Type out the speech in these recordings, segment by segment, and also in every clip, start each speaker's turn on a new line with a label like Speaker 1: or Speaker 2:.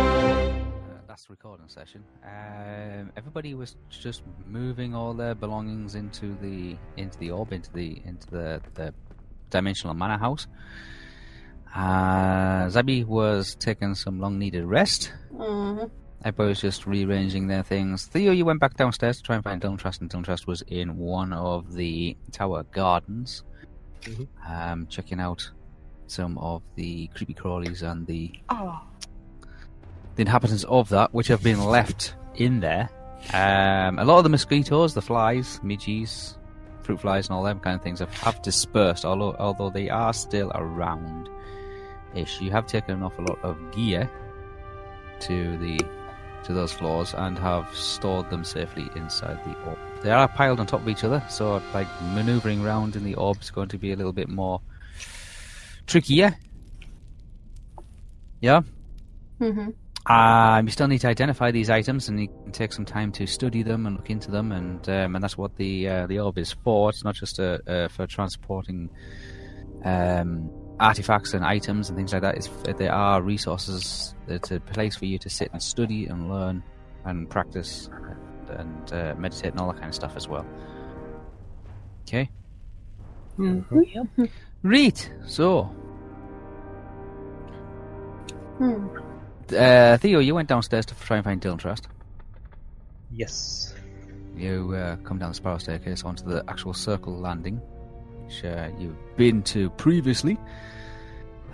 Speaker 1: Uh, that's the recording session. Um, everybody was just moving all their belongings into the into the orb, into the into the, the dimensional manor house. Uh, Zabi was taking some long needed rest.
Speaker 2: Mhm.
Speaker 1: Everybody was just rearranging their things. Theo, you went back downstairs to try and find Dylan Trust, and Dylan Trust was in one of the tower gardens,
Speaker 3: Mhm.
Speaker 1: um, checking out some of the creepy crawlies and the
Speaker 2: Oh.
Speaker 1: the inhabitants of that, which have been left in there. Um, a lot of the mosquitoes, the flies, midges, fruit flies, and all them kind of things have, have dispersed, although, although they are still around ish. You have taken an awful lot of gear to the to those floors and have stored them safely inside the orb. They are piled on top of each other, so like maneuvering around in the orb is going to be a little bit more trickier. Yeah.
Speaker 2: Mhm.
Speaker 1: Um, you still need to identify these items, and you can take some time to study them and look into them, and um, and that's what the uh, the orb is for. It's not just uh, uh, for transporting um, artifacts and items and things like that. It's, there are resources. It's a place for you to sit and study and learn and practice and, and uh, meditate and all that kind of stuff as well. Okay, right. So,
Speaker 2: Hmm.
Speaker 1: uh, Theo, you went downstairs to try and find Dylan Trust.
Speaker 3: Yes.
Speaker 1: You uh, come down the spiral staircase onto the actual circle landing, which uh, you've been to previously.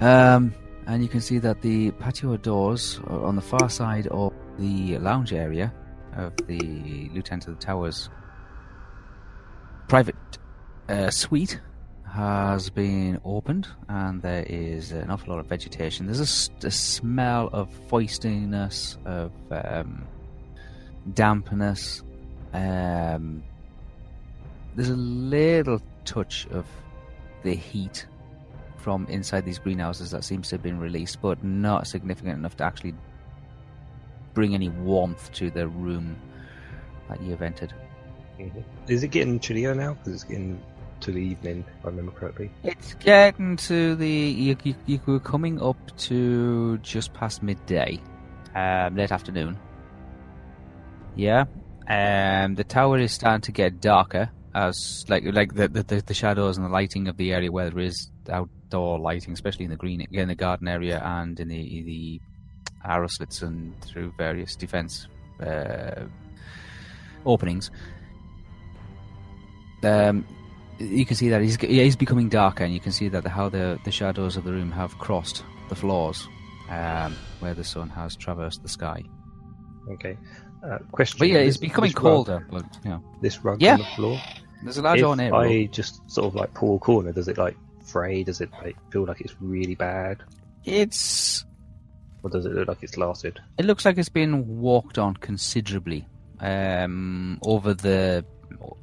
Speaker 1: Um, and you can see that the patio doors are on the far side of the lounge area of the Lieutenant of the Towers private uh, suite has been opened, and there is an awful lot of vegetation. There's a s- a, smell of foistiness, of um, dampness. Um, there's a little touch of the heat from inside these greenhouses that seems to have been released, but not significant enough to actually bring any warmth to the room that you've entered.
Speaker 3: Mhm. Is it getting chillier now? Because it's getting to the evening, if I remember correctly.
Speaker 1: It's getting to the. You, you, you were coming up to just past midday, um, late afternoon. Yeah, um, the tower is starting to get darker as like like the, the the shadows and the lighting of the area where there is outdoor lighting, especially in the green in the garden area and in the the arrow slits and through various defense uh, openings. Um, you can see that he's yeah, he's becoming darker, and you can see that the, how the the shadows of the room have crossed the floors um, where the sun has traversed the sky.
Speaker 3: Okay. Uh, question.
Speaker 1: But yeah,
Speaker 3: this-
Speaker 1: it's becoming
Speaker 3: this rug-
Speaker 1: colder. But you know,
Speaker 3: this rug
Speaker 1: Yeah.
Speaker 3: on the floor.
Speaker 1: there's a large
Speaker 3: if
Speaker 1: on air.
Speaker 3: I
Speaker 1: roll.
Speaker 3: just sort of like pull a corner, does it like fray? Does it like feel like it's really bad,
Speaker 1: It's
Speaker 3: or does it look like it's lasted?
Speaker 1: it looks like it's been walked on considerably um, over the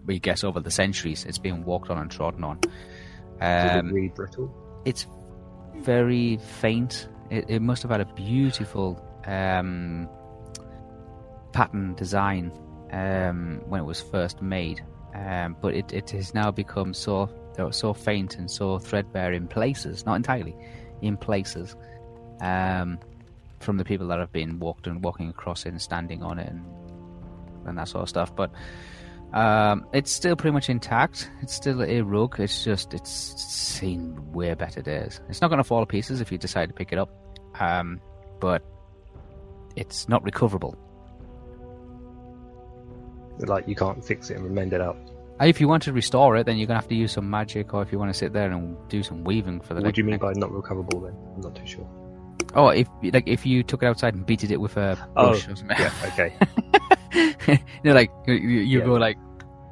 Speaker 1: we guess over the centuries. It's been walked on and trodden on.
Speaker 3: Is
Speaker 1: Um,
Speaker 3: it really brittle?
Speaker 1: it's very faint. It, it must have had a beautiful uh, um, pattern design um, when it was first made, um, but it, it has now become so uh, so faint and so threadbare in places, not entirely, in places, um, from the people that have been walked and walking across it and standing on it and and that sort of stuff. But um, it's still pretty much intact. It's still a rug. It's just it's seen way better days. It's not going to fall to pieces if you decide to pick it up, um, but it's not recoverable.
Speaker 3: Like you can't fix it and mend it up.
Speaker 1: Uh, If you want to restore it, then you're going to have to use some magic, or if you want to sit there and do some weaving for the.
Speaker 3: What
Speaker 1: next-
Speaker 3: do you mean by not recoverable then? I'm not too sure.
Speaker 1: Oh, if like if you took it outside and beated it with a
Speaker 3: Oh,
Speaker 1: brush or something.
Speaker 3: Yeah, okay.
Speaker 1: you know, like you, you you
Speaker 3: Yeah.
Speaker 1: go like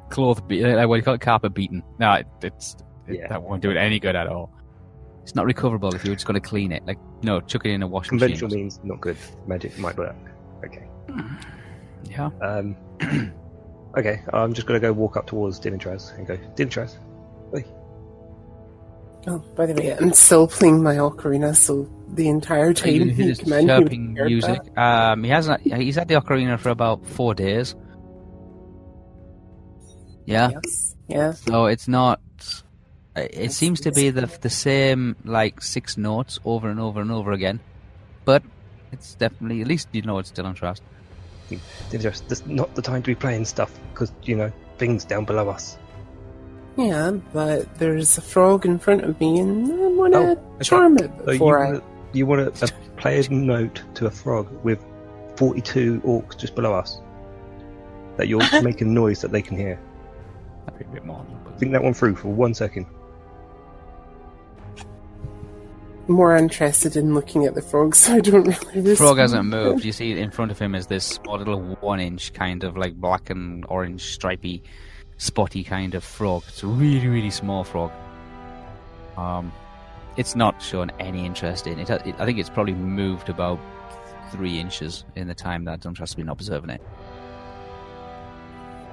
Speaker 1: cloth, be- uh, like what do you call it, carpet beaten. No, it, it's it,
Speaker 3: Yeah.
Speaker 1: that won't do it any good at all. It's not recoverable if you're just going to clean it. Like no, chuck it in a washing
Speaker 3: Conventional
Speaker 1: machine.
Speaker 3: means not good. Magic might work. Okay.
Speaker 1: Yeah.
Speaker 3: Um, okay, I'm just going to go walk up towards Dinatraz and go, Dinatraz,
Speaker 4: Oh, by the way, I'm still playing my ocarina, so the entire
Speaker 1: Are you
Speaker 4: time
Speaker 1: gonna hear
Speaker 4: he
Speaker 1: this
Speaker 4: commanded me with
Speaker 1: chirping
Speaker 4: the earbud-
Speaker 1: music. Um, he hasn't. He's had the ocarina for about four days. Yeah.
Speaker 4: Yes. Yeah.
Speaker 1: So it's not. It it
Speaker 4: That's-
Speaker 1: seems to be the the same like six notes over and over and over again, but it's definitely at least you know it's still on trust.
Speaker 3: Dinatraz, this is not the time to be playing stuff because, you know, things down below us.
Speaker 4: Yeah, but there's a frog in front of me, and I want to
Speaker 3: Oh, okay.
Speaker 4: charm it
Speaker 3: So you
Speaker 4: before I.
Speaker 3: wanna- you want to play a note to a frog with 42 orcs just below us that you're making noise that they can hear.
Speaker 1: That'd be a bit more. but-
Speaker 3: Think that one through for one second.
Speaker 4: More interested in looking at the frog, so I don't really.
Speaker 1: The frog
Speaker 4: respond.
Speaker 1: hasn't moved. You see, in front of him is this small little one-inch kind of like black and orange stripy, spotty kind of frog. It's a really, really small frog. Um, it's not shown any interest in it. ha- it I think it's probably moved about three inches in the time that Duntrust has been observing it.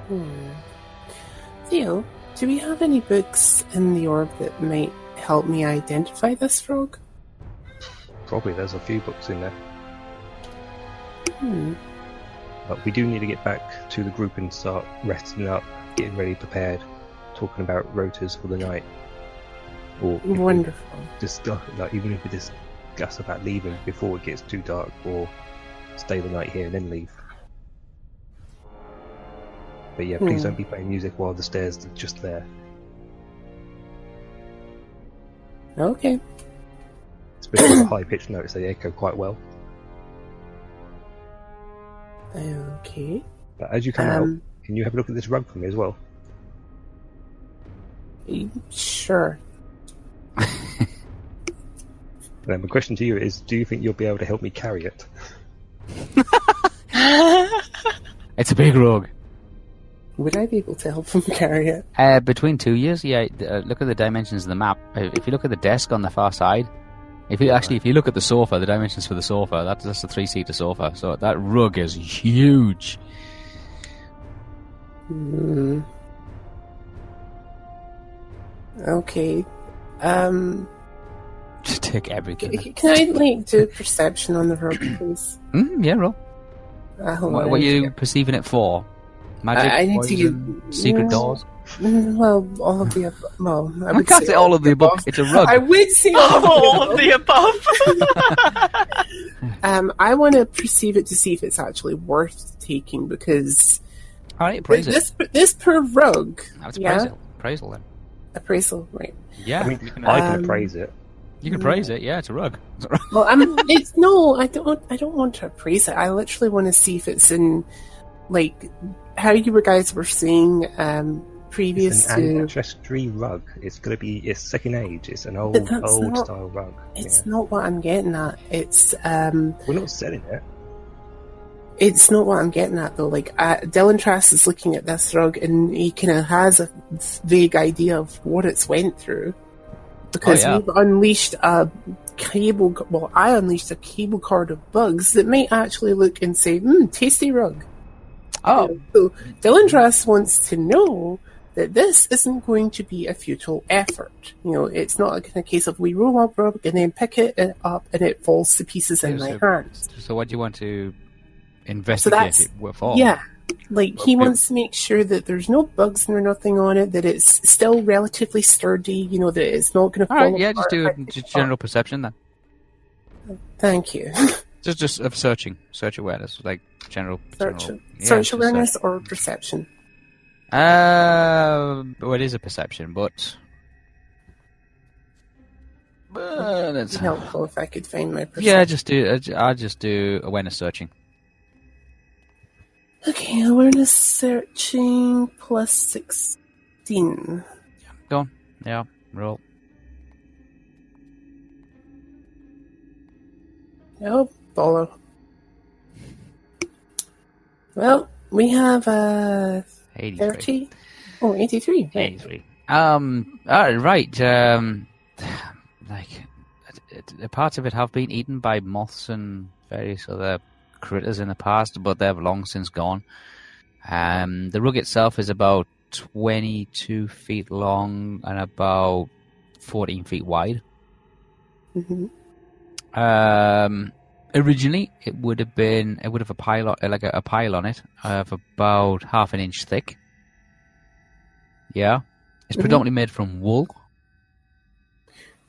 Speaker 4: Hmm. Theo, do we have any books in the orb that might help me identify this frog?
Speaker 3: Probably there's a few books in there.
Speaker 4: Hmm.
Speaker 3: But we do need to get back to the group and start resting up, getting ready, prepared, talking about rotas for the night. Or if we
Speaker 4: Wonderful.
Speaker 3: discuss, like, even if we discuss about leaving before it gets too dark, or stay the night here and then leave. But yeah, please
Speaker 4: Hmm.
Speaker 3: don't be playing music while the stairs are just there,
Speaker 4: Okay.
Speaker 3: especially the high pitched notes. They echo quite well.
Speaker 4: Okay.
Speaker 3: But as you come
Speaker 4: Um.
Speaker 3: out, can you have a look at this rug for me as well?
Speaker 4: Um, Sure.
Speaker 3: And then my question to you is: Do you think you'll be able to help me carry it?
Speaker 1: It's a big rug.
Speaker 4: Would I be able to help him carry it?
Speaker 1: Uh, between two years, yeah. th- Uh, look at the dimensions of the map. Uh, If you look at the desk on the far side, if you actually if you look at the sofa, the dimensions for the sofa that's that's a three-seater sofa. So that rug is huge.
Speaker 4: Hmm. Okay. Um.
Speaker 1: Just take everything.
Speaker 4: c- Can I like do perception on the rope, please?
Speaker 1: Mm, yeah, roll.
Speaker 4: Uh, hold
Speaker 1: What,
Speaker 4: on,
Speaker 1: what
Speaker 4: I
Speaker 1: are
Speaker 4: need to
Speaker 1: you perceiving it for? Magic,
Speaker 4: I- I need to
Speaker 1: poison,
Speaker 4: get-
Speaker 1: secret
Speaker 4: yeah.
Speaker 1: doors.
Speaker 4: get- Mm, Well, all of the above. Well, I
Speaker 1: I
Speaker 4: would
Speaker 1: can't say all of the above. It's a rug.
Speaker 4: I would say all of the
Speaker 5: Oh, all of
Speaker 4: above.
Speaker 5: the above.
Speaker 4: Um, I want to perceive it to see if it's actually worth taking because
Speaker 1: All right, praise it.
Speaker 4: this this per rogue
Speaker 1: That's
Speaker 4: yeah.
Speaker 1: appraisal. Appraisal then.
Speaker 4: appraisal, right?
Speaker 1: Yeah,
Speaker 3: I mean,
Speaker 1: you, can,
Speaker 3: I can
Speaker 4: Um,
Speaker 3: appraise it.
Speaker 1: you can praise it. Yeah, it's a rug. It's a rug.
Speaker 4: Well, I'm. It's no, I don't. I don't want to appraise it. I literally want to see if it's in, like, how you were guys were saying um, previous
Speaker 3: It's an
Speaker 4: to.
Speaker 3: ancestry rug. It's gonna be it's second age. It's an old
Speaker 4: But that's
Speaker 3: old
Speaker 4: not-
Speaker 3: style rug.
Speaker 4: It's not what I'm getting at. It's um,
Speaker 3: Yeah. We're not selling it.
Speaker 4: it's not what I'm getting at though. Like, uh, Dylan Trask is looking at this rug and he kind of has a vague idea of what it's went through because
Speaker 3: Oh,
Speaker 1: yeah.
Speaker 4: we've unleashed a cable. Well, I unleashed a cable card of bugs that may actually look and say, "Hmm, tasty rug."
Speaker 1: Oh,
Speaker 4: So Dylan Truss wants to know that this isn't going to be a futile effort. You know, it's not like a case of we roll up rope and then pick it up and it falls to pieces in my
Speaker 1: so,
Speaker 4: hand.
Speaker 1: so what do you want to investigate
Speaker 4: that's-
Speaker 1: it for?
Speaker 4: Yeah. Like
Speaker 1: Okay.
Speaker 4: he wants to make sure that there's no bugs or nothing on it, that it's still relatively sturdy, you know, that it's not going to
Speaker 1: All
Speaker 4: fall
Speaker 1: right. Yeah. Just
Speaker 4: apart
Speaker 1: do
Speaker 4: if I
Speaker 1: a
Speaker 4: pick
Speaker 1: just
Speaker 4: it up.
Speaker 1: general perception then.
Speaker 4: Thank you.
Speaker 1: Just just of searching, search awareness, like general.
Speaker 4: Search,
Speaker 1: general yeah,
Speaker 4: search
Speaker 1: just
Speaker 4: awareness or perception.
Speaker 1: Um, well, it is a perception, but. Uh,
Speaker 4: It'd
Speaker 1: that's-
Speaker 4: be helpful if I could find my perception.
Speaker 1: yeah, just do. I ju- I just do awareness searching.
Speaker 4: Okay, awareness searching plus 16.
Speaker 1: Go on. Yeah, roll.
Speaker 4: Oh, follow. Well, we have uh,
Speaker 1: 83.
Speaker 4: 30. Oh, 83. right.
Speaker 1: 83. Um, all right. Um, like, it, it, parts of it have been eaten by moths and various other critters in the past, but they've long since gone. Um, the rug itself is about 22 feet long and about 14 feet wide.
Speaker 4: Mhm.
Speaker 1: Um, originally, it would have been it would have a pile on- like a, a pile on it of about half an inch thick. Yeah, it's
Speaker 4: Mhm.
Speaker 1: predominantly made from wool.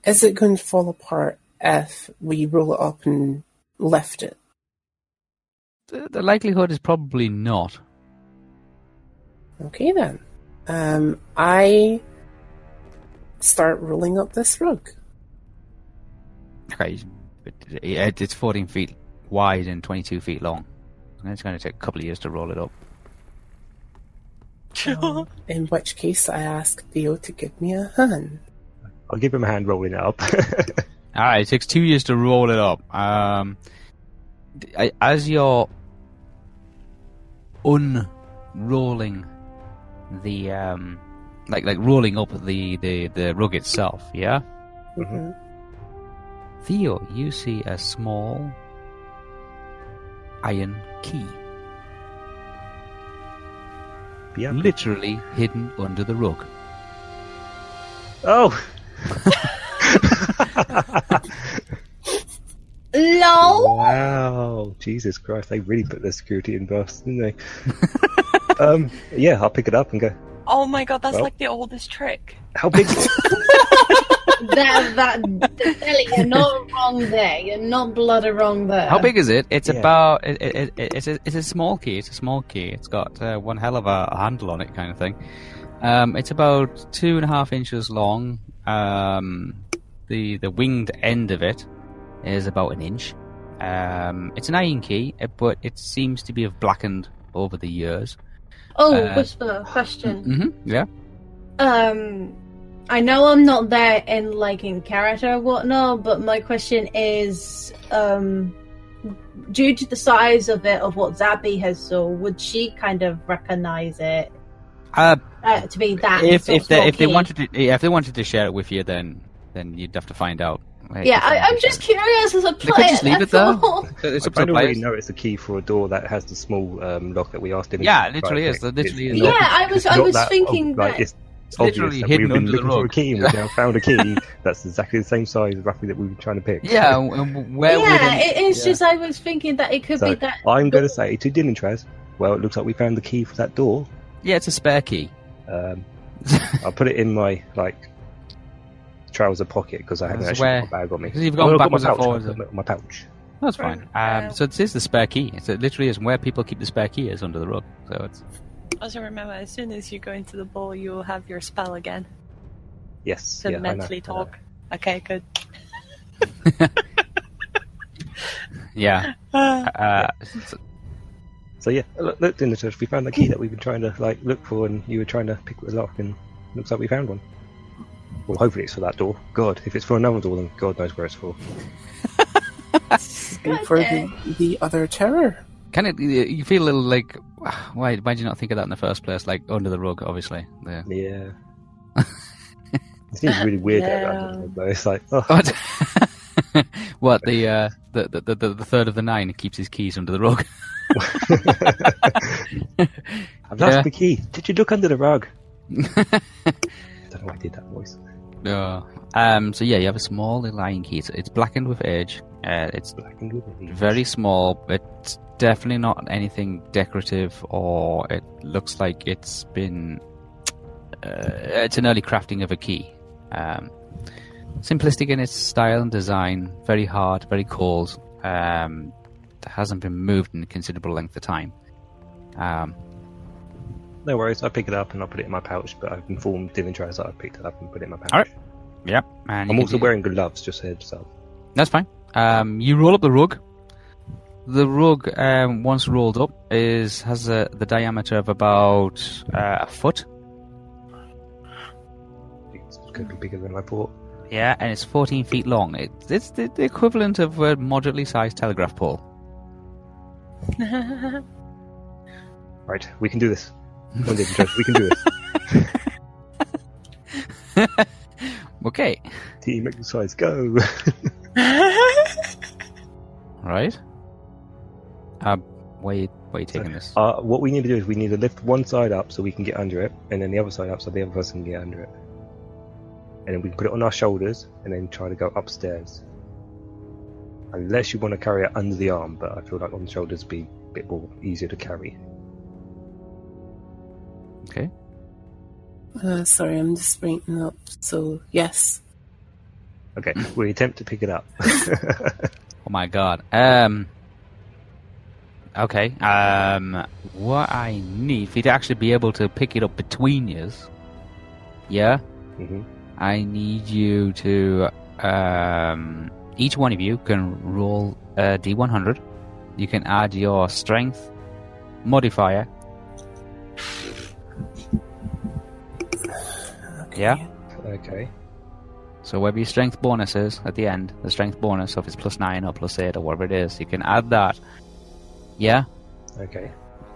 Speaker 4: Is it going to fall apart if we roll it up and lift it?
Speaker 1: The, the likelihood is probably not.
Speaker 4: Okay, then. Um, I start rolling up this rug.
Speaker 1: Okay, but it, it's 14 feet wide and 22 feet long. And it's going to take a couple of years to roll it up.
Speaker 4: In which case, I ask Theo to give me a hand.
Speaker 3: I'll give him a hand rolling it up.
Speaker 1: All right, it takes two years to roll it up. Um, d- I- as you're unrolling the um, like like rolling up the the the rug itself, yeah.
Speaker 4: Mhm.
Speaker 1: Theo, you see a small iron key,
Speaker 3: yeah.
Speaker 1: literally hidden under the rug.
Speaker 3: Oh!
Speaker 5: Lol.
Speaker 3: Wow. Jesus Christ. They really put their security in buffs, didn't they? um, yeah, I'll pick it up and go,
Speaker 6: Oh my god, that's
Speaker 3: Well.
Speaker 6: like the oldest trick.
Speaker 3: how big is it?
Speaker 5: that that Ellie, you're not wrong there. You're not bloody wrong there.
Speaker 1: How big is it? It's
Speaker 3: Yeah.
Speaker 1: about it, it, it, it's a, it's a small key. It's a small key. It's got uh, one hell of a handle on it, kind of thing. Um, it's about two and a half inches long. Um, the the winged end of it is about an inch. Um, it's an iron key, uh, but it seems to be have blackened over the years.
Speaker 5: Oh,
Speaker 1: Uh,
Speaker 5: whisper question.
Speaker 1: hmm yeah.
Speaker 5: Um, I know I'm not there in like in character or whatnot, but my question is, um, due to the size of it of what Zabby has saw, would she kind of recognize it
Speaker 1: Uh,
Speaker 5: uh, to be that?
Speaker 1: if
Speaker 5: sort of
Speaker 1: if they,
Speaker 5: small
Speaker 1: if they
Speaker 5: key?
Speaker 1: wanted to yeah, if they wanted to share it with you, then then you'd have to find out. Like,
Speaker 5: yeah,
Speaker 1: if they
Speaker 5: I,
Speaker 1: wanted
Speaker 5: I'm
Speaker 1: to share
Speaker 5: just curious as a
Speaker 1: could
Speaker 5: player.
Speaker 1: just leave it
Speaker 5: that's
Speaker 1: there.
Speaker 5: all.
Speaker 1: it. It's
Speaker 3: I
Speaker 1: up to
Speaker 3: kind
Speaker 1: the
Speaker 3: of already
Speaker 1: players.
Speaker 3: know it's a key for a door that has the small um, lock that we asked him.
Speaker 1: Yeah,
Speaker 3: to
Speaker 1: it literally
Speaker 3: try
Speaker 1: is. That
Speaker 3: and
Speaker 1: literally
Speaker 3: fix.
Speaker 1: is.
Speaker 3: It's not-
Speaker 5: Yeah, I was-
Speaker 3: it's
Speaker 5: I
Speaker 3: not
Speaker 5: was
Speaker 3: that
Speaker 5: thinking
Speaker 3: ob- like,
Speaker 5: that-
Speaker 3: It's,
Speaker 1: It's
Speaker 3: obvious
Speaker 1: literally
Speaker 3: that
Speaker 1: hidden
Speaker 3: we've been
Speaker 1: under the
Speaker 3: looking for a
Speaker 1: rug.
Speaker 3: key and we've now found a key that's exactly the same size roughly that we were trying to pick.
Speaker 1: Yeah, and w- where
Speaker 5: yeah,
Speaker 1: would it,
Speaker 5: it is
Speaker 1: yeah.
Speaker 5: just I was thinking that it could
Speaker 3: So
Speaker 5: be that.
Speaker 3: I'm going to say to Dinatraz, well, it looks like we found the key for that door.
Speaker 1: yeah, it's a spare key.
Speaker 3: Um, I'll put it in my like trouser pocket because I haven't
Speaker 1: That's
Speaker 3: actually
Speaker 1: where-
Speaker 3: got my bag on me.
Speaker 1: because you've
Speaker 3: Oh,
Speaker 1: gone
Speaker 3: I've got
Speaker 1: backwards
Speaker 3: my
Speaker 1: and
Speaker 3: pouch,
Speaker 1: forwards.
Speaker 3: I've got my pouch.
Speaker 1: That's fine. Um, so this is the spare key. It's, it literally is where people keep the spare key is under the rug. So it's
Speaker 6: Also, remember, as soon as you go into the ball, you'll have your spell again
Speaker 3: Yes.
Speaker 6: to
Speaker 3: yeah, I know, Uh,
Speaker 6: mentally
Speaker 3: I know.
Speaker 6: talk. Okay, good.
Speaker 1: yeah.
Speaker 6: Uh,
Speaker 1: Uh, s-
Speaker 3: So yeah, look, look in the church. We found the key that we've been trying to like look for, and you were trying to pick the lock, and looks like we found one. Well, hopefully it's for that door. God, if it's for another door, then God knows where it's for.
Speaker 4: And for the, the other terror.
Speaker 1: kind of you feel a little like why why did you not think of that in the first place? Like under the rug, obviously. Yeah.
Speaker 3: Yeah. it seems really weird that
Speaker 6: Yeah.
Speaker 3: random, though. It's like, oh,
Speaker 1: What? what the, uh, the, the the the third of the nine keeps his keys under the rug.
Speaker 3: I've lost
Speaker 1: Yeah.
Speaker 3: the key. Did you look under the rug? don't know why I did that voice.
Speaker 1: Yeah. Um. So yeah, you have a small lion key. It's- It's blackened with age. Uh, it's
Speaker 3: Black and blue.
Speaker 1: very small. It's definitely not anything decorative, or it looks like it's been. Uh, it's an early crafting of a key. Um, simplistic in its style and design. Very hard. Very cold. Um, it hasn't been moved in a considerable length of time. Um,
Speaker 3: No worries, I pick it up and I put it in my pouch. But I've informed Dylan Traz that I picked it up and put it in my pouch.
Speaker 1: Alright. yeah. And you can
Speaker 3: I'm also
Speaker 1: do-
Speaker 3: wearing gloves, just ahead so
Speaker 1: That's fine. Um, you roll up the rug. The rug, um, once rolled up, is has a, the diameter of about uh, a foot.
Speaker 3: It's going to be bigger than I thought.
Speaker 1: Yeah, and it's 14 feet long. It, it's the, the equivalent of a moderately sized telegraph pole.
Speaker 3: Right, we can do this. Come on, Dylan Traz, we can do this.
Speaker 1: Okay.
Speaker 3: Team exercise, go.
Speaker 1: Right. Uh, where you, where you taking this?
Speaker 3: uh, what we need to do is we need to lift one side up so we can get under it, and then the other side up so the other person can get under it. And then we can put it on our shoulders and then try to go upstairs. Unless you want to carry it under the arm, but I feel like on the shoulders would be a bit more easier to carry.
Speaker 1: Okay.
Speaker 4: Uh, sorry, I'm just writing up. So, yes.
Speaker 3: Okay, we attempt to pick it up.
Speaker 1: Oh my god. Um. Okay. Um. What I need for you to actually be able to pick it up between yous. Yeah.
Speaker 3: hmm
Speaker 1: I need you to. Um. Each one of you can roll a d100. You can add your strength modifier.
Speaker 4: Okay.
Speaker 1: Yeah.
Speaker 3: Okay.
Speaker 1: So whatever your strength bonus is at the end, the strength bonus, so if it's plus nine or plus eight or whatever it is, you can add that. Yeah.
Speaker 3: Okay.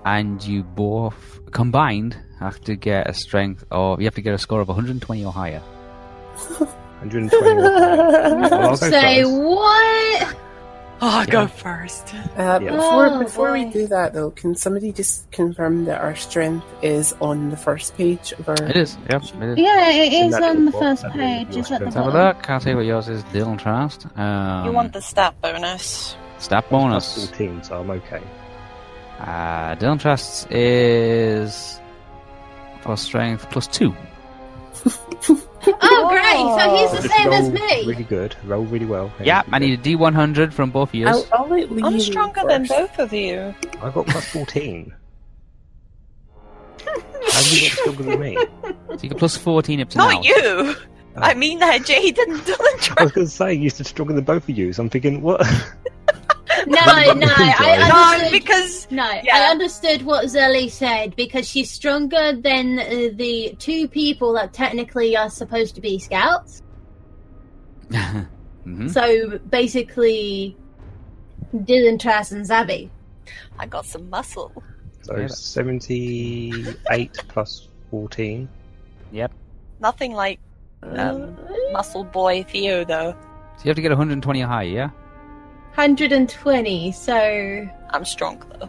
Speaker 1: and you both combined have to get a strength of you have to get a score of 120 or higher.
Speaker 3: 120. or higher. Well, I'll go
Speaker 5: Say
Speaker 3: first.
Speaker 5: what?
Speaker 6: oh, go first.
Speaker 4: Uh,
Speaker 3: Yeah.
Speaker 4: Before
Speaker 5: Oh,
Speaker 4: before we
Speaker 5: boy.
Speaker 4: do that though, can somebody just confirm that our strength is on the first page of our?
Speaker 1: It is. Yep. It is.
Speaker 5: Yeah, it
Speaker 3: In
Speaker 5: is
Speaker 3: that little
Speaker 5: on the
Speaker 3: box,
Speaker 5: first
Speaker 3: I believe,
Speaker 5: page. It's at the
Speaker 1: Let's
Speaker 3: Let's
Speaker 1: have a
Speaker 5: bottom.
Speaker 1: look. I'll see what yours is. Dylan Trust. Um,
Speaker 6: you want the stat bonus.
Speaker 1: stat
Speaker 3: I was
Speaker 1: bonus?
Speaker 3: 14, so I'm okay.
Speaker 1: Uh, Dylan Trust is for strength plus two.
Speaker 5: Oh, great! So he's
Speaker 3: So
Speaker 5: the
Speaker 3: just
Speaker 5: same as
Speaker 3: roll
Speaker 5: me.
Speaker 3: Really good. Roll really well. and
Speaker 1: Yeah,
Speaker 3: you'll
Speaker 1: I
Speaker 3: be
Speaker 1: need a D100 from both of
Speaker 6: Oh.
Speaker 1: you.
Speaker 4: I'll, I'll let Lee
Speaker 6: I'm
Speaker 4: read
Speaker 6: stronger than
Speaker 4: first.
Speaker 6: both of you.
Speaker 3: good. I got plus 14. How have you got stronger than me? Oh.
Speaker 1: So you get plus 14 up to now.
Speaker 6: Not you. I mean, uh, Jade and
Speaker 3: I
Speaker 6: Dylan.
Speaker 3: was going to say, you said stronger than both of you, so I'm thinking, what?
Speaker 5: No, no, I
Speaker 6: No,
Speaker 5: understood.
Speaker 6: because
Speaker 5: No,
Speaker 6: Yeah.
Speaker 5: I understood what Zelly said because she's stronger than uh, the two people that technically are supposed to be scouts.
Speaker 1: hmm
Speaker 5: So basically, Dylan, Trass, and Zabby.
Speaker 6: I got some muscle.
Speaker 3: So
Speaker 1: Yeah.
Speaker 3: 78 plus 14.
Speaker 1: Yep.
Speaker 6: Nothing like um, muscle boy Theo though.
Speaker 1: So you have to get 120 or higher, yeah?
Speaker 5: 120, so.
Speaker 6: I'm strong though.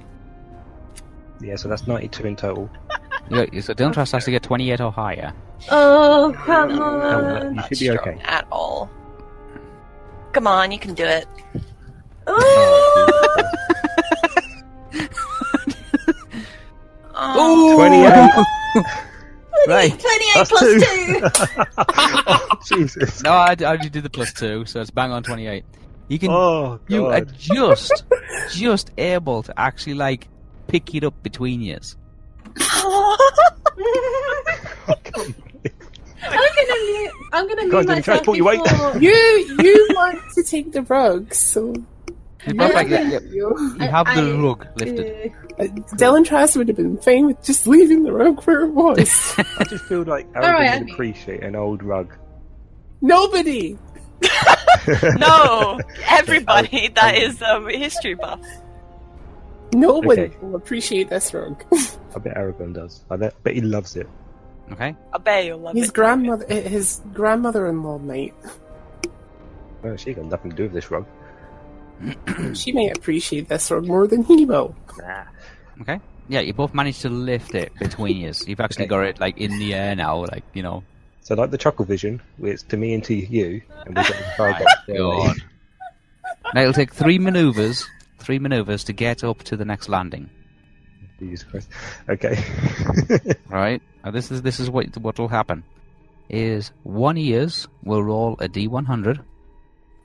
Speaker 3: Yeah, so that's 92 in total.
Speaker 1: You got, so Dylan Trust has to get 28 or higher.
Speaker 5: Oh, come
Speaker 3: well,
Speaker 5: on.
Speaker 3: you
Speaker 6: Not
Speaker 3: should be
Speaker 6: strong
Speaker 3: okay.
Speaker 6: at all. Come on, you can do it.
Speaker 5: Ooh.
Speaker 6: Oh,
Speaker 3: 28!
Speaker 1: Right.
Speaker 5: 28
Speaker 3: That's
Speaker 5: plus
Speaker 3: two.
Speaker 5: 2.
Speaker 3: oh, Jesus.
Speaker 1: No, I, I only did the plus two, so it's bang on twenty-eight. You can
Speaker 3: Oh, God.
Speaker 1: you are just just able to actually like pick it up between years.
Speaker 3: I can't believe-
Speaker 5: I'm gonna mute. I'm gonna
Speaker 3: Guys,
Speaker 5: mute
Speaker 3: don't try to
Speaker 5: myself
Speaker 3: pull your weight.
Speaker 5: before.
Speaker 4: You you want to take the rug, so
Speaker 1: You both, like,
Speaker 5: Yeah.
Speaker 1: you
Speaker 4: you.
Speaker 5: I-
Speaker 1: have the
Speaker 5: I-
Speaker 1: rug lifted.
Speaker 4: Uh, Dylan Trask would have been fine with just leaving the rug where it was.
Speaker 3: I just feel like
Speaker 5: right,
Speaker 3: Aaron
Speaker 5: I
Speaker 3: doesn't
Speaker 5: mean-
Speaker 3: appreciate an old rug.
Speaker 4: Nobody.
Speaker 6: no, everybody that is um, history buff.
Speaker 4: No one
Speaker 3: Okay.
Speaker 4: will appreciate this rug.
Speaker 3: I bet Aragorn does. I bet, bet he loves it.
Speaker 1: Okay.
Speaker 6: I bet you'll love
Speaker 4: His
Speaker 6: it.
Speaker 4: grandmother, eh, his grandmother-in-law might.
Speaker 3: Oh, she got nothing to do with this rug.
Speaker 4: She may appreciate this rug more than he will.
Speaker 3: Nah.
Speaker 1: Okay. Yeah, you both managed to lift it between you. You've actually got it like in the air now, like you know.
Speaker 3: So like the chuckle vision, where it's to me and to you, and we've got the
Speaker 1: My
Speaker 3: target.
Speaker 1: God. Now it'll take three maneuvers, three maneuvers to get up to the next landing.
Speaker 3: Jesus Christ. Okay.
Speaker 1: Right? Now this is this is what what will happen. Is one ears will roll a d one hundred.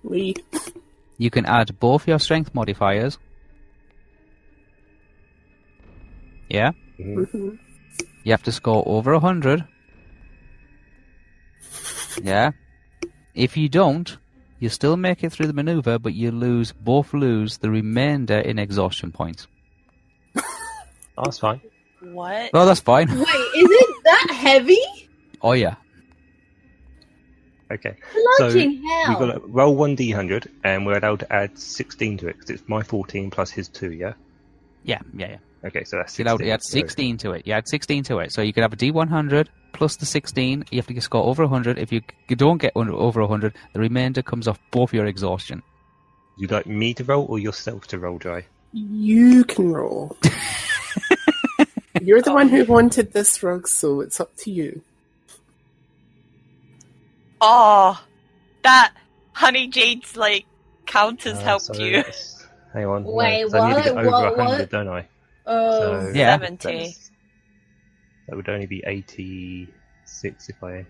Speaker 4: We
Speaker 1: You can add both your strength modifiers. Yeah.
Speaker 4: Mhm.
Speaker 1: You have to score over 100. Yeah. If you don't, you still make it through the maneuver, but you lose, both lose the remainder in exhaustion points.
Speaker 3: Oh, that's fine.
Speaker 6: What?
Speaker 1: Oh, that's fine.
Speaker 5: Wait, is it that heavy?
Speaker 1: Oh, yeah.
Speaker 3: Okay.
Speaker 5: Bloody
Speaker 3: We've
Speaker 5: hell!
Speaker 3: got to roll one d100, and we're allowed to add 16 to it because it's my 14 plus his two. Yeah.
Speaker 1: Yeah, yeah, yeah.
Speaker 3: Okay, so that's
Speaker 1: You
Speaker 3: 16.
Speaker 1: know, you add
Speaker 3: so-
Speaker 1: 16 to it. You add 16 to it. So you could have a D100 plus the 16. You have to score over 100. If you you don't get under, over 100, the remainder comes off both your exhaustion.
Speaker 3: You'd like me to roll or yourself to roll, Jai?
Speaker 4: you can roll. You're the one who wanted this rug, so it's up to you.
Speaker 6: Oh, that honey jade's like counters
Speaker 3: Uh,
Speaker 6: helped
Speaker 3: so
Speaker 6: you.
Speaker 3: that's- Hang on. no,
Speaker 5: Wait,
Speaker 3: 'cause I need to get
Speaker 5: what?
Speaker 3: over
Speaker 5: What-
Speaker 3: 100,
Speaker 5: what?
Speaker 3: don't I?
Speaker 5: Oh,
Speaker 3: So-
Speaker 1: Yeah.
Speaker 6: Seventy.
Speaker 3: That's- That would only be 86 if I.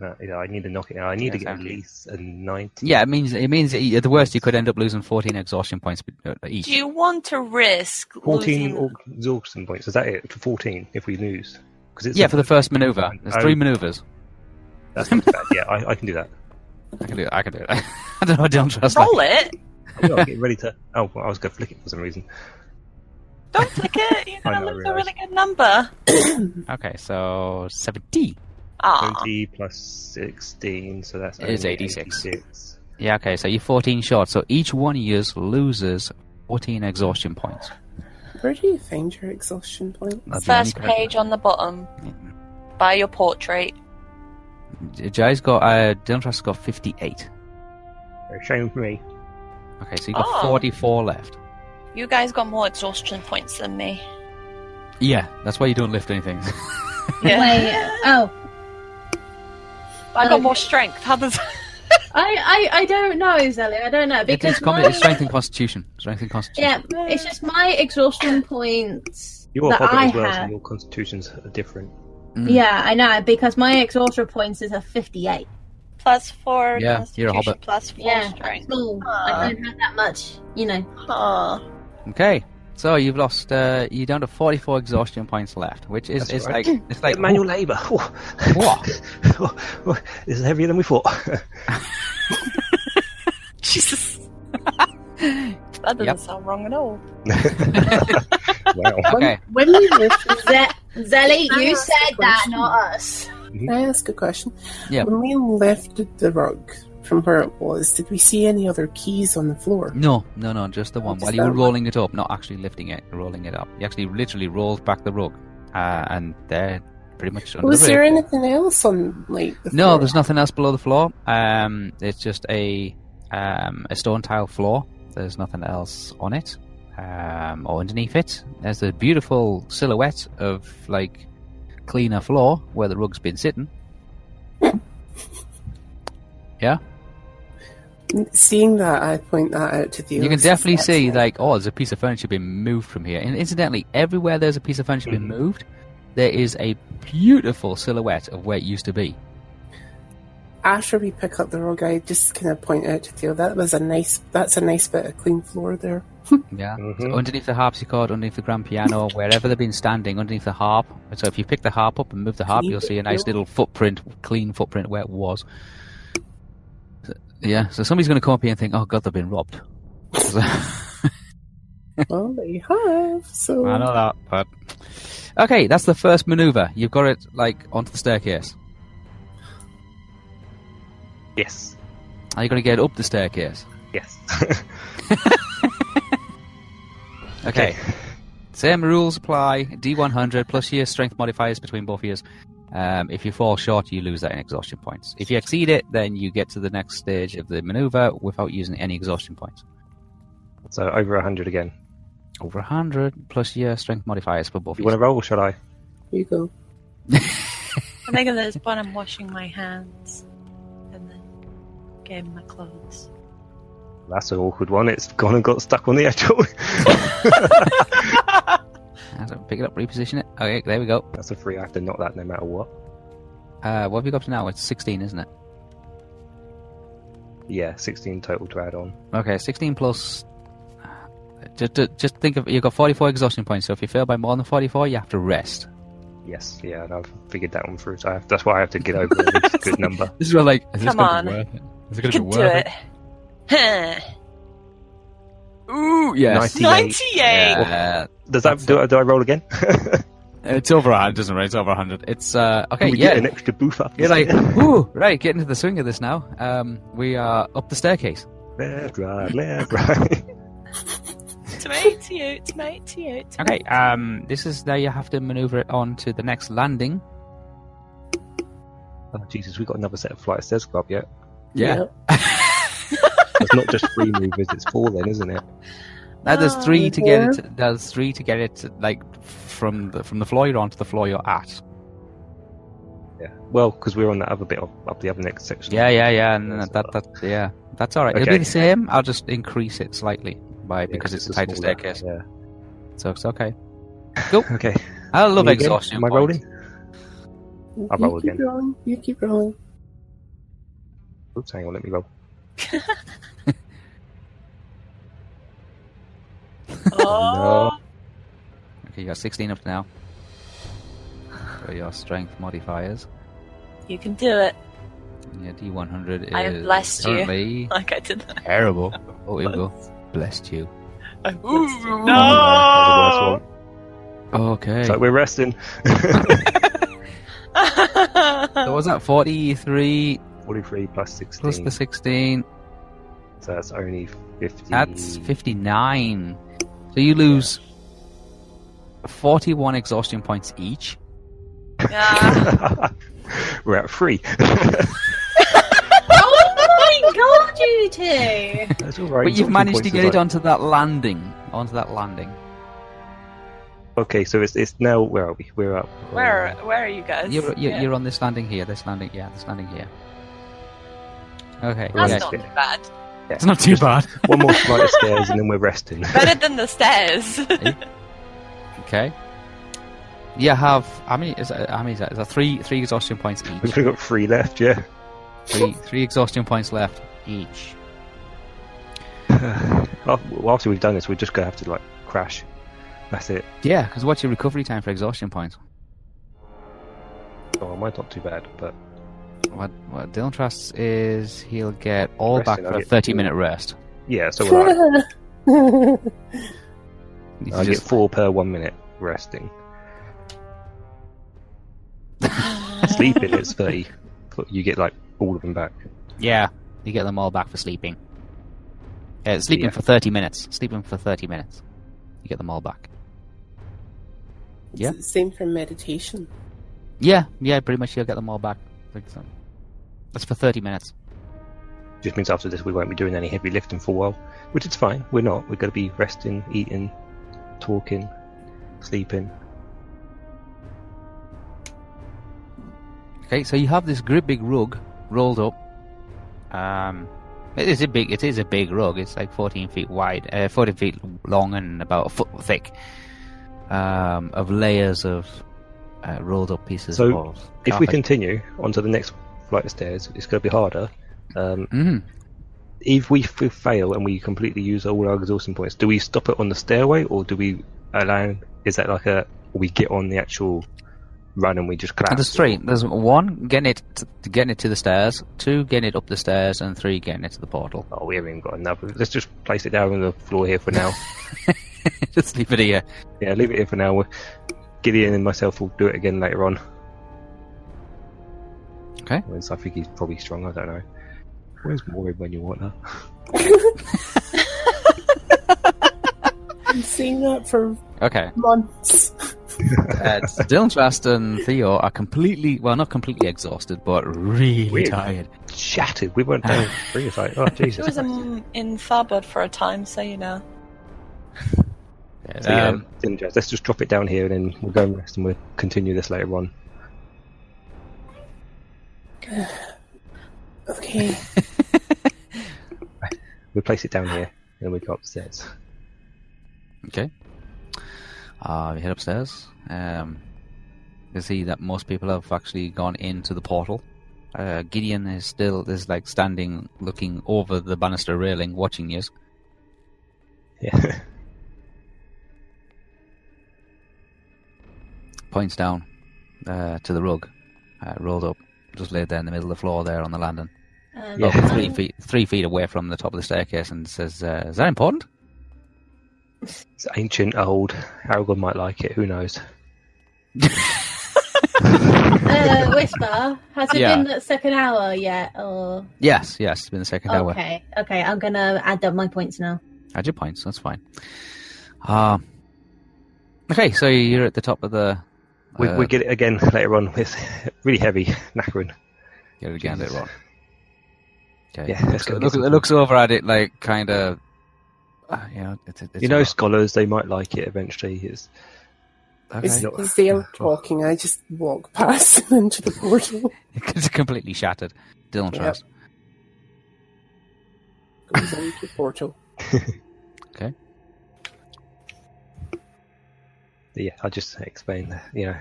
Speaker 3: No, yeah, I need to knock it out. I need
Speaker 1: Yeah,
Speaker 3: to get at
Speaker 1: exactly.
Speaker 3: least a 90.
Speaker 1: Yeah, it means it means that at the worst you could end up losing 14 exhaustion points uh, each.
Speaker 6: Do you want to risk
Speaker 3: 14
Speaker 6: losing?
Speaker 3: or exhaustion points. Is that it for 14 if we lose? Because it's
Speaker 1: Yeah, for the first maneuver. There's three
Speaker 3: Oh.
Speaker 1: maneuvers.
Speaker 3: That's not bad. Yeah, I, I can do that.
Speaker 1: I can do it. I can do it. I don't know. I don't trust
Speaker 6: Roll
Speaker 1: that.
Speaker 6: it.
Speaker 3: I'm not getting ready to. Oh, well, I was going to flick it for some reason.
Speaker 6: Don't click it. You're
Speaker 3: I
Speaker 6: gonna
Speaker 3: know, I
Speaker 6: lose a
Speaker 3: realise.
Speaker 6: really good number.
Speaker 1: Okay, so 70.
Speaker 6: Ah,
Speaker 3: 20 plus 16, so that's
Speaker 1: It is
Speaker 3: only
Speaker 1: 86.
Speaker 3: 86.
Speaker 1: Yeah, okay, so you're 14 short. So each one of you loses 14 exhaustion points.
Speaker 4: Where do you find your exhaustion points?
Speaker 1: That's the only
Speaker 6: first
Speaker 1: correct-
Speaker 6: page on the bottom by your portrait.
Speaker 1: J- Jai's got, uh, Diltrust got 58.
Speaker 3: Shame for me.
Speaker 1: Okay, so you got
Speaker 6: Oh.
Speaker 1: 44 left.
Speaker 6: You guys got more exhaustion points than me.
Speaker 1: Yeah, that's why you don't lift anything.
Speaker 6: Yeah.
Speaker 5: wait. Oh,
Speaker 6: I got more strength. How does?
Speaker 5: I, I, I don't know, Zelly. I don't know
Speaker 1: It-
Speaker 5: because
Speaker 1: it's, com-
Speaker 5: my,
Speaker 1: it's strength and constitution. Strength and constitution.
Speaker 5: yeah, it's just my exhaustion points
Speaker 3: You are
Speaker 5: that
Speaker 3: Hobbit
Speaker 5: I
Speaker 3: as well,
Speaker 5: have.
Speaker 3: so your constitutions are different.
Speaker 1: Mm.
Speaker 5: Yeah, I know because my exhaustion points is a fifty-eight.
Speaker 6: plus four
Speaker 1: Yeah, you're a
Speaker 6: constitution,
Speaker 1: hobbit.
Speaker 6: plus four
Speaker 5: Yeah,
Speaker 6: strength.
Speaker 5: Cool.
Speaker 6: Ah.
Speaker 5: I don't have that much, you know.
Speaker 6: Huh.
Speaker 1: Okay, so you've lost. Uh, you're down to 44 exhaustion points left, which is
Speaker 3: That's
Speaker 1: it's
Speaker 3: right.
Speaker 1: like it's like
Speaker 3: manual labour. What? this is heavier than we thought.
Speaker 6: Jesus. that doesn't
Speaker 1: Yep.
Speaker 6: sound wrong at all.
Speaker 3: wow.
Speaker 1: Okay.
Speaker 4: When you lift,
Speaker 5: Ze- Zelly,
Speaker 4: ask
Speaker 5: you
Speaker 4: a
Speaker 5: said that,
Speaker 4: question?
Speaker 5: not us.
Speaker 4: can I ask a question?
Speaker 1: Yeah.
Speaker 4: When we lifted the rug from where it was, did we see any other keys on the floor?
Speaker 1: No, no, no, just the one.
Speaker 4: Just
Speaker 1: While you were
Speaker 4: that one.
Speaker 1: rolling it up, not actually lifting it, rolling it up. You actually literally rolled back the rug, uh, and there, pretty much. Under
Speaker 4: Was
Speaker 1: the
Speaker 4: there
Speaker 1: rug.
Speaker 4: anything else on like the
Speaker 1: No,
Speaker 4: floor?
Speaker 1: there's nothing else below the floor. Um, it's just a um, a stone tile floor. There's nothing else on it um, or underneath it. There's a beautiful silhouette of like cleaner floor where the rug's been sitting. yeah,
Speaker 4: Seeing that, I point that out to the.
Speaker 1: you can
Speaker 4: others.
Speaker 1: definitely
Speaker 4: That's
Speaker 1: see
Speaker 4: it.
Speaker 1: like oh, there's a piece of furniture being moved from here. And incidentally, everywhere there's a piece of furniture
Speaker 4: Hmm.
Speaker 1: being
Speaker 3: Mhm.
Speaker 1: moved, there is a beautiful silhouette of where it used to be.
Speaker 4: after we pick up the rug, I just kind of point out to Theo that was a nice. That's a nice bit of clean floor there.
Speaker 1: Yeah.
Speaker 3: Mhm.
Speaker 1: So underneath the harpsichord, underneath the grand piano, wherever they've been standing, underneath the harp. So if you pick the harp up and move the harp,
Speaker 4: Clean
Speaker 1: you'll see a nice
Speaker 4: footprint.
Speaker 1: little footprint, clean footprint where it was. So- yeah. So somebody's going to come up here and think, "Oh God, they've been robbed." So-
Speaker 4: well, they have. So
Speaker 1: I know that, but okay, that's the first maneuver. You've got it like onto the staircase.
Speaker 3: Yes.
Speaker 1: Now you got to get up the staircase.
Speaker 3: Yes.
Speaker 1: Okay. Same rules apply. D100 plus your strength modifiers between both years. Um, if you fall short, you lose that in exhaustion points. If you exceed it, then you get to the next stage of the maneuver without using any exhaustion points.
Speaker 3: so over 100 again.
Speaker 1: Over 100 plus your strength modifiers for both.
Speaker 3: You want to roll, shall I?
Speaker 4: Here you go.
Speaker 6: I think at this point I'm washing my hands and then getting my clothes.
Speaker 3: That's an awkward one. It's gone and got stuck on the actual.
Speaker 1: I don't pick it up, reposition it. Okay, there we go.
Speaker 3: That's a free. I have to knock that no matter what.
Speaker 1: Uh, what have you got up to now? It's 16, isn't it?
Speaker 3: Yeah, 16 total to add on.
Speaker 1: Okay, 16 plus. Just, just- just think of you've got 44 exhaustion points, so if you fail by more than 44, you have to rest.
Speaker 3: Yes, yeah, and I've figured that one through. So I have, that's why I have to get over it. It's a good number.
Speaker 1: This is where, like,
Speaker 7: Is
Speaker 6: Come
Speaker 7: this gonna be
Speaker 6: on.
Speaker 7: worth it? Is it
Speaker 6: You
Speaker 7: going to be
Speaker 6: can do
Speaker 7: worth
Speaker 6: it.
Speaker 7: it?
Speaker 6: Huh.
Speaker 7: Ooh,
Speaker 3: yes. 98.
Speaker 6: 98!
Speaker 1: Yeah.
Speaker 3: Does that do, I- do I roll again?
Speaker 7: It's over 100, doesn't it?
Speaker 1: It's over 100. It's, uh, okay,
Speaker 3: we
Speaker 1: yeah.
Speaker 3: get an extra booth up.
Speaker 1: You're like, ooh, right, get into the swing of this now. Um, we are up the staircase.
Speaker 3: left, right, left, right.
Speaker 6: It's an 88, it's an 88.
Speaker 1: Okay, um, this is now you have to maneuver it on to the next landing.
Speaker 3: oh, Jesus, we got another set of flight of stairs club yet.
Speaker 4: Yeah.
Speaker 3: It's not just three movers; it's four then, isn't it?
Speaker 1: Now there's
Speaker 6: Oh,
Speaker 1: three to
Speaker 4: yeah.
Speaker 1: get it. There's three to get it like from the from the floor you're on to the floor you're at.
Speaker 3: Yeah. Well, because we're on that other bit of, up the other next section.
Speaker 1: Yeah, yeah, yeah. And
Speaker 3: That's
Speaker 1: that,
Speaker 3: all
Speaker 1: that, yeah, that's all right. It'll be
Speaker 3: Okay.
Speaker 1: the same. I'll just increase it slightly by
Speaker 3: Yeah,
Speaker 1: because it's a tighter
Speaker 3: smaller,
Speaker 1: staircase,
Speaker 3: Yeah.
Speaker 1: so it's okay. Go.
Speaker 3: Okay.
Speaker 1: I love
Speaker 3: Me again?
Speaker 1: exhaustion.
Speaker 3: Am I
Speaker 1: points.
Speaker 3: rolling? I'll
Speaker 4: you
Speaker 3: roll
Speaker 4: keep
Speaker 3: again.
Speaker 4: rolling. You keep rolling.
Speaker 3: Oops, hang on, let me roll.
Speaker 6: Oh,
Speaker 1: Okay, you got 16 up now. So your strength modifiers.
Speaker 6: you can do it.
Speaker 1: And Your D100 is
Speaker 6: I have blessed you.
Speaker 1: currently
Speaker 6: Like I did that.
Speaker 1: terrible. Oh, here we go. Blessed you.
Speaker 6: I blessed you.
Speaker 3: Oh,
Speaker 6: No!
Speaker 3: that was the worst one.
Speaker 1: Okay.
Speaker 3: It's like we're resting.
Speaker 1: So was that 43
Speaker 3: Forty-three plus sixteen.
Speaker 1: plus the 16?
Speaker 3: So that's only fifty.
Speaker 1: That's 59. So you lose 41 exhaustion points each.
Speaker 6: Yeah.
Speaker 3: we're at three.
Speaker 5: oh my god, you two!
Speaker 3: That's all right.
Speaker 1: But you've
Speaker 3: Exhaustion
Speaker 1: managed to
Speaker 3: points
Speaker 1: get it
Speaker 3: is like-
Speaker 1: onto that landing. Onto that landing.
Speaker 3: Okay, so it's it's now where are we? We're up.
Speaker 6: where, where are you guys?
Speaker 1: You're, you're,
Speaker 6: Yeah.
Speaker 1: you're on this landing here. This landing, yeah, this landing here. Okay.
Speaker 6: That's
Speaker 1: yeah.
Speaker 6: not
Speaker 3: Yeah.
Speaker 6: bad.
Speaker 7: It's not too bad.
Speaker 3: One more flight of stairs and then we're resting.
Speaker 6: Better than the stairs.
Speaker 1: Okay. You have how many? Is that, how many is that? Is that three? Three exhaustion points
Speaker 3: We've
Speaker 1: each.
Speaker 3: only got three left, yeah.
Speaker 1: three, three exhaustion points left each.
Speaker 3: After, well, after we've done this, we're just gonna have to like crash. That's it.
Speaker 1: Yeah, because what's your recovery time for exhaustion points?
Speaker 3: Oh, mine's not too bad, but
Speaker 1: What, what Dylan trusts is he'll get all
Speaker 3: Rest
Speaker 1: back
Speaker 3: it,
Speaker 1: for
Speaker 3: I'll
Speaker 1: a
Speaker 3: get
Speaker 1: thirty-minute rest.
Speaker 3: yeah. So we're all right.
Speaker 1: You
Speaker 3: I get
Speaker 1: just-
Speaker 3: four per one minute resting. Sleeping it's thirty. But You get like all of them back.
Speaker 1: yeah, you get them all back for sleeping. Yeah, sleeping
Speaker 3: Yeah.
Speaker 1: for thirty minutes. Sleeping for thirty minutes. You get them all back. Yeah.
Speaker 4: It's the same for meditation.
Speaker 1: Yeah, yeah, pretty much you'll get them all back. Like so. That's for thirty minutes.
Speaker 3: Just means after this we won't be doing any heavy lifting for a while, which is fine. We're not. We're gonna be resting, eating, talking, sleeping.
Speaker 1: Okay, so you have this great big rug rolled up. Um, it is a big. It is a big rug. It's like fourteen feet wide, uh, fourteen feet long, and about a foot thick. Um, of layers of uh, rolled up pieces.
Speaker 3: So,
Speaker 1: of
Speaker 3: If we
Speaker 1: carpet.
Speaker 3: continue onto the next flight of stairs, it's going to be harder. Um,
Speaker 1: Mhm.
Speaker 3: if we f- fail and we completely use all our exhaustion points, do we stop it on the stairway or do we allow? Is that like a we get on the actual run and we just collapse?
Speaker 1: And there's three. There's one getting it, to, getting it to the stairs. Two getting it up the stairs, and three getting it to the portal.
Speaker 3: Oh, we haven't even got another. Let's just place it down on the floor here for now.
Speaker 1: Just leave it here.
Speaker 3: yeah, leave it here for now. Gideon and myself will do it again later on.
Speaker 1: Okay.
Speaker 3: Once I think he's probably strong. I don't know. Where's Morin when you want her?
Speaker 4: I've seen that for
Speaker 1: Okay.
Speaker 4: months.
Speaker 1: Uh, Dylan Trust and Theo are completely, well, not completely exhausted, but really
Speaker 3: Weird.
Speaker 1: tired.
Speaker 3: Shattered. We weren't down three. It's like, oh Jesus.
Speaker 6: She was
Speaker 3: Christ.
Speaker 6: um, in Tharbad for a time, so you know.
Speaker 3: So yeah,
Speaker 1: Um,
Speaker 3: Dinjaz, let's just drop it down here and then we'll go and rest and we'll continue this later on.
Speaker 4: Okay.
Speaker 3: We'll place it down here and we go upstairs.
Speaker 1: Okay. Uh, you head upstairs. Um, you see that most people have actually gone into the portal. Uh, Gideon is still is like standing, looking over the banister railing, watching you.
Speaker 3: Yeah.
Speaker 1: Points down uh, to the rug, uh, rolled up, just laid there in the middle of the floor, there on the landing,
Speaker 5: Um,
Speaker 3: Yeah.
Speaker 1: About three feet three feet away from the top of the staircase, and says, uh, "Is that important?"
Speaker 3: It's ancient, old. Aragorn might like it. Who knows?
Speaker 5: uh, Whisper, has it
Speaker 1: Yeah.
Speaker 5: been the second hour yet? Or
Speaker 1: Yes, yes. It's been the second hour.
Speaker 5: okay, okay, I'm gonna add up my points now.
Speaker 1: Add your points. That's fine. Um. Okay, so you're at the top of the.
Speaker 3: We,
Speaker 1: uh,
Speaker 3: we'll get it again later on. It's really heavy, knackering.
Speaker 1: Get it again
Speaker 3: Jesus.
Speaker 1: later on. Okay.
Speaker 3: Yeah, let's
Speaker 1: Looks-
Speaker 3: go get
Speaker 1: look,
Speaker 3: some
Speaker 1: it looks over at it like kind of. you know, it's, it's
Speaker 3: you know,
Speaker 1: about-
Speaker 3: scholars, they might like it eventually. It's,
Speaker 1: okay.
Speaker 4: As,
Speaker 3: Not-
Speaker 4: as they are talking, I just walk past them into the portal.
Speaker 1: it's completely shattered. Dylan
Speaker 4: Yep.
Speaker 1: Trust.
Speaker 4: Goes into the portal.
Speaker 3: yeah, I'll just explain. that, You know,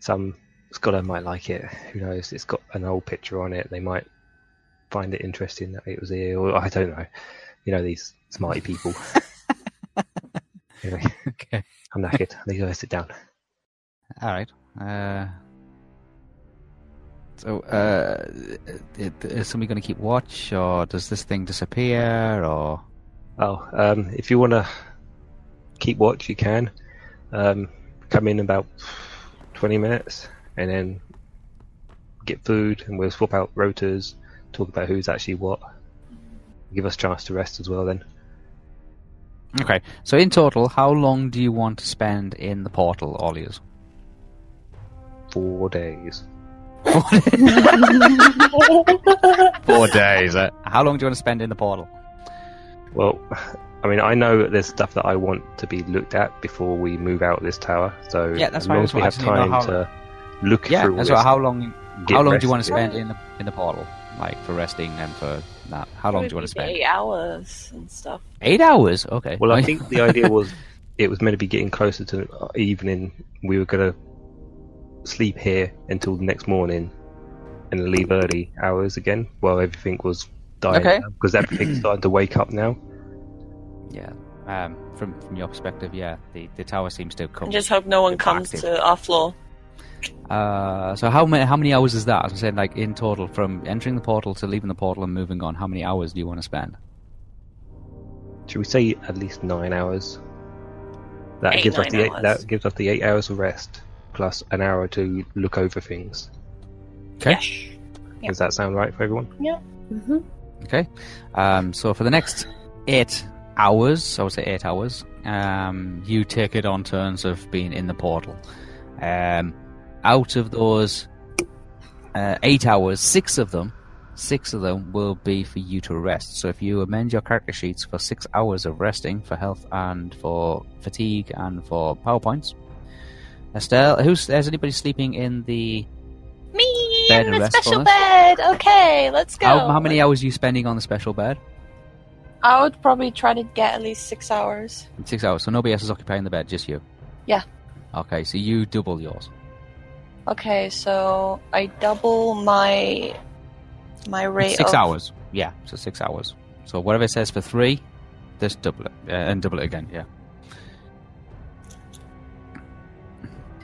Speaker 3: some scholar might like it. Who knows? It's got an old picture on it. They might find it interesting that it was here, or I don't know. You know, these smarty people. anyway,
Speaker 1: Okay.
Speaker 3: I'm knackered. I need to go sit down.
Speaker 1: All right. Uh, so, uh, i- i- is somebody going to keep watch, or does this thing disappear, or
Speaker 3: Oh, um, if you want to keep watch, you can. Um, come in about 20 minutes and then get food, and we'll swap out rotors, talk about who's actually what. Give us a chance to rest as well, then.
Speaker 1: Okay, so in total, how long do you want to spend in the portal, all yours?
Speaker 3: Four days.
Speaker 7: Four days. eh?
Speaker 1: How long do you want to spend in the portal?
Speaker 3: Well, I mean, I know that there's stuff that I want to be looked at before we move out of this tower, so
Speaker 1: Yeah, that's
Speaker 3: as
Speaker 1: fine,
Speaker 3: long
Speaker 1: that's
Speaker 3: as we
Speaker 1: what I
Speaker 3: have
Speaker 1: just need to know
Speaker 3: time
Speaker 1: how-
Speaker 3: to look
Speaker 1: Yeah,
Speaker 3: through all
Speaker 1: that's
Speaker 3: this,
Speaker 1: right. How long?
Speaker 3: get
Speaker 1: How long do you
Speaker 3: rested.
Speaker 1: want to spend in the in the portal, like for resting and for that? How long do you want to spend?
Speaker 6: Eight hours and stuff.
Speaker 1: Eight hours. Okay.
Speaker 3: Well, I think the idea was it was meant to be getting closer to evening. We were going to sleep here until the next morning and leave early hours again while everything was dying
Speaker 1: Mm. Okay.
Speaker 3: because everything's starting to wake up now.
Speaker 1: yeah. Um, from from your perspective, yeah, the, the tower seems to come.
Speaker 6: And just hope no one
Speaker 1: Get
Speaker 6: comes
Speaker 1: active.
Speaker 6: to our floor.
Speaker 1: Uh, so how many how many hours is that? As I'm saying, like in total, from entering the portal to leaving the portal and moving on, how many hours do you want to spend?
Speaker 3: Should we say at least nine hours? That
Speaker 6: Eight,
Speaker 3: gives us
Speaker 6: nine
Speaker 3: the eight,
Speaker 6: hours.
Speaker 3: that gives us the eight hours of rest plus an hour to look over things.
Speaker 1: Okay.
Speaker 6: Yes. Yeah.
Speaker 3: Does that sound right for everyone?
Speaker 1: Okay. Um, so for the next eight hours, I would say eight hours, um, you take it on turns of being in the portal. Um, out of those uh, eight hours, six of them, six of them will be for you to rest. So if you amend your character sheets for six hours of resting for health and for fatigue and for power points. Estelle, who's is anybody sleeping in the?
Speaker 6: Me
Speaker 1: Bed
Speaker 6: in
Speaker 1: and
Speaker 6: the special
Speaker 1: restfulness.
Speaker 6: bed. Okay, let's go.
Speaker 1: How, how many hours are you spending on the special bed?
Speaker 6: I would probably try to get at least six hours.
Speaker 1: Six hours. So nobody else is occupying the bed, just you.
Speaker 6: Yeah.
Speaker 1: Okay, so you double yours.
Speaker 6: Okay, so I double my my rate.
Speaker 1: It's six
Speaker 6: of-
Speaker 1: hours. Yeah, so six hours. So whatever it says for three, just double it uh, and double it again. Yeah.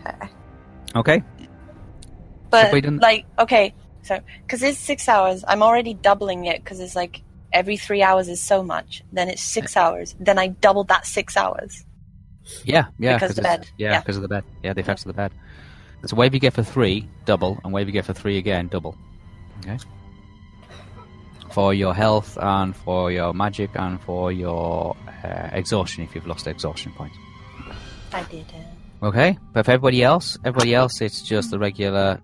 Speaker 6: Okay.
Speaker 1: Okay. If
Speaker 6: But
Speaker 1: we didn't-
Speaker 6: like, okay, so because it's six hours, I'm already doubling it because it's like every three hours is so much. Then it's six
Speaker 1: Eh.
Speaker 6: hours. Then I doubled that six hours.
Speaker 1: Yeah, yeah.
Speaker 6: Because the
Speaker 1: it's-
Speaker 6: bed.
Speaker 1: Yeah,
Speaker 6: Yeah.
Speaker 1: because of the bed. Yeah, the effects of the bed. So whatever you get for three, double, and whatever you get for three again, double. Okay. For your health and for your magic and for your uh, exhaustion, if you've lost exhaustion points.
Speaker 6: I did it.
Speaker 1: Okay, but for everybody else, everybody else, it's just the regular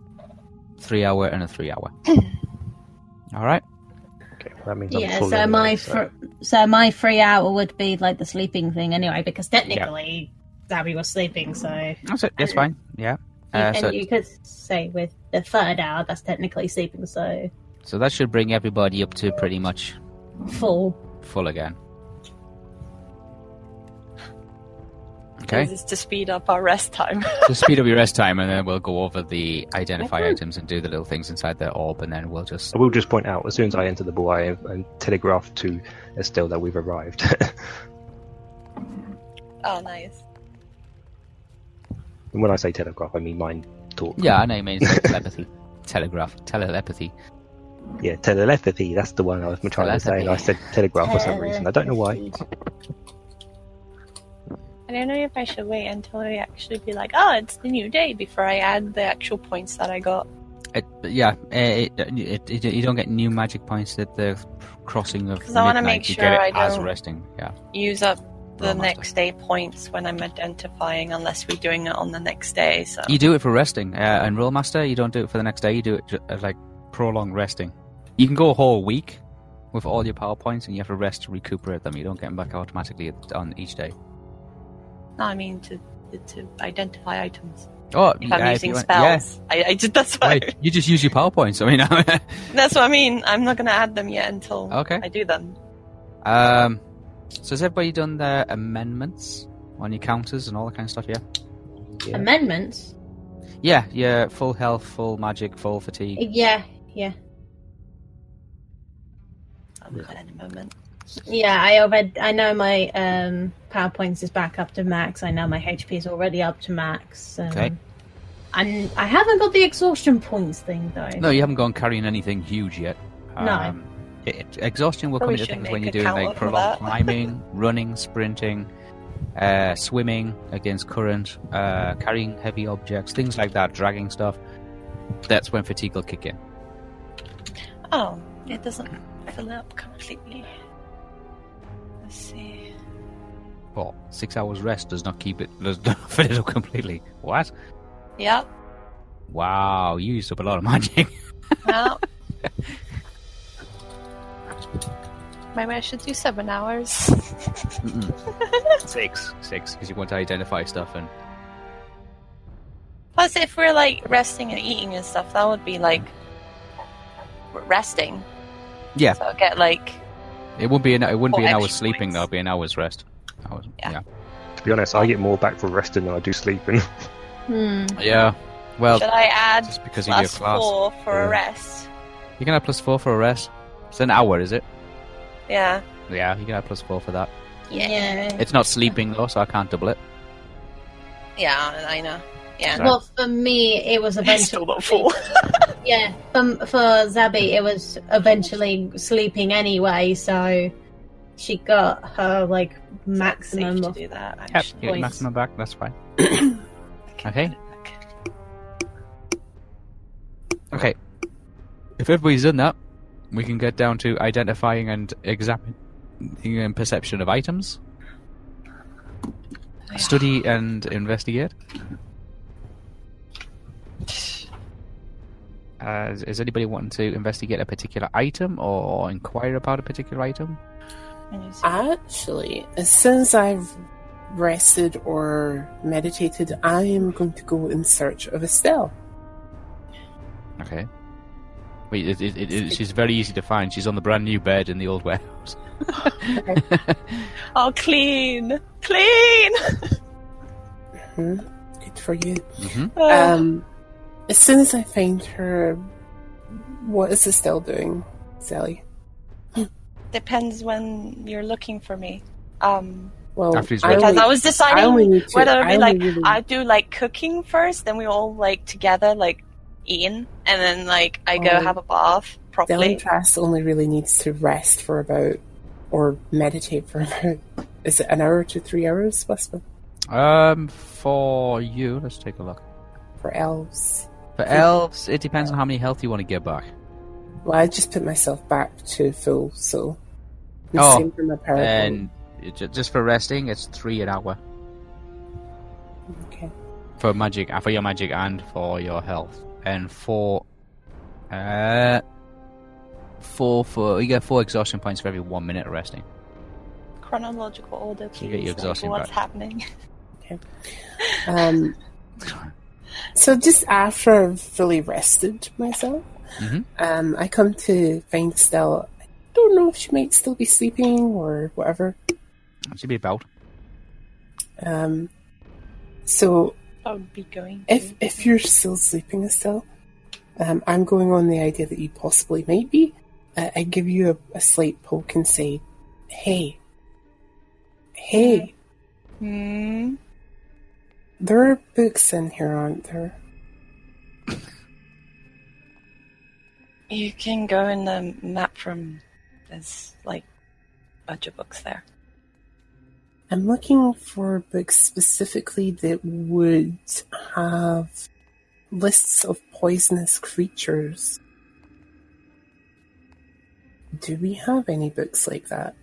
Speaker 1: three hour and a three hour. All right.
Speaker 3: Okay. That means I'm
Speaker 5: Yeah,
Speaker 3: full
Speaker 5: so
Speaker 3: anyway,
Speaker 5: my
Speaker 3: so-
Speaker 5: fr- so my free hour would be like the sleeping thing anyway, because technically Zabby was sleeping,
Speaker 3: Uh,
Speaker 5: so
Speaker 1: That's it. That's fine. Yeah. Uh,
Speaker 5: and
Speaker 1: so,
Speaker 5: you could say with the third hour that's technically sleeping, so
Speaker 1: so that should bring everybody up to pretty much
Speaker 5: full.
Speaker 1: full again.
Speaker 6: This
Speaker 1: Okay.
Speaker 6: is to speed up our rest time.
Speaker 1: Just speed up your rest time, and then we'll go over the identify items and do the little things inside the orb, and then we'll just
Speaker 3: I will just point out, as soon as I enter the ball, I and telegraph to Estelle that we've arrived.
Speaker 6: oh, nice.
Speaker 3: and when I say telegraph, I mean mind talk.
Speaker 1: Yeah, I know you mean it's like telepathy. Telegraph. Telepathy.
Speaker 3: Yeah, telepathy. That's the one I was trying to say. and I said telegraph for
Speaker 5: Uh,
Speaker 3: some reason. I don't know why.
Speaker 6: I don't know if I should wait until I actually be like, oh, it's the new day before I add the actual points that I got.
Speaker 1: It, yeah, eh, it, it, it, you don't get new magic points at the crossing of.
Speaker 6: 'Cause I wanna
Speaker 1: midnight.
Speaker 6: make
Speaker 1: you
Speaker 6: sure
Speaker 1: get it
Speaker 6: I
Speaker 1: as
Speaker 6: don't-
Speaker 1: resting. Yeah.
Speaker 6: Use up the
Speaker 1: Roll
Speaker 6: next day points when I'm identifying, unless we're doing it on the next day. So
Speaker 1: You do it for resting, uh, and rule master. You don't do it for the next day. You do it ju- uh, like prolonged resting. You can go a whole week with all your power points, and you have to rest to recuperate them. You don't get them back automatically at- on each day.
Speaker 6: no, I mean to to identify items.
Speaker 1: Oh,
Speaker 6: If I'm
Speaker 1: yeah,
Speaker 6: using
Speaker 1: you want-
Speaker 6: spells, I, I just that's
Speaker 1: Yeah.
Speaker 6: why.
Speaker 1: Right, you just use your power points. I mean,
Speaker 6: That's what I mean. I'm not gonna add them yet until
Speaker 1: Okay.
Speaker 6: I do them.
Speaker 1: um, so has everybody done their amendments on your counters and all that kind of stuff? Yeah.
Speaker 3: Yeah.
Speaker 5: Amendments?
Speaker 1: Yeah, yeah, full health, full magic, full fatigue.
Speaker 5: Yeah, yeah.
Speaker 6: I'll do that in a moment.
Speaker 5: Yeah, I already I know my um PowerPoints is back up to max. I know my HP is already up to max. Um,
Speaker 1: Okay.
Speaker 5: And I haven't got the exhaustion points thing though.
Speaker 1: No, you haven't gone carrying anything huge yet. Um,
Speaker 5: No.
Speaker 1: it- exhaustion will come
Speaker 6: Probably
Speaker 1: into
Speaker 6: should
Speaker 1: things when
Speaker 6: make
Speaker 1: you're doing
Speaker 6: a count
Speaker 1: like
Speaker 6: up for
Speaker 1: prolonged
Speaker 6: that.
Speaker 1: climbing, running, sprinting, uh, swimming against current, uh, carrying heavy objects, things like that, dragging stuff. That's when fatigue will kick in.
Speaker 6: Oh, it doesn't fill up completely. Let's see.
Speaker 1: But six hours rest does not keep it, does not fill it up completely. What?
Speaker 6: Yep.
Speaker 1: Wow, you used up a lot of magic.
Speaker 6: Well. Maybe I should do seven hours.
Speaker 1: six, six, because you want to identify stuff and
Speaker 6: Plus, if we're like resting and eating and stuff, that would be like resting.
Speaker 1: Yeah.
Speaker 6: So I'll get like
Speaker 1: It wouldn't be an it wouldn't
Speaker 6: Or
Speaker 1: be an hour's
Speaker 6: Oh, extra
Speaker 1: sleeping
Speaker 6: points.
Speaker 1: though. It'd be an hour's rest. Hours, yeah.
Speaker 6: Yeah.
Speaker 3: To be honest, I get more back for resting than I do sleeping.
Speaker 5: Hmm.
Speaker 1: yeah, Well,
Speaker 6: should I add
Speaker 1: just because you do a
Speaker 6: plus
Speaker 1: class,
Speaker 6: four for
Speaker 3: Yeah.
Speaker 6: a rest?
Speaker 1: you can have plus four for a rest. It's an hour, is it?
Speaker 6: Yeah.
Speaker 1: Yeah, you can have plus four for that.
Speaker 6: Yeah. Yeah.
Speaker 5: Yeah.
Speaker 1: It's not sleeping though, so I can't double it.
Speaker 6: I know. Yeah.
Speaker 1: Sorry.
Speaker 5: Well, for me, it was eventually.
Speaker 6: not full.
Speaker 5: Yeah, for, for Zabby, it was eventually sleeping anyway, so she got her like maximum.
Speaker 6: to
Speaker 5: Of,
Speaker 6: do that.
Speaker 1: Yep,
Speaker 6: Actually.
Speaker 1: get your
Speaker 5: Nice.
Speaker 1: maximum back. That's fine.
Speaker 6: Okay.
Speaker 1: Okay. Okay. If everybody's done that, we can get down to identifying and examining and perception of items. Study and investigate. Uh, is, is anybody wanting to investigate a particular item or inquire about a particular item?
Speaker 4: Actually, as soon as I've rested or meditated, I am going to go in search of Estelle.
Speaker 1: Okay. Wait, it, it, it, it- she's very easy to find. She's on the brand new bed in the old warehouse.
Speaker 6: Oh, clean, clean.
Speaker 4: Hmm? Good for you.
Speaker 1: hmm
Speaker 6: Oh, Uh.
Speaker 4: Um, as soon as I find her, what is Estelle doing, Sally?
Speaker 6: Depends when you're looking for me. Um,
Speaker 4: Well,
Speaker 1: After he's
Speaker 4: I
Speaker 1: ready.
Speaker 6: because
Speaker 4: only-
Speaker 6: I was
Speaker 4: I only
Speaker 6: deciding
Speaker 4: need to-
Speaker 6: whether
Speaker 4: I
Speaker 6: it'd be
Speaker 4: only
Speaker 6: like
Speaker 4: really-
Speaker 6: I do like cooking first, then we all like together like eating, and then like I go
Speaker 4: Oh.
Speaker 6: have a bath properly.
Speaker 4: Delantrass only really needs to rest for about, or meditate for about, is it an hour to three hours, Whisper?
Speaker 1: Um, for you, let's take a look.
Speaker 4: For elves.
Speaker 1: For elves, it depends on how many health you want to get back.
Speaker 4: Well, I just put myself back to full, so. The
Speaker 1: Oh,
Speaker 4: same for my PowerPoint.
Speaker 1: And it ju- just for resting, it's three an hour
Speaker 4: Okay.
Speaker 1: for magic, for your magic and for your health, and for uh, four for you get four exhaustion points for every one minute of resting.
Speaker 6: Chronological order, please.
Speaker 1: You get your
Speaker 6: like,
Speaker 1: exhaustion
Speaker 6: what's
Speaker 1: back.
Speaker 6: happening?
Speaker 4: Um, so just after I've fully rested myself,
Speaker 1: Mhm.
Speaker 4: um, I come to find Stella. I don't know if she might still be sleeping or whatever.
Speaker 1: Should be about.
Speaker 4: Um, so
Speaker 6: I would be going. To.
Speaker 4: if if you're still sleeping, Estelle, um, I'm going on the idea that you possibly might be. Uh, I give you a, a slight poke and say, "Hey, hey,
Speaker 6: Hmm.
Speaker 4: there are books in here, aren't there?"
Speaker 6: You can go in the map room. There's like a bunch of books there.
Speaker 4: I'm looking for books specifically that would have lists of poisonous creatures. Do we have any books like that?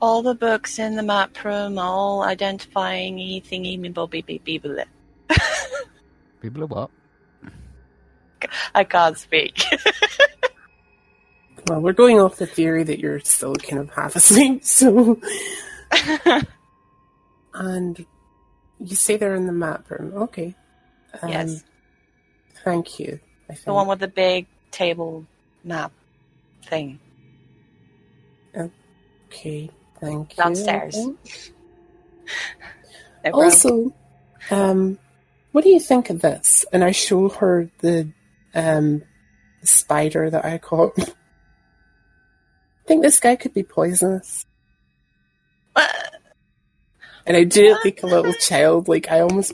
Speaker 6: All the books in the map room, all identifying e thingy me bobby bee bee blee.
Speaker 1: People are what?
Speaker 6: I can't speak.
Speaker 4: Well, we're going off the theory that you're still kind of half asleep, so. and you say they're in the map room. Okay. Um,
Speaker 6: yes,
Speaker 4: Thank you. I think.
Speaker 6: the one with the big table map thing.
Speaker 4: okay, thank you. I
Speaker 6: Downstairs.
Speaker 4: think.
Speaker 6: No problem.
Speaker 4: Also, um, what do you think of this? And I show her the um, spider that I caught. I think this guy could be poisonous. And I do it like a little child. Like I almost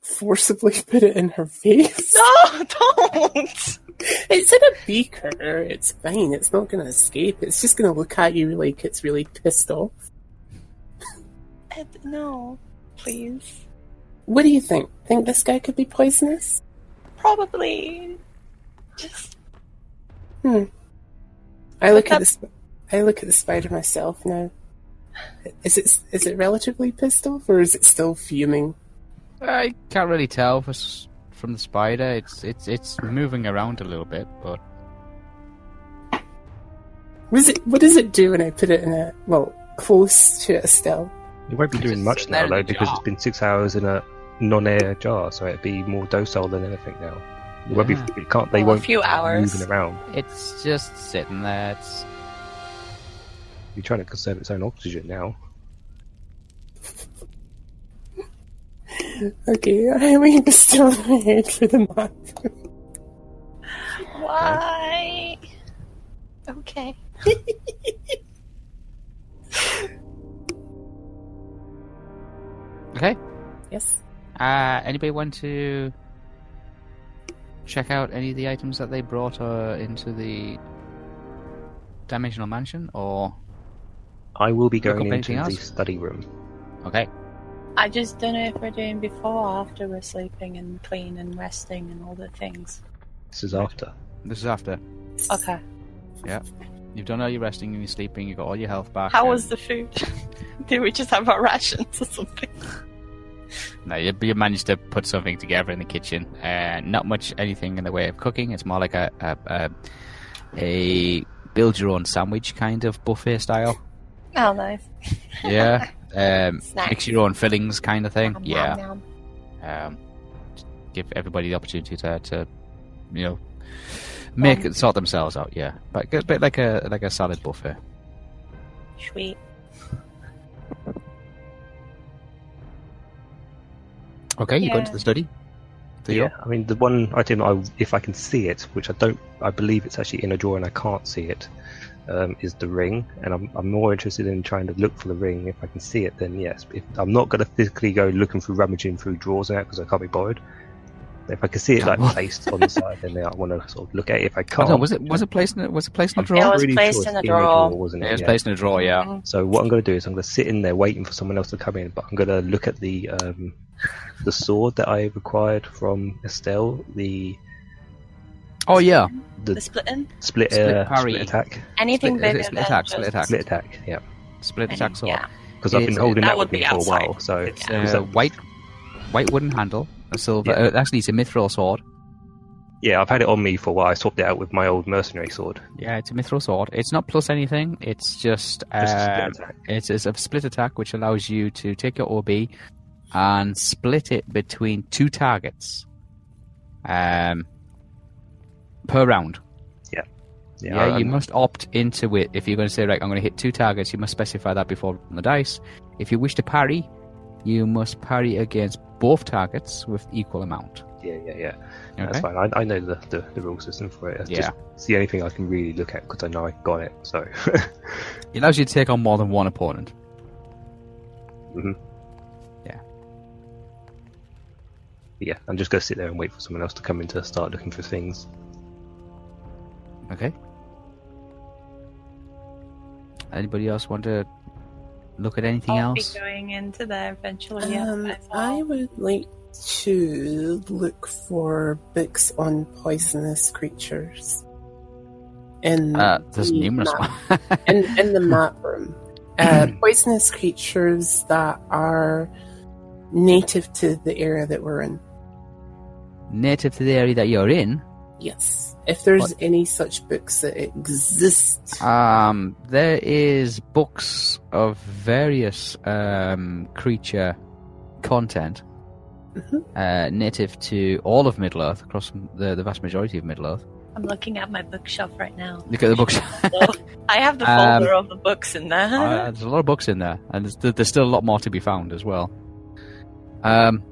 Speaker 4: forcibly put it in her face.
Speaker 6: no, don't.
Speaker 4: It's in a beaker. It's fine. It's not going to escape. It's just going to look at you like it's really pissed off.
Speaker 6: Ed, no, please.
Speaker 4: What do you think? Think this guy could be poisonous?
Speaker 6: Probably. Just
Speaker 4: Hmm. I look
Speaker 6: But
Speaker 4: at the sp- I look at the spider myself now. Is it is it relatively pissed off or is it still fuming?
Speaker 1: I can't really tell for, s- from the spider. It's it's it's moving around a little bit, but
Speaker 4: Was it what does it do when I put it in a well close to it still?
Speaker 3: It won't be
Speaker 1: It's
Speaker 3: doing
Speaker 1: just
Speaker 3: much
Speaker 1: sitting there
Speaker 3: now,
Speaker 1: in the
Speaker 3: though, because
Speaker 1: jar.
Speaker 3: it's been six hours in a non-air jar, so it'd be more docile than anything now. It won't be,
Speaker 1: Yeah.
Speaker 3: it can't, they
Speaker 6: Well, a
Speaker 3: won't
Speaker 6: few
Speaker 3: be
Speaker 6: hours.
Speaker 3: moving around.
Speaker 1: it's just sitting there. It's
Speaker 3: You're trying to conserve its own oxygen now.
Speaker 4: Okay, I'm aiming still ahead for the month.
Speaker 6: why? Okay.
Speaker 1: okay.
Speaker 4: Yes.
Speaker 1: Uh, anybody want to check out any of the items that they brought uh, into the dimensional mansion, or
Speaker 3: I will be
Speaker 1: Look
Speaker 3: going
Speaker 1: up
Speaker 3: into
Speaker 1: anything
Speaker 3: the
Speaker 1: else?
Speaker 3: study room.
Speaker 1: okay?
Speaker 6: I just don't know if we're doing before or after we're sleeping and clean and resting and all the things.
Speaker 3: This is after.
Speaker 1: This is after
Speaker 6: Okay.
Speaker 1: you've done all your resting and you're sleeping. You got all your health back.
Speaker 6: How
Speaker 1: and-
Speaker 6: was the food? Did we just have our rations or something?
Speaker 1: No, you, you managed to put something together in the kitchen. Uh, not much anything in the way of cooking. It's more like a a, a, a build your own sandwich kind of buffet style.
Speaker 6: Oh, nice.
Speaker 1: Yeah. Um,
Speaker 6: Snacks.
Speaker 1: mix your own fillings kind of thing.
Speaker 6: Nom, nom,
Speaker 1: yeah.
Speaker 6: nom.
Speaker 1: Um, just give everybody the opportunity to, to you know, make it sort themselves out. Yeah, but a bit like a like a salad buffet.
Speaker 6: Sweet.
Speaker 1: Okay, you go
Speaker 6: Yeah.
Speaker 1: into the study. Do you?
Speaker 3: yeah, I mean the one item I, if I can see it, which I don't, I believe it's actually in a drawer and I can't see it, um, is the ring. And I'm, I'm more interested in trying to look for the ring. If I can see it, then yes. If I'm not going to physically go looking through rummaging through drawers and that because I can't be bothered. But if I can see it like
Speaker 1: What?
Speaker 3: placed on the side, then yeah, I want to sort of look at it. If I
Speaker 1: Oh,
Speaker 3: can't,
Speaker 1: no, was it was it placed in a, was it placed in a
Speaker 3: I'm
Speaker 1: drawer?
Speaker 6: It was
Speaker 3: pretty
Speaker 6: placed
Speaker 3: it's
Speaker 6: in a
Speaker 3: the
Speaker 6: drawer.
Speaker 3: wasn't it?
Speaker 1: It was
Speaker 3: Yeah.
Speaker 1: placed in a drawer. Oh, Yeah.
Speaker 6: Mm.
Speaker 3: So what I'm going to do is I'm going to sit in there waiting for someone else to come in, but I'm going to look at the um, the sword that I required from Estelle, the
Speaker 1: Oh yeah.
Speaker 3: the
Speaker 6: The splitting?
Speaker 3: split,
Speaker 1: Split
Speaker 3: uh,
Speaker 1: parry.
Speaker 3: split attack,
Speaker 6: Anything
Speaker 1: Split- is it split
Speaker 6: bigger than
Speaker 1: attack,
Speaker 6: just...
Speaker 1: split attack?
Speaker 3: split attack. Yeah,
Speaker 1: Split
Speaker 6: any-
Speaker 1: attack sword.
Speaker 6: Yeah.
Speaker 3: because I've
Speaker 1: It's-
Speaker 3: been holding
Speaker 6: that
Speaker 3: that
Speaker 6: would
Speaker 3: with me
Speaker 6: be
Speaker 3: for a
Speaker 6: outside.
Speaker 3: while. So
Speaker 1: It's uh,
Speaker 3: Is
Speaker 1: a
Speaker 3: that-
Speaker 1: white, white wooden handle, a silver.
Speaker 3: Yeah.
Speaker 1: Uh, actually, it's a mithril sword.
Speaker 3: Yeah, I've had it on me for a while. I swapped it out with my old mercenary sword.
Speaker 1: Yeah, it's a mithril sword. It's not plus anything. It's just,
Speaker 3: Just a split
Speaker 1: um,
Speaker 3: attack.
Speaker 1: it's, it's a split attack which allows you to take your OB and split it between two targets, um, per round.
Speaker 3: Yeah,
Speaker 1: Yeah,
Speaker 3: I-
Speaker 1: you
Speaker 3: I'm-
Speaker 1: must opt into it. If you're going to say, right, I'm going to hit two targets, you must specify that before rolling the dice. If you wish to parry, you must parry against both targets with equal amount.
Speaker 3: yeah, yeah, yeah.
Speaker 1: Okay?
Speaker 3: That's fine. I, I know the, the, the rule system for it. It's
Speaker 1: Yeah.
Speaker 3: just it's the only thing I can really look at because I know I got it. So
Speaker 1: It allows you to take on more than one opponent.
Speaker 3: Mm-hmm. yeah, I'm just gonna sit there and wait for someone else to come in to start looking for things.
Speaker 1: Okay. Anybody else want to look at anything
Speaker 6: I'll
Speaker 1: else?
Speaker 6: be going into there eventually. Yeah,
Speaker 4: um,
Speaker 6: might as well.
Speaker 4: I would like to look for books on poisonous creatures. In
Speaker 1: Uh, there's
Speaker 4: the
Speaker 1: numerous
Speaker 4: map-
Speaker 1: ones.
Speaker 4: in, in the map room. Uh,
Speaker 1: Hmm.
Speaker 4: poisonous creatures that are native to the area that we're in.
Speaker 1: Native to the area that you're in,
Speaker 4: Yes. If there's
Speaker 1: What?
Speaker 4: any such books that exist.
Speaker 1: Um, there is books of various um, creature content
Speaker 4: Mhm.
Speaker 1: uh, native to all of Middle Earth, across the, the vast majority of Middle Earth.
Speaker 6: I'm looking at my bookshelf right now.
Speaker 1: Look at the books.
Speaker 6: So, I have the
Speaker 1: Um,
Speaker 6: folder of the books in there.
Speaker 1: Uh, there's a lot of books in there, and there's, there's still a lot more to be found as well. Um,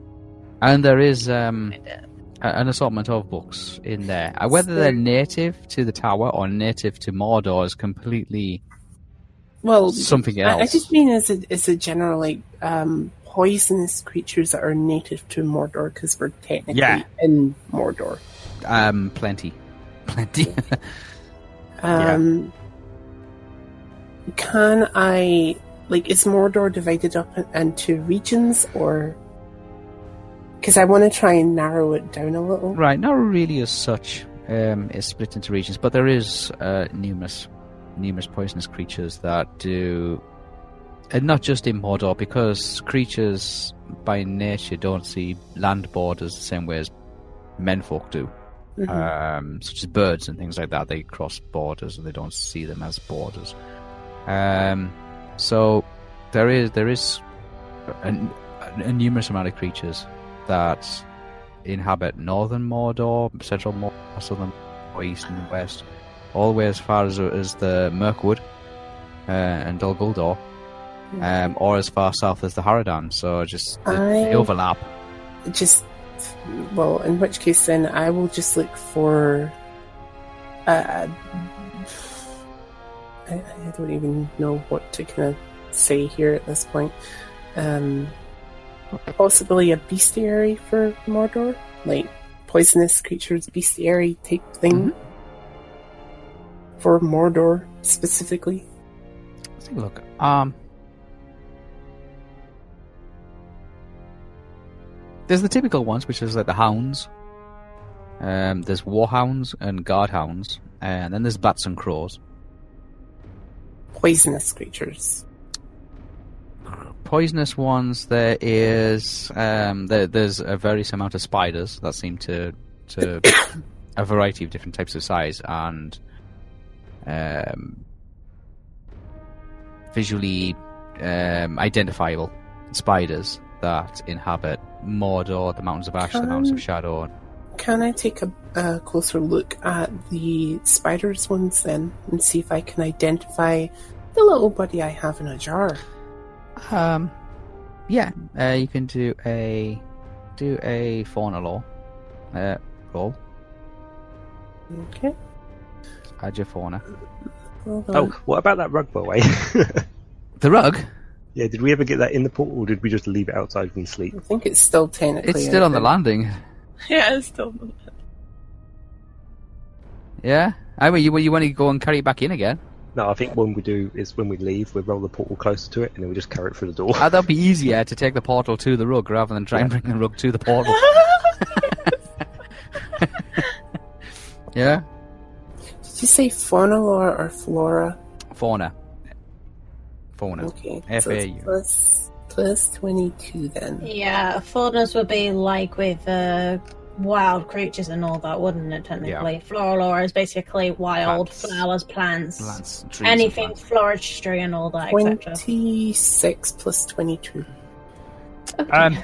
Speaker 1: and there is um,
Speaker 6: Find it.
Speaker 1: a- an assortment of books in there. Uh, Whether they're native to the tower or native to Mordor is completely
Speaker 4: Well,
Speaker 1: something
Speaker 4: I,
Speaker 1: else.
Speaker 4: I just mean as a, as a general, like, um, poisonous creatures that are native to Mordor because we're technically
Speaker 1: Yeah.
Speaker 4: in Mordor.
Speaker 1: um, plenty, plenty.
Speaker 4: Um, Can I, like, is Mordor divided up in- into regions or. Because I want to try and narrow it down a little.
Speaker 1: Right, not really as such. Um, it's split into regions, but there is uh, numerous, numerous poisonous creatures that do, and not just in Mordor, because creatures by nature don't see land borders the same way as menfolk do,
Speaker 4: Mhm.
Speaker 1: um, such as birds and things like that. They cross borders and they don't see them as borders. Um, so there is there is a, a numerous amount of creatures that inhabit northern Mordor, central Mordor, southern Mordor, east and west, all the way as far as, as the Mirkwood uh, and Dol Guldur, um, or as far south as the Haradan. So just the,
Speaker 4: I-
Speaker 1: they overlap.
Speaker 4: just well in which case then i will just look for uh, I, I don't even know what to kind of say here at this point um possibly a bestiary for mordor like poisonous creatures bestiary type thing for mordor specifically
Speaker 1: Let's take a look. Um, there's the typical ones, which is like the hounds. Um, there's warhounds and guardhounds, and then there's bats and crows.
Speaker 4: poisonous creatures
Speaker 1: poisonous ones there is um there, there's a various amount of spiders that seem to to a variety of different types of size and um visually um identifiable spiders that inhabit Mordor, the mountains of ash, the mountains of
Speaker 4: Can-
Speaker 1: shadow,
Speaker 4: Can I take a, a closer look at the spiders ones then and see if I can identify the little buddy I have in a jar?
Speaker 1: Um, yeah, uh, you can do a do a fauna law uh, roll.
Speaker 4: Okay.
Speaker 1: Add your fauna.
Speaker 4: Hold on.
Speaker 3: Oh, what about that rug, by the way?
Speaker 1: The rug.
Speaker 3: yeah, did we ever get that in the portal, or did we just leave it outside and sleep?
Speaker 4: I think it's still technically.
Speaker 1: It's still on the landing.
Speaker 6: yeah, it's still.
Speaker 1: Yeah. I mean, you you want to go and carry it back in again?
Speaker 3: No, I think when we do is when we leave, we roll the portal closer to it, and then we just carry it through the door.
Speaker 1: Ah, that'd be easier to take the portal to the rug rather than try and bring the rug to the portal. yeah.
Speaker 4: Did you say fauna lore or flora?
Speaker 1: Fauna. Fauna.
Speaker 4: Okay. So
Speaker 1: FAU.
Speaker 4: it's plus plus twenty two then.
Speaker 5: Yeah, foreigners would be like with uh, wild creatures and all that, wouldn't it? Technically, flora is basically wild
Speaker 1: Plants.
Speaker 5: flowers, plants,
Speaker 1: Plants, trees, and
Speaker 5: anything
Speaker 1: plants.
Speaker 5: floristry and all that, etc.
Speaker 4: 26 plus 22.
Speaker 1: Um,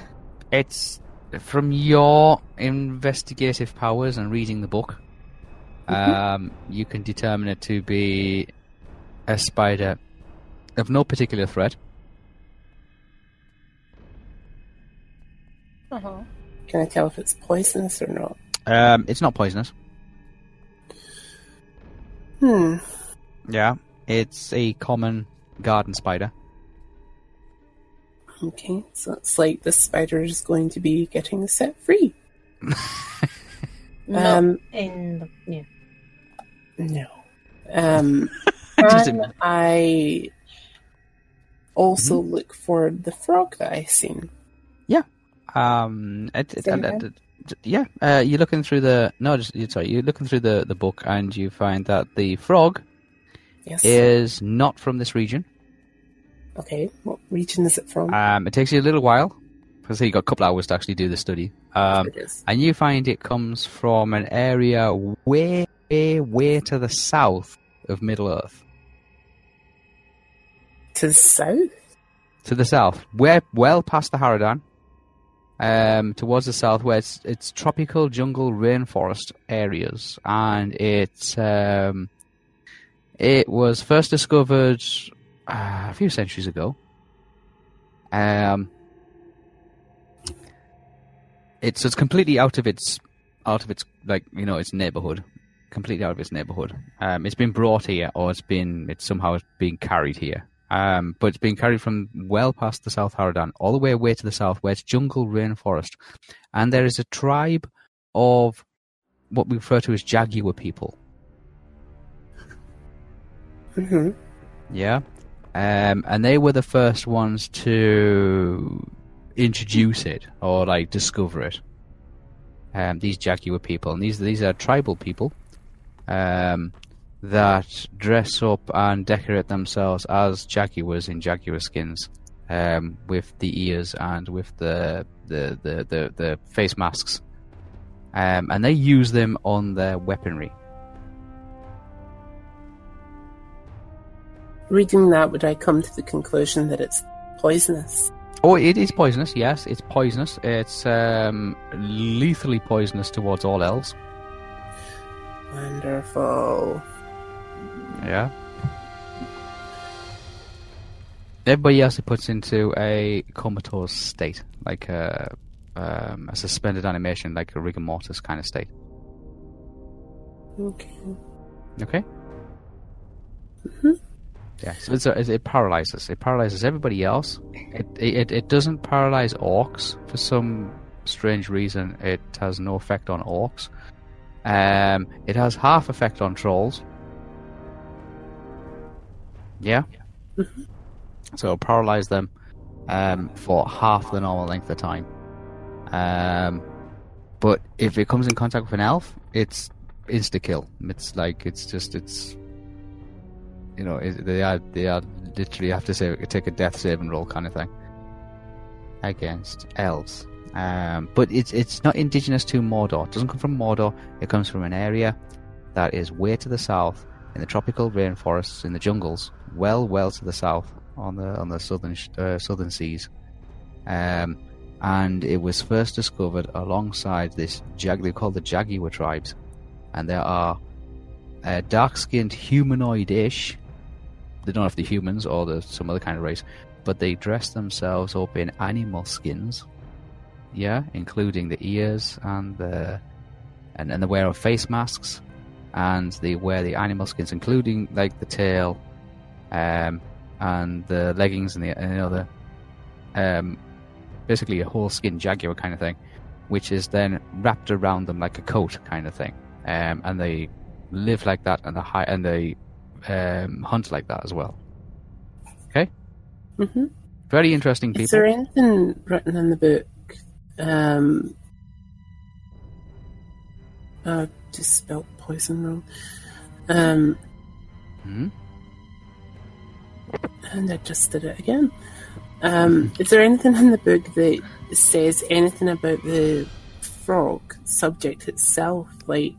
Speaker 1: it's from your investigative powers and reading the book. Um, you can determine it to be a spider of no particular threat.
Speaker 6: Uh-huh.
Speaker 4: Can I tell if it's poisonous or not?
Speaker 1: Um, it's not poisonous.
Speaker 4: Hmm.
Speaker 1: Yeah, it's a common garden spider.
Speaker 4: Okay, so it's like this spider is going to be getting set free.
Speaker 5: Not
Speaker 4: Um,
Speaker 5: in the yeah.
Speaker 4: No. Um,
Speaker 1: Just
Speaker 4: can I also look for the frog that I seen?
Speaker 1: Um, it, it,
Speaker 4: Same
Speaker 1: uh,
Speaker 4: time?
Speaker 1: d- d- yeah, uh, you're looking through the no, just you- sorry, you're looking through the the book and you find that the frog
Speaker 4: Yes.
Speaker 1: is not from this region.
Speaker 4: Okay, what region is it from?
Speaker 1: Um, it takes you a little while because you got a couple hours to actually do the study. Um,
Speaker 4: it is.
Speaker 1: and you find it comes from an area way, way, way to the south of Middle Earth.
Speaker 4: To the south?
Speaker 1: To the south, where well past the Haradan, um, towards the south, where it's, it's tropical jungle rainforest areas, and it's um, it was first discovered uh, a few centuries ago. Um, it's it's completely out of its out of its like you know its neighborhood, completely out of its neighborhood. Um, it's been brought here, or it's been it's somehow being carried here. Um, but it's being carried from well past the South Haradan, all the way away to the south, where it's jungle rainforest, and there is a tribe of what we refer to as Jaguar people.
Speaker 4: hmm
Speaker 1: Yeah. Um, and they were the first ones to introduce it or like discover it. Um, these Jaguar people, and these these are tribal people um, that dress up and decorate themselves as jaguars in jaguar skins, um, with the ears and with the the the the, the face masks, um, and they use them on their weaponry.
Speaker 4: Reading that, would I come to the conclusion that it's poisonous?
Speaker 1: Oh, it is poisonous. Yes, it's poisonous. It's um, lethally poisonous towards all elves.
Speaker 4: Wonderful.
Speaker 1: Yeah. Everybody else it puts into a comatose state, like a um, a suspended animation, like a rigor mortis kind of state.
Speaker 4: Okay.
Speaker 1: Okay. Yeah, so it's a, it, it paralyzes. It paralyzes everybody else. It, it it doesn't paralyze orcs for some strange reason. It has no effect on orcs. Um, it has half effect on trolls. Yeah. So it'll paralyze them um, for half the normal length of time. Um, but if it comes in contact with an elf, it's insta kill. It's like it's just it's you know it, they are they are literally have to say take a death save and roll kind of thing against elves. Um, but it's it's not indigenous to Mordor. It doesn't come from Mordor. It comes from an area that is way to the south in the tropical rainforests in the jungles, well well to the south on the on the southern sh- uh, southern seas. Um, and it was first discovered alongside this jag. They're called the Jaguar tribes, and there are uh, dark-skinned humanoid-ish. They don't know if they're humans or the, some other kind of race, but they dress themselves up in animal skins. Yeah, including the ears and the and, and the wear of face masks, and they wear the animal skins, including like the tail, um, and the leggings and the and the other, um, basically a whole skin jaguar kind of thing, which is then wrapped around them like a coat kind of thing, um, and they live like that and they hi- and they um, hunt like that as well.
Speaker 4: hmm
Speaker 1: Very interesting people.
Speaker 4: Is there anything written in the book? Um, I just spelt poison wrong. Um,
Speaker 1: Hmm?
Speaker 4: and I just did it again. Um, is there anything in the book that says anything about the frog subject itself? Like,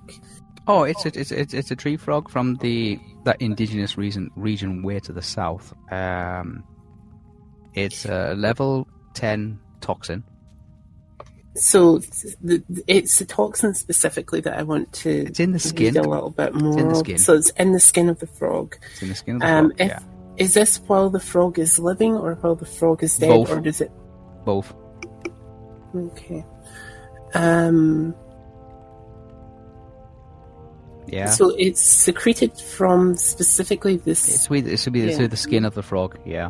Speaker 1: Oh, it's a, it's it's it's a tree frog from the that indigenous region region way to the south. Um, it's a level ten toxin.
Speaker 4: so th- th- it's the toxin specifically that I want to
Speaker 1: It's in the skin.
Speaker 4: read a little bit more.
Speaker 1: in the
Speaker 4: of.
Speaker 1: skin.
Speaker 4: So it's in the skin of the frog.
Speaker 1: It's in the skin of the
Speaker 4: Um,
Speaker 1: frog.
Speaker 4: if
Speaker 1: yeah,
Speaker 4: is this while the frog is living or while the frog is dead,
Speaker 1: Both.
Speaker 4: or does it?
Speaker 1: both.
Speaker 4: Okay. Um,
Speaker 1: Yeah,
Speaker 4: So it's secreted from specifically this.
Speaker 1: it's with it should be
Speaker 4: yeah.
Speaker 1: through the skin of the frog. Yeah,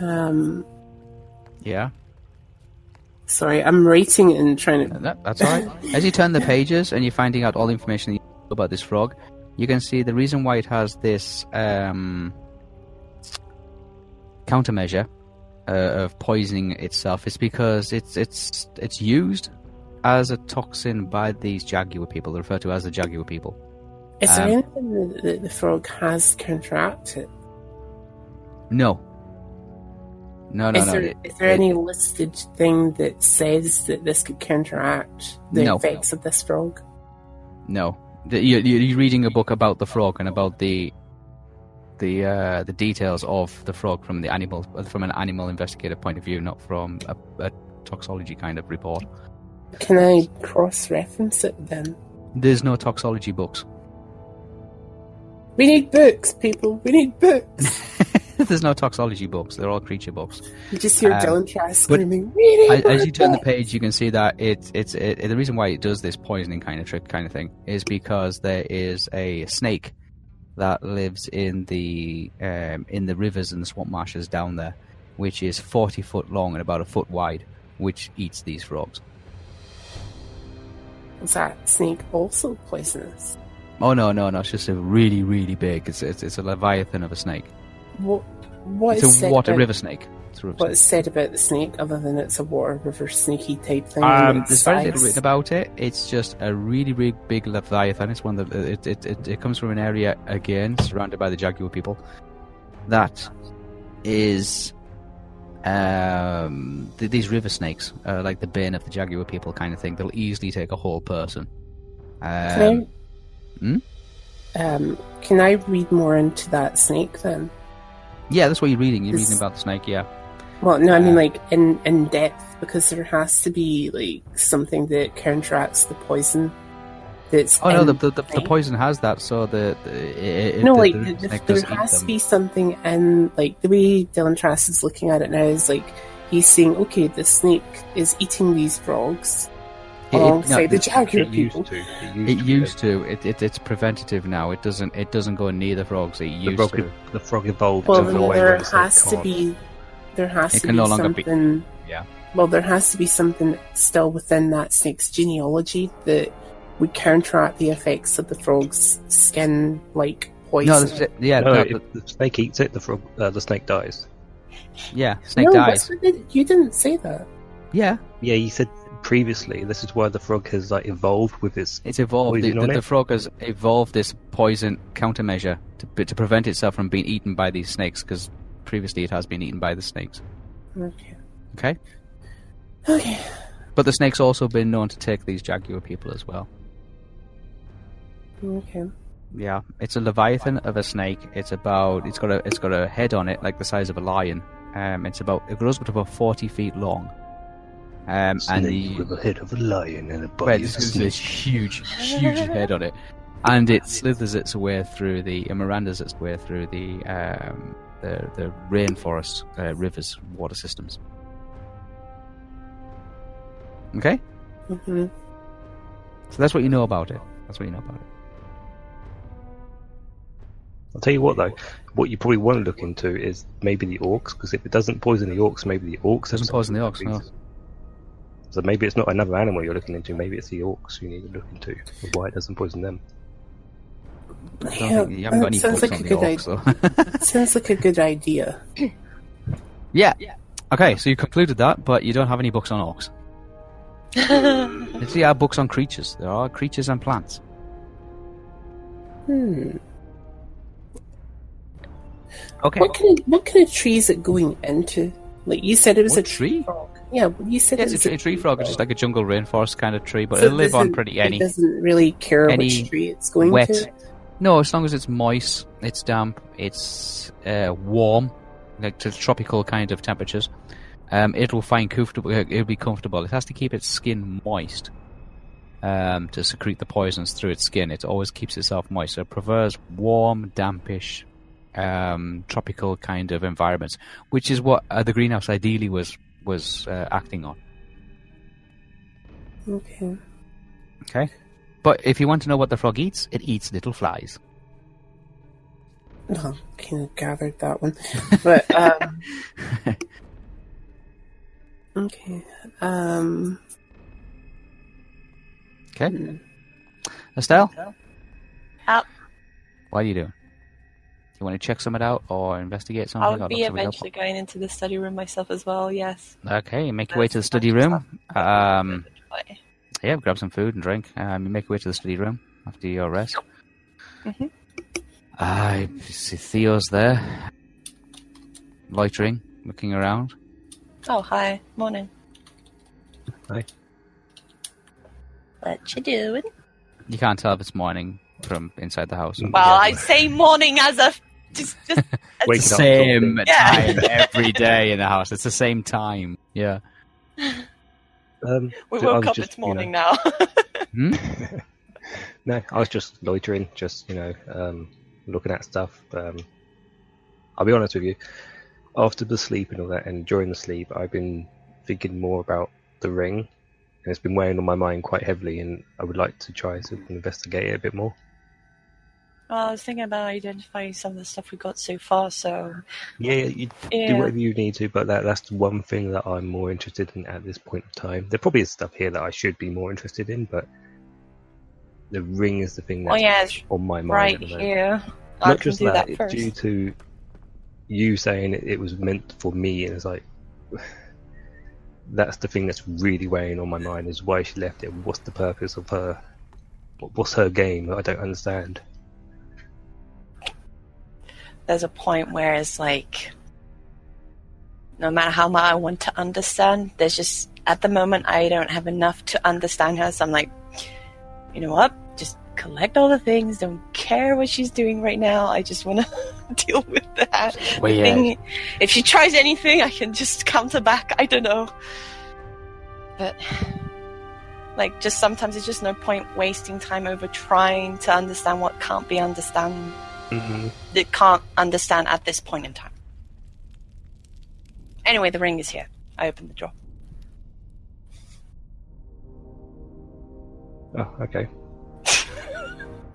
Speaker 4: Um,
Speaker 1: yeah.
Speaker 4: sorry, I'm writing it and trying to.
Speaker 1: That, that's all right. As you turn the pages and you're finding out all the information about this frog, you can see the reason why it has this um, countermeasure uh, of poisoning itself is because it's it's it's used as a toxin by these jaguar people. They're referred to as the jaguar people.
Speaker 4: Is there
Speaker 1: um,
Speaker 4: anything that- that the frog has counteracted?
Speaker 1: No. No, no,
Speaker 4: is
Speaker 1: no.
Speaker 4: there,
Speaker 1: it-
Speaker 4: is there
Speaker 1: it-
Speaker 4: any listed thing that says that this could counteract the
Speaker 1: No.
Speaker 4: effects of this frog?
Speaker 1: No, The- you- you- you're reading a book about the frog and about the the uh, the details of the frog from the animal from an animal investigator point of view, not from a, a toxology kind of report.
Speaker 4: Can I cross reference it then?
Speaker 1: There's no toxology books.
Speaker 4: We need books, people. We need books.
Speaker 1: There's no toxology books. They're all creature books.
Speaker 4: You just hear
Speaker 1: Um,
Speaker 4: Dylan try screaming. We need
Speaker 1: as, as you turn the
Speaker 4: books!"
Speaker 1: page, you can see that it's it's it, the reason why it does this poisoning kind of trick kind of thing is because there is a snake that lives in the um, in the rivers and the swamp marshes down there, which is forty foot long and about a foot wide, which eats these frogs.
Speaker 4: Is that snake also poisonous?
Speaker 1: Oh no no no! It's just a really really big. It's it's, it's a leviathan of a snake.
Speaker 4: What? What is
Speaker 1: it's a
Speaker 4: said
Speaker 1: water
Speaker 4: about-
Speaker 1: river snake. It's a river
Speaker 4: What's
Speaker 1: snake.
Speaker 4: said about the snake other than it's a water river sneaky type thing?
Speaker 1: Um,
Speaker 4: and its
Speaker 1: there's very little
Speaker 4: size?
Speaker 1: written about it. It's just a really, really big leviathan. It's one that uh, it, it, it, it comes from an area again surrounded by the jaguar people. That is um, th- these river snakes, uh, like the bane of the jaguar people, kind of thing. They'll easily take a whole person.
Speaker 4: Can
Speaker 1: Um,
Speaker 4: I,
Speaker 1: Hmm?
Speaker 4: um, can I read more into that snake then?
Speaker 1: yeah, that's what you're reading. You're
Speaker 4: This-
Speaker 1: reading about the snake. Yeah,
Speaker 4: Well, no, I mean
Speaker 1: Uh,
Speaker 4: like in in depth because there has to be like something that counteracts the poison. That's
Speaker 1: Oh no,
Speaker 4: in
Speaker 1: the the, the, the
Speaker 4: snake.
Speaker 1: poison has that. So the, the it,
Speaker 4: no,
Speaker 1: the,
Speaker 4: like
Speaker 1: the river
Speaker 4: the,
Speaker 1: snake
Speaker 4: there
Speaker 1: does eat
Speaker 4: has to
Speaker 1: them.
Speaker 4: be something in like the way Dylan Trask is looking at it now is like he's saying, okay, the snake is eating these frogs
Speaker 1: It- it- no,
Speaker 4: alongside the
Speaker 1: it's-
Speaker 4: jaguar
Speaker 3: It used
Speaker 4: people.
Speaker 3: to. It
Speaker 1: It
Speaker 3: used to.
Speaker 1: used to. It, it it's preventative now. It doesn't it doesn't go near the frogs. It
Speaker 3: The
Speaker 1: used
Speaker 3: frog,
Speaker 1: to.
Speaker 3: ev- the frog evolved
Speaker 4: Well,
Speaker 3: in the
Speaker 4: then
Speaker 3: way
Speaker 4: there
Speaker 3: where the snake
Speaker 4: has to
Speaker 3: can't.
Speaker 4: be, there has
Speaker 1: It
Speaker 4: to
Speaker 1: can
Speaker 4: be
Speaker 1: no longer be-
Speaker 4: something.
Speaker 1: Yeah.
Speaker 4: Well, there has to be something still within that snake's genealogy that would counteract the effects of the frog's skin, like poison.
Speaker 1: No, this is it. yeah,
Speaker 3: No,
Speaker 1: no,
Speaker 3: if the snake eats it, the frog, uh, the snake dies.
Speaker 1: but- yeah. Snake
Speaker 4: No,
Speaker 1: dies.
Speaker 4: that's what they- you didn't say that.
Speaker 1: Yeah,
Speaker 3: Yeah, you said previously. This is why the frog has like evolved with its.
Speaker 1: it's evolved. The,
Speaker 3: Poison on
Speaker 1: the,
Speaker 3: it?
Speaker 1: the frog has evolved this poison countermeasure to p- to prevent itself from being eaten by these snakes because previously it has been eaten by the snakes.
Speaker 4: Okay.
Speaker 1: Okay,
Speaker 4: Okay.
Speaker 1: but the snakes also been known to take these jaguar people as well.
Speaker 4: Okay.
Speaker 1: Yeah, it's a leviathan of a snake. It's about it's got a it's got a head on it like the size of a lion. Um, it's about it grows up to about forty feet long. Um, and
Speaker 3: Snake
Speaker 1: the
Speaker 3: with the head of a lion and a
Speaker 1: well,
Speaker 3: body of a
Speaker 1: this
Speaker 3: snake.
Speaker 1: this huge huge head on it, and it slithers its way through the it meanders its way through the um the the rainforest uh, rivers water systems. Okay,
Speaker 4: hmm
Speaker 1: so that's what you know about it. That's what you know about it.
Speaker 3: I'll tell you what though, what you probably want to look into is maybe the orcs, because if it doesn't poison the orcs, maybe the orcs have
Speaker 1: Doesn't
Speaker 3: something
Speaker 1: poison the
Speaker 3: to
Speaker 1: orcs, no.
Speaker 3: reason. So maybe it's not another animal you're looking into. Maybe it's the orcs you need to look into. and Why it doesn't poison them?
Speaker 1: I don't think, you haven't got any
Speaker 4: sounds
Speaker 1: books
Speaker 4: like
Speaker 1: on
Speaker 4: a
Speaker 1: the
Speaker 4: good
Speaker 1: orcs, so.
Speaker 4: idea. Sounds like a good idea.
Speaker 1: Yeah. Okay, so you concluded that, but you don't have any books on orcs.
Speaker 6: That's
Speaker 1: There see, are books on creatures. There are creatures and plants.
Speaker 4: Hmm.
Speaker 1: Okay.
Speaker 4: What kind of what kind of tree is it going into? Like you said, it was
Speaker 1: What
Speaker 4: a
Speaker 1: tree?
Speaker 4: frog. yeah, you said
Speaker 1: Yes,
Speaker 4: it was
Speaker 1: it's a tree frog. It's just like a jungle rainforest kind of tree, but
Speaker 4: So
Speaker 1: it'll live on
Speaker 4: doesn't-
Speaker 1: pretty
Speaker 4: It
Speaker 1: any.
Speaker 4: doesn't really care
Speaker 1: any
Speaker 4: which tree it's going
Speaker 1: wet-
Speaker 4: to.
Speaker 1: No, as long as it's moist, it's damp, it's uh, warm, like to tropical kind of temperatures, um, it'll find comfortable. It'll be comfortable. It has to keep its skin moist um, to secrete the poisons through its skin. It always keeps itself moist. So it prefers warm, dampish, um, tropical kind of environments, which is what uh, the greenhouse ideally was was uh, acting on.
Speaker 4: Okay.
Speaker 1: Okay. But if you want to know what the frog eats, it eats little flies.
Speaker 4: No, I kind of Oh, gathered that one. But, um, okay. Um,
Speaker 1: Okay. Estelle? Oh
Speaker 6: Up.
Speaker 1: What are you doing? You want to check something out or investigate something?
Speaker 6: I'll
Speaker 1: I'd
Speaker 6: be
Speaker 1: love to help.
Speaker 6: eventually going into the study room myself as well. Yes.
Speaker 1: Okay, make your way to the
Speaker 6: That's-
Speaker 1: study
Speaker 6: that's
Speaker 1: room. Um,
Speaker 6: Bye.
Speaker 1: yeah, grab some food and drink. Um, you make your way to the study room after your rest.
Speaker 6: Mhm.
Speaker 1: I see Theo's there, loitering, looking around.
Speaker 6: Oh, hi. Morning.
Speaker 3: Hi.
Speaker 6: What you doing?
Speaker 1: You can't tell if it's morning from inside the house.
Speaker 6: Well, I say morning as a just just as
Speaker 3: Wait.
Speaker 1: It's the
Speaker 3: up,
Speaker 1: same
Speaker 3: sort
Speaker 6: Yeah.
Speaker 1: time every day in the house. It's the same time. Yeah.
Speaker 3: Um,
Speaker 6: we
Speaker 3: so I
Speaker 6: woke
Speaker 3: was
Speaker 6: up.
Speaker 3: just,
Speaker 6: it's
Speaker 3: you know,
Speaker 6: morning now.
Speaker 3: No, I was just loitering, just you know, um, looking at stuff. Um, I'll be honest with you. After the sleep and all that, and during the sleep, I've been thinking more about the ring, and it's been weighing on my mind quite heavily. And I would like to try to investigate it a bit more.
Speaker 6: well, I was thinking about identifying some of the stuff we got so far. So
Speaker 3: Yeah, you do
Speaker 6: yeah,
Speaker 3: whatever you need to, but that, that's the one thing that I'm more interested in at this point of time. There probably is stuff here that I should be more interested in, but the ring is the thing
Speaker 6: oh
Speaker 3: that's
Speaker 6: yeah, it's
Speaker 3: on my mind.
Speaker 6: right
Speaker 3: at the moment.
Speaker 6: here. I
Speaker 3: not
Speaker 6: can
Speaker 3: just
Speaker 6: do that,
Speaker 3: that, it's
Speaker 6: first.
Speaker 3: due to you saying it, it was meant for me and it's like that's the thing that's really weighing on my mind is why she left it what's the purpose of her what- what's her game i don't understand
Speaker 6: There's a point where it's like, no matter how much I want to understand, there's just at the moment I don't have enough to understand her. So I'm like, you know what? Just collect all the things. Don't care what she's doing right now. I just want to deal with that
Speaker 1: Weird.
Speaker 6: thing. If she tries anything, I can just counter back. I don't know. But like, just sometimes it's just no point wasting time over trying to understand what can't be understand
Speaker 3: mm-hmm.
Speaker 6: that can't understand at this point in time. Anyway, the ring is here. I open the drawer.
Speaker 3: oh okay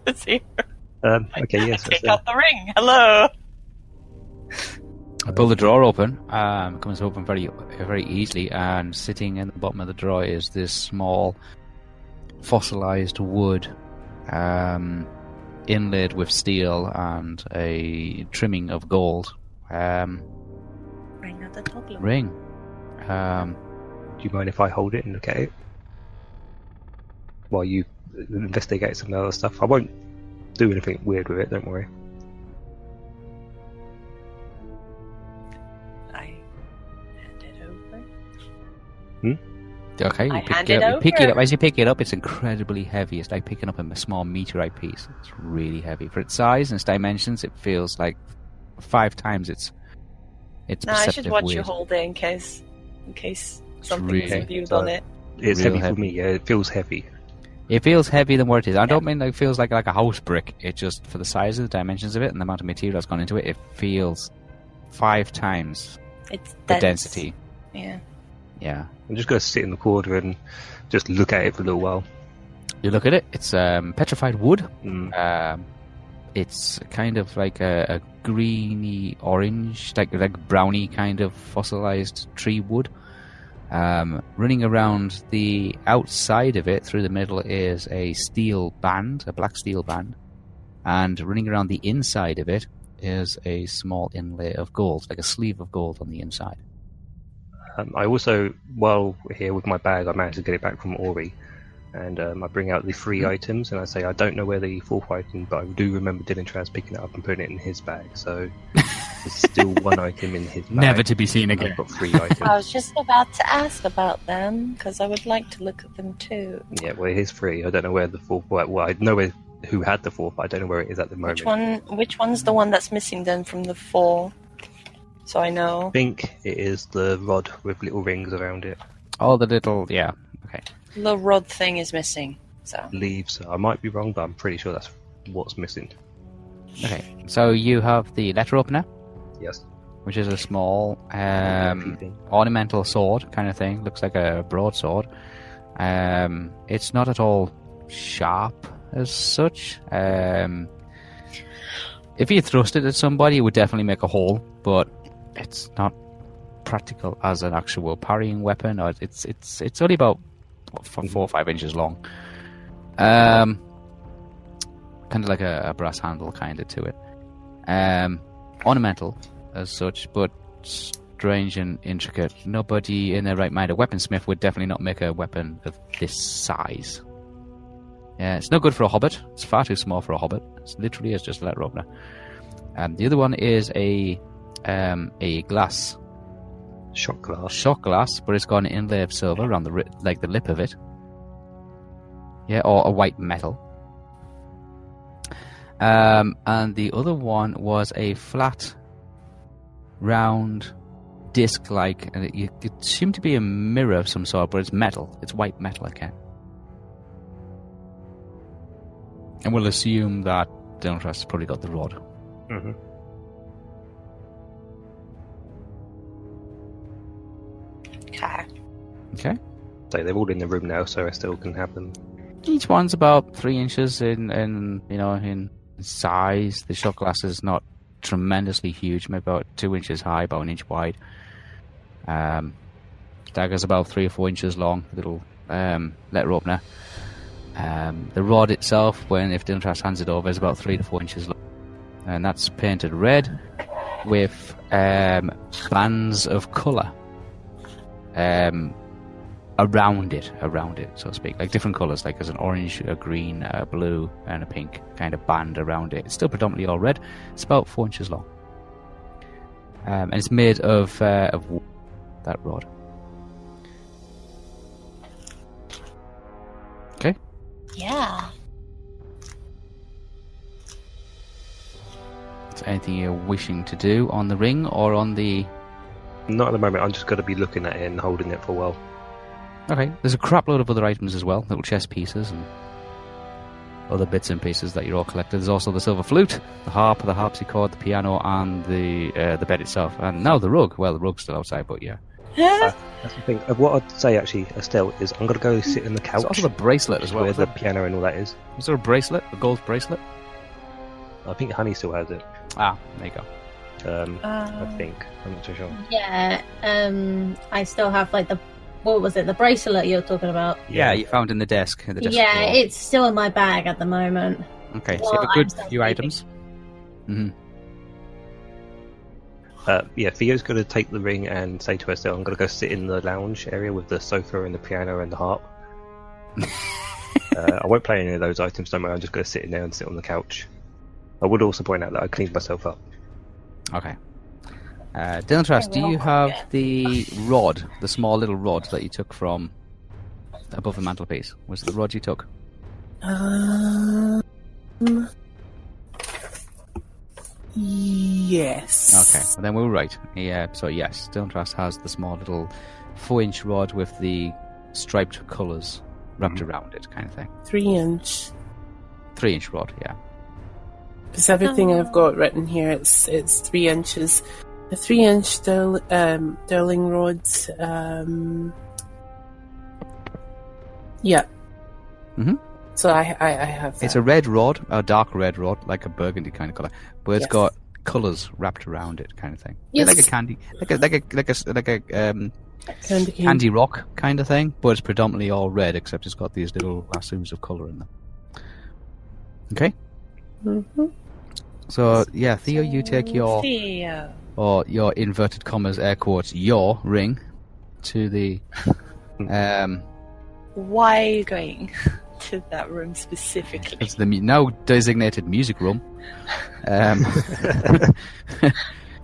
Speaker 6: It's here.
Speaker 3: um okay
Speaker 6: I
Speaker 3: yes that's
Speaker 6: take
Speaker 3: it.
Speaker 6: out the ring. Hello.
Speaker 1: I pull the drawer open. Um, it comes open very, very easily, and sitting in the bottom of the drawer is this small, fossilized wood, um, inlaid with steel and a trimming of gold um,
Speaker 6: Ring of the Toglo.
Speaker 1: ring. Um,
Speaker 3: do you mind if i hold it and look at it while you investigate some of the other stuff i won't do anything weird with it don't worry
Speaker 6: I hand it over.
Speaker 1: okay, you
Speaker 6: I
Speaker 1: pick
Speaker 6: hand
Speaker 1: it
Speaker 6: it
Speaker 1: up. You pick it up.
Speaker 6: over.
Speaker 1: As you pick it up, it's incredibly heavy. It's like picking up a small meteorite piece. It's really heavy for its size and its dimensions. It feels like five times its. It's
Speaker 6: No, I should watch you
Speaker 1: weight.
Speaker 6: hold it in case, in case something
Speaker 1: really-
Speaker 6: is imbued
Speaker 3: so-
Speaker 6: on it.
Speaker 3: it's
Speaker 1: Real
Speaker 3: heavy
Speaker 1: heavy.
Speaker 3: for me yeah it feels heavy
Speaker 1: It feels heavier than what it is. I don't mean that it feels like like a house brick. It just for the size of the dimensions of it and the amount of material that's gone into it, it feels five times
Speaker 6: It's
Speaker 1: the
Speaker 6: dense.
Speaker 1: density.
Speaker 6: Yeah.
Speaker 1: Yeah.
Speaker 3: i'm just going to sit in the corner and just look at it for a little while
Speaker 1: You look at it. It's um, petrified wood.
Speaker 3: mm.
Speaker 1: Um, it's kind of like a, a greeny orange, like like browny kind of fossilized tree wood. Um, running around the outside of it, through the middle, is a steel band, a black steel band, and running around the inside of it is a small inlay of gold, like a sleeve of gold on the inside.
Speaker 3: Um, I also, while here with my bag, I managed to get it back from Ori. and um, I bring out the three
Speaker 8: Mm-hmm.
Speaker 3: items, and I say I don't know where the fourth item, but I do remember Dylan Trans picking it up and putting it in his bag. So there's still one item in his bag.
Speaker 8: Never to be seen
Speaker 3: I've
Speaker 8: again.
Speaker 3: got three items.
Speaker 6: I was just about to ask about them because I would like to look at them too.
Speaker 3: Yeah, well, here's three. I don't know where the fourth. Well, well, I know where, who had the fourth, but I don't know where it is at the moment.
Speaker 6: Which one? Which one's the one that's missing then from the four? So I
Speaker 3: I
Speaker 6: know.
Speaker 3: think it is the rod with little rings around it.
Speaker 1: All the little, yeah.
Speaker 6: The rod thing is missing. So
Speaker 3: Leaves. I might be wrong, but I'm pretty sure that's what's missing.
Speaker 1: Okay, so you have the letter opener,
Speaker 3: Yes.
Speaker 1: which is a small um,
Speaker 3: Keeping.
Speaker 1: ornamental sword kind of thing. Looks like a broadsword. Um, it's not at all sharp as such. Um, if you thrust it at somebody, it would definitely make a hole, but it's not practical as an actual parrying weapon. Or it's it's it's only about what, four four or five inches long. Um, kind of like a, a brass handle, kind of to it. Um, ornamental as such, but strange and intricate. Nobody in their right mind, a weaponsmith, would definitely not make a weapon of this size. Yeah, it's no good for a hobbit. It's far too small for a hobbit. It's literally is just a letter opener. And the other one is a um, a glass
Speaker 3: Shot glass.
Speaker 1: shot glass, but it's got an inlay of silver around the ri- like the lip of it. Yeah, or a white metal. Um, and the other one was a flat, round, disc-like, and it, you- it seemed to be a mirror of some sort, but it's metal. It's white metal again. And we'll assume that Dylan Trust has probably got the rod.
Speaker 3: hmm
Speaker 6: okay.
Speaker 1: Okay.
Speaker 3: So they're all in the room now, so I still can have them.
Speaker 1: each one's about three inches in, in you know in size. The shot glass is not tremendously huge, maybe about two inches high, about an inch wide. Um, dagger's about three or four inches long. Little um, letter opener. Um, the rod itself, when if Dintras hands it over, is about three to four inches long, and that's painted red with um, bands of colour. Um, around it, around it, so to speak, like different colors, like there's an orange, a green, a blue, and a pink kind of band around it. It's still predominantly all red. It's about four inches long, um, and it's made of uh, of wo- that rod.
Speaker 6: Yeah.
Speaker 1: Is there anything you're wishing to do on the ring or on the?
Speaker 3: Not at the moment. I'm just going to be looking at it and holding it for a while.
Speaker 1: Okay, there's a crap load of other items as well, little chess pieces and other bits and pieces that you're all collected. There's also the silver flute, the harp, the harpsichord, the piano, and the uh, the bed itself, and now the rug. Well, the rug's still outside, but yeah.
Speaker 3: That's the thing. Uh, What I'd say actually, Estelle, is I'm going to go sit on the
Speaker 1: There's
Speaker 3: couch
Speaker 1: also the bracelet as well.
Speaker 3: where
Speaker 1: Is
Speaker 3: the
Speaker 1: there,
Speaker 3: piano and all that is.
Speaker 1: is there a bracelet? A gold bracelet?
Speaker 3: I think Honey still has it.
Speaker 1: Ah, there you go.
Speaker 3: Um, I
Speaker 1: Oh.
Speaker 6: Um,
Speaker 3: think. I'm not too sure.
Speaker 5: Yeah. Um. I still have like the what was it? The bracelet you're talking about.
Speaker 1: Yeah, you found in the desk. In the desk
Speaker 5: yeah,
Speaker 1: drawer.
Speaker 5: it's still in my bag at the moment.
Speaker 1: Okay, so
Speaker 5: well,
Speaker 1: you have a good
Speaker 5: I'm still
Speaker 1: few
Speaker 5: sleeping.
Speaker 1: items. hmm
Speaker 3: Uh, yeah, Theo's going to take the ring and say to Estelle, I'm going to go sit in the lounge area with the sofa and the piano and the harp. uh, I won't play any of those items, don't worry, I'm just going to sit in there and sit on the couch. I would also point out that I cleaned myself up.
Speaker 1: Okay. Uh, Dylan Trask, do you have the rod, the small little rod that you took from above the mantelpiece? Was it the rod you took?
Speaker 4: Um, yes.
Speaker 1: Okay, well, then we were right. Yeah, so yes, Dylan Trask has the small little four-inch rod with the striped colours wrapped around it, kind of thing.
Speaker 4: Three inch.
Speaker 1: Three-inch rod, yeah.
Speaker 4: Because everything I've got written here, it's it's three inches. A three inch derl, um, derling rod. Um, yeah.
Speaker 1: Mhm.
Speaker 4: So I, I I have. That.
Speaker 1: It's a red rod, a dark red rod, like a burgundy kind of color, but it's
Speaker 4: Yes.
Speaker 1: got colors wrapped around it, kind of thing.
Speaker 4: Yes.
Speaker 1: like a candy, like a like a like a like a um,
Speaker 4: candy cane.
Speaker 1: candy rock kind of thing, but it's predominantly all red, except it's got these little lassoons of color in them. Okay,
Speaker 4: Mhm.
Speaker 1: so yeah, Theo, you take your
Speaker 6: Theo.
Speaker 1: or your inverted commas air quotes your ring to the um
Speaker 6: why are you going to that room specifically?
Speaker 1: It's the mu- now designated music room. Um,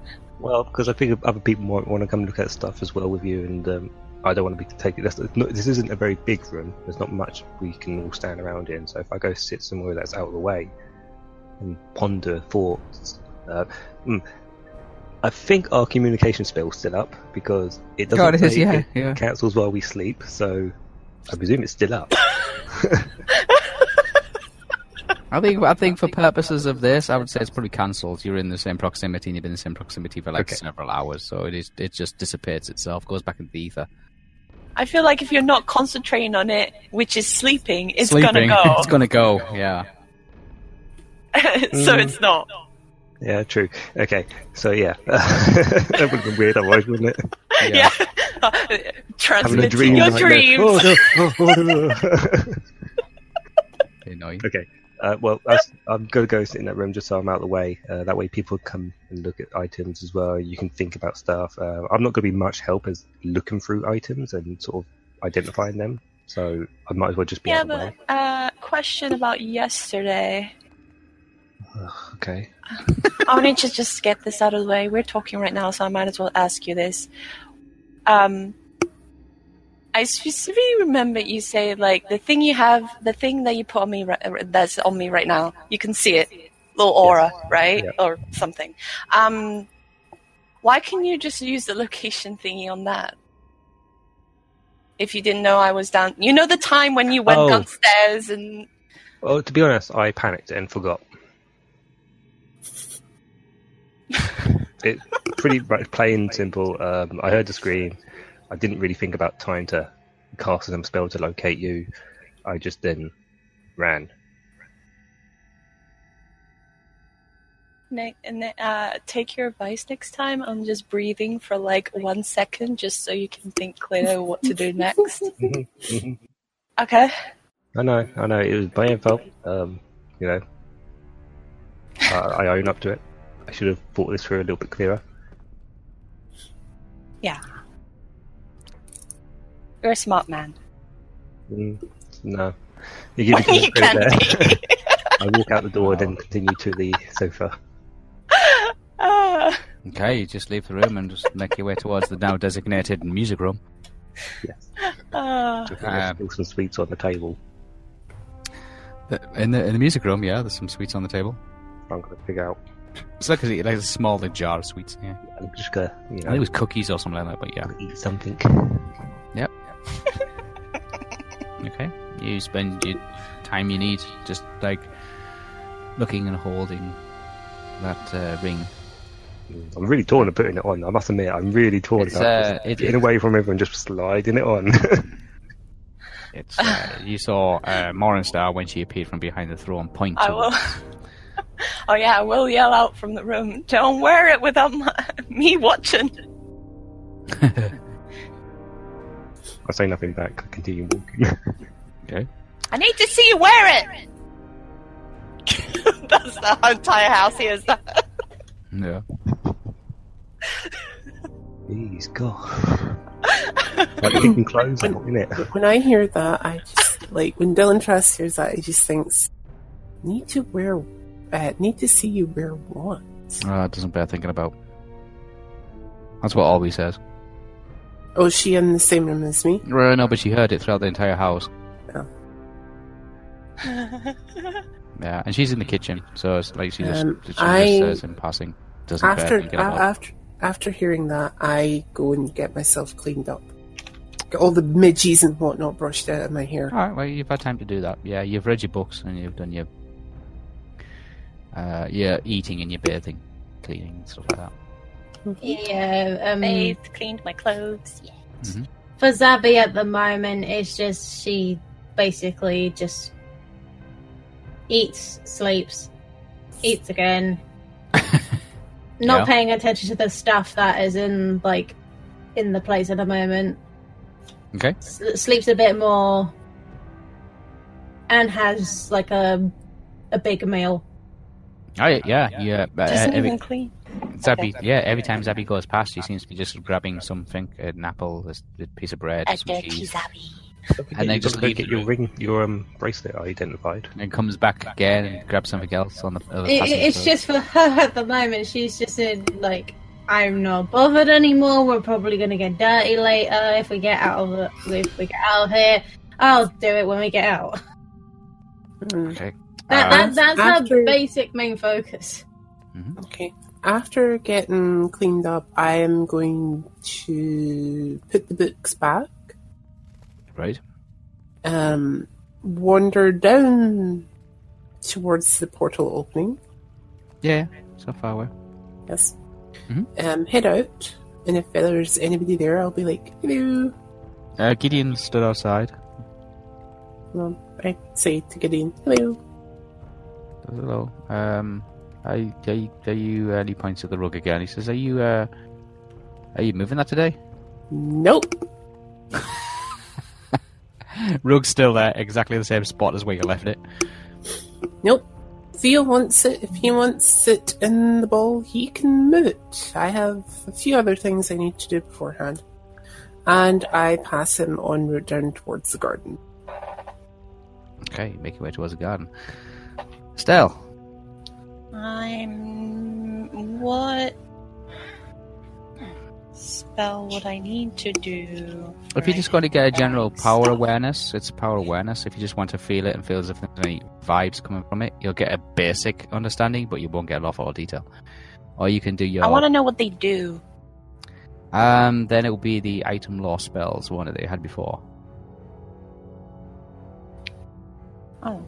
Speaker 3: Well, because I think other people might want to come look at stuff as well with you, and um, I don't want to be taken. That's, no, this isn't a very big room. There's not much we can all stand around in. So if I go sit somewhere that's out of the way and ponder thoughts, uh, mm, I think our communication spell's still up because it doesn't.
Speaker 1: God, it is,
Speaker 3: say
Speaker 1: yeah,
Speaker 3: it
Speaker 1: yeah.
Speaker 3: cancels while we sleep, so I presume it's still up.
Speaker 1: I think I think for purposes of this, I would say it's probably cancelled. You're in the same proximity, and you've been in the same proximity for like
Speaker 3: Okay.
Speaker 1: several hours, so it is it just dissipates itself, goes back into the ether.
Speaker 6: I feel like if you're not concentrating on it, which is sleeping, it's gonna
Speaker 1: Sleeping.
Speaker 6: go.
Speaker 1: It's gonna go. Yeah.
Speaker 6: so
Speaker 3: Mm.
Speaker 6: it's not.
Speaker 3: yeah, true. Okay, so yeah, that would have been weird otherwise, wouldn't it?
Speaker 6: Yeah.
Speaker 3: Having a
Speaker 6: Transmitting
Speaker 3: dream.
Speaker 6: your
Speaker 3: like that.
Speaker 6: dreams.
Speaker 3: Oh, no. Oh, no.
Speaker 1: Annoying.
Speaker 3: Okay. Uh, well, that's, I'm going to go sit in that room just so I'm out of the way. Uh, that way, people come and look at items as well. You can think about stuff. Uh, I'm not going to be much help as looking through items and sort of identifying them. So I might as well just be
Speaker 6: Yeah,
Speaker 3: out of the
Speaker 6: but
Speaker 3: way.
Speaker 6: uh, question about yesterday.
Speaker 3: Ugh, okay.
Speaker 6: I wanted to just get this out of the way. We're talking right now, so I might as well ask you this. Um, I specifically remember you say like the thing you have, the thing that you put on me ri- uh, that's on me right now. You can see it, little aura, right,
Speaker 3: Yeah.
Speaker 6: or something. Um, why can you just use the location thingy on that? If you didn't know I was down, you know the time when you went
Speaker 3: Oh.
Speaker 6: downstairs and
Speaker 3: Well, to be honest, I panicked and forgot. it pretty much plain and simple. Um, I heard the scream. I didn't really think about trying to cast some spell to locate you. I just then ran.
Speaker 6: Ne- ne- uh, take your advice next time on just breathing for like one second, just so you can think clearly what to do next.
Speaker 3: mhm.
Speaker 6: okay.
Speaker 3: I know, I know. It was my own fault. Um, you know, I, I own up to it. I should have thought this through a little bit clearer.
Speaker 6: Yeah. You're a smart man.
Speaker 3: Mm, no, you give me too much
Speaker 6: You
Speaker 3: credit
Speaker 6: can
Speaker 3: there. I walk out the door and then continue to the sofa.
Speaker 6: Ah.
Speaker 1: Okay, you just leave the room and just make your way towards the now designated music room.
Speaker 6: Ah.
Speaker 3: I think there's
Speaker 1: Um,
Speaker 3: still some sweets on the table.
Speaker 1: The- Uh, In the in the music room, yeah, there's some sweets on the table.
Speaker 3: I'm gonna figure out.
Speaker 1: It's like a, like a small jar of sweets. Yeah,
Speaker 3: I'm just gonna,
Speaker 1: I
Speaker 3: you
Speaker 1: think it
Speaker 3: know,
Speaker 1: was cookies or something like that. But yeah,
Speaker 3: eat something.
Speaker 1: okay. You spend your time you need just like looking and holding that uh, ring.
Speaker 3: Mm, I'm really torn about putting it on. I must admit, I'm really torn
Speaker 1: It's,
Speaker 3: about
Speaker 1: uh,
Speaker 3: just
Speaker 1: it-
Speaker 3: getting
Speaker 1: it-
Speaker 3: away from everyone, just sliding it on.
Speaker 1: It's uh, you saw uh, Morningstar when she appeared from behind the throne. Point.
Speaker 6: I
Speaker 1: to
Speaker 6: will. oh yeah, I will yell out from the room. Don't wear it without my, me watching.
Speaker 3: I say nothing back. I continue walking.
Speaker 6: I need to see you wear it. That's the whole entire house here. Is that?
Speaker 1: Yeah.
Speaker 3: Jeez, God. like kicking clothes out, isn't it?
Speaker 4: When I hear that, I just like when Dylan Truss hears that, he just thinks, "Need to wear, uh, need to see you wear what?"
Speaker 1: Ah, it doesn't bear thinking about. That's what Albie says.
Speaker 4: Oh, is she in the same room as me.
Speaker 1: Well, no, but she heard it throughout the entire house. Yeah, and she's in the kitchen, so it's like she just,
Speaker 4: Um,
Speaker 1: she just
Speaker 4: I-
Speaker 1: says in passing. Doesn't bear
Speaker 4: After
Speaker 1: thinking
Speaker 4: a-
Speaker 1: about.
Speaker 4: after after hearing that, I go and get myself cleaned up, get all the midges and whatnot brushed out of my hair.
Speaker 1: All right, well, you've had time to do that. Yeah, you've read your books and you've done your uh, your eating and your bathing, cleaning and stuff like that.
Speaker 5: Yeah, um,
Speaker 6: Bathed, cleaned my clothes. Yeah.
Speaker 5: for Zabi at the moment, it's just she basically just eats, sleeps, eats again. Not
Speaker 1: Yeah.
Speaker 5: paying attention to the stuff that is in like in the place at the moment.
Speaker 1: Okay.
Speaker 5: S- sleeps a bit more, and has like a a big meal.
Speaker 1: Oh yeah, yeah, yeah. but, uh,
Speaker 6: Doesn't
Speaker 1: every,
Speaker 6: even clean.
Speaker 1: Zabby, yeah, every time Zabby goes past, she seems to be just grabbing something—an apple, a s- a piece of bread, some cheese. And then
Speaker 3: you
Speaker 1: just
Speaker 3: gotta go
Speaker 1: leave
Speaker 3: get
Speaker 1: the
Speaker 3: your
Speaker 1: room.
Speaker 3: ring, your um, bracelet identified.
Speaker 1: and comes back again and grabs something else on the. other
Speaker 5: It,
Speaker 1: passenger
Speaker 5: it's
Speaker 1: side.
Speaker 5: just for her at the moment. She's just in like, I'm not bothered anymore. We're probably gonna get dirty later if we get out of the, if we get out of here. I'll do it when we get out.
Speaker 4: Mm,
Speaker 1: Okay.
Speaker 5: That,
Speaker 1: Uh,
Speaker 5: that, that's
Speaker 4: After-
Speaker 5: her basic main focus.
Speaker 4: Okay. After getting cleaned up, I am going to put the books back,
Speaker 1: right.
Speaker 4: um, wander down towards the portal opening.
Speaker 1: Yeah. So far away.
Speaker 4: Yes.
Speaker 1: Mhm.
Speaker 4: Um, head out, and if there's anybody there, I'll be like, hello.
Speaker 1: Uh, Gideon stood outside.
Speaker 4: Um, I say to Gideon, hello.
Speaker 1: Hello. Um, are, you- are, you- are you? Uh, and he points at the rug again. He says, "Are you? Uh, are you moving that today?"
Speaker 4: Nope.
Speaker 1: Rug's still there, exactly the same spot as where you left it.
Speaker 4: Nope. Theo wants it. If he wants it in the bowl, he can move it. I have a few other things I need to do beforehand. And I pass him on route down towards the garden.
Speaker 1: Okay, make your way towards the garden. Stell.
Speaker 6: I'm. What spell would I need to do?
Speaker 1: If
Speaker 6: for
Speaker 1: you're just going to get a general power
Speaker 6: Stop.
Speaker 1: awareness, it's power awareness. If you just want to feel it and feel as if there's any vibes coming from it, you'll get a basic understanding, but you won't get an awful lot of detail. Or you can do your.
Speaker 6: I want to know what they do.
Speaker 1: Um, then it will be the item law spells one that you had before.
Speaker 6: Oh.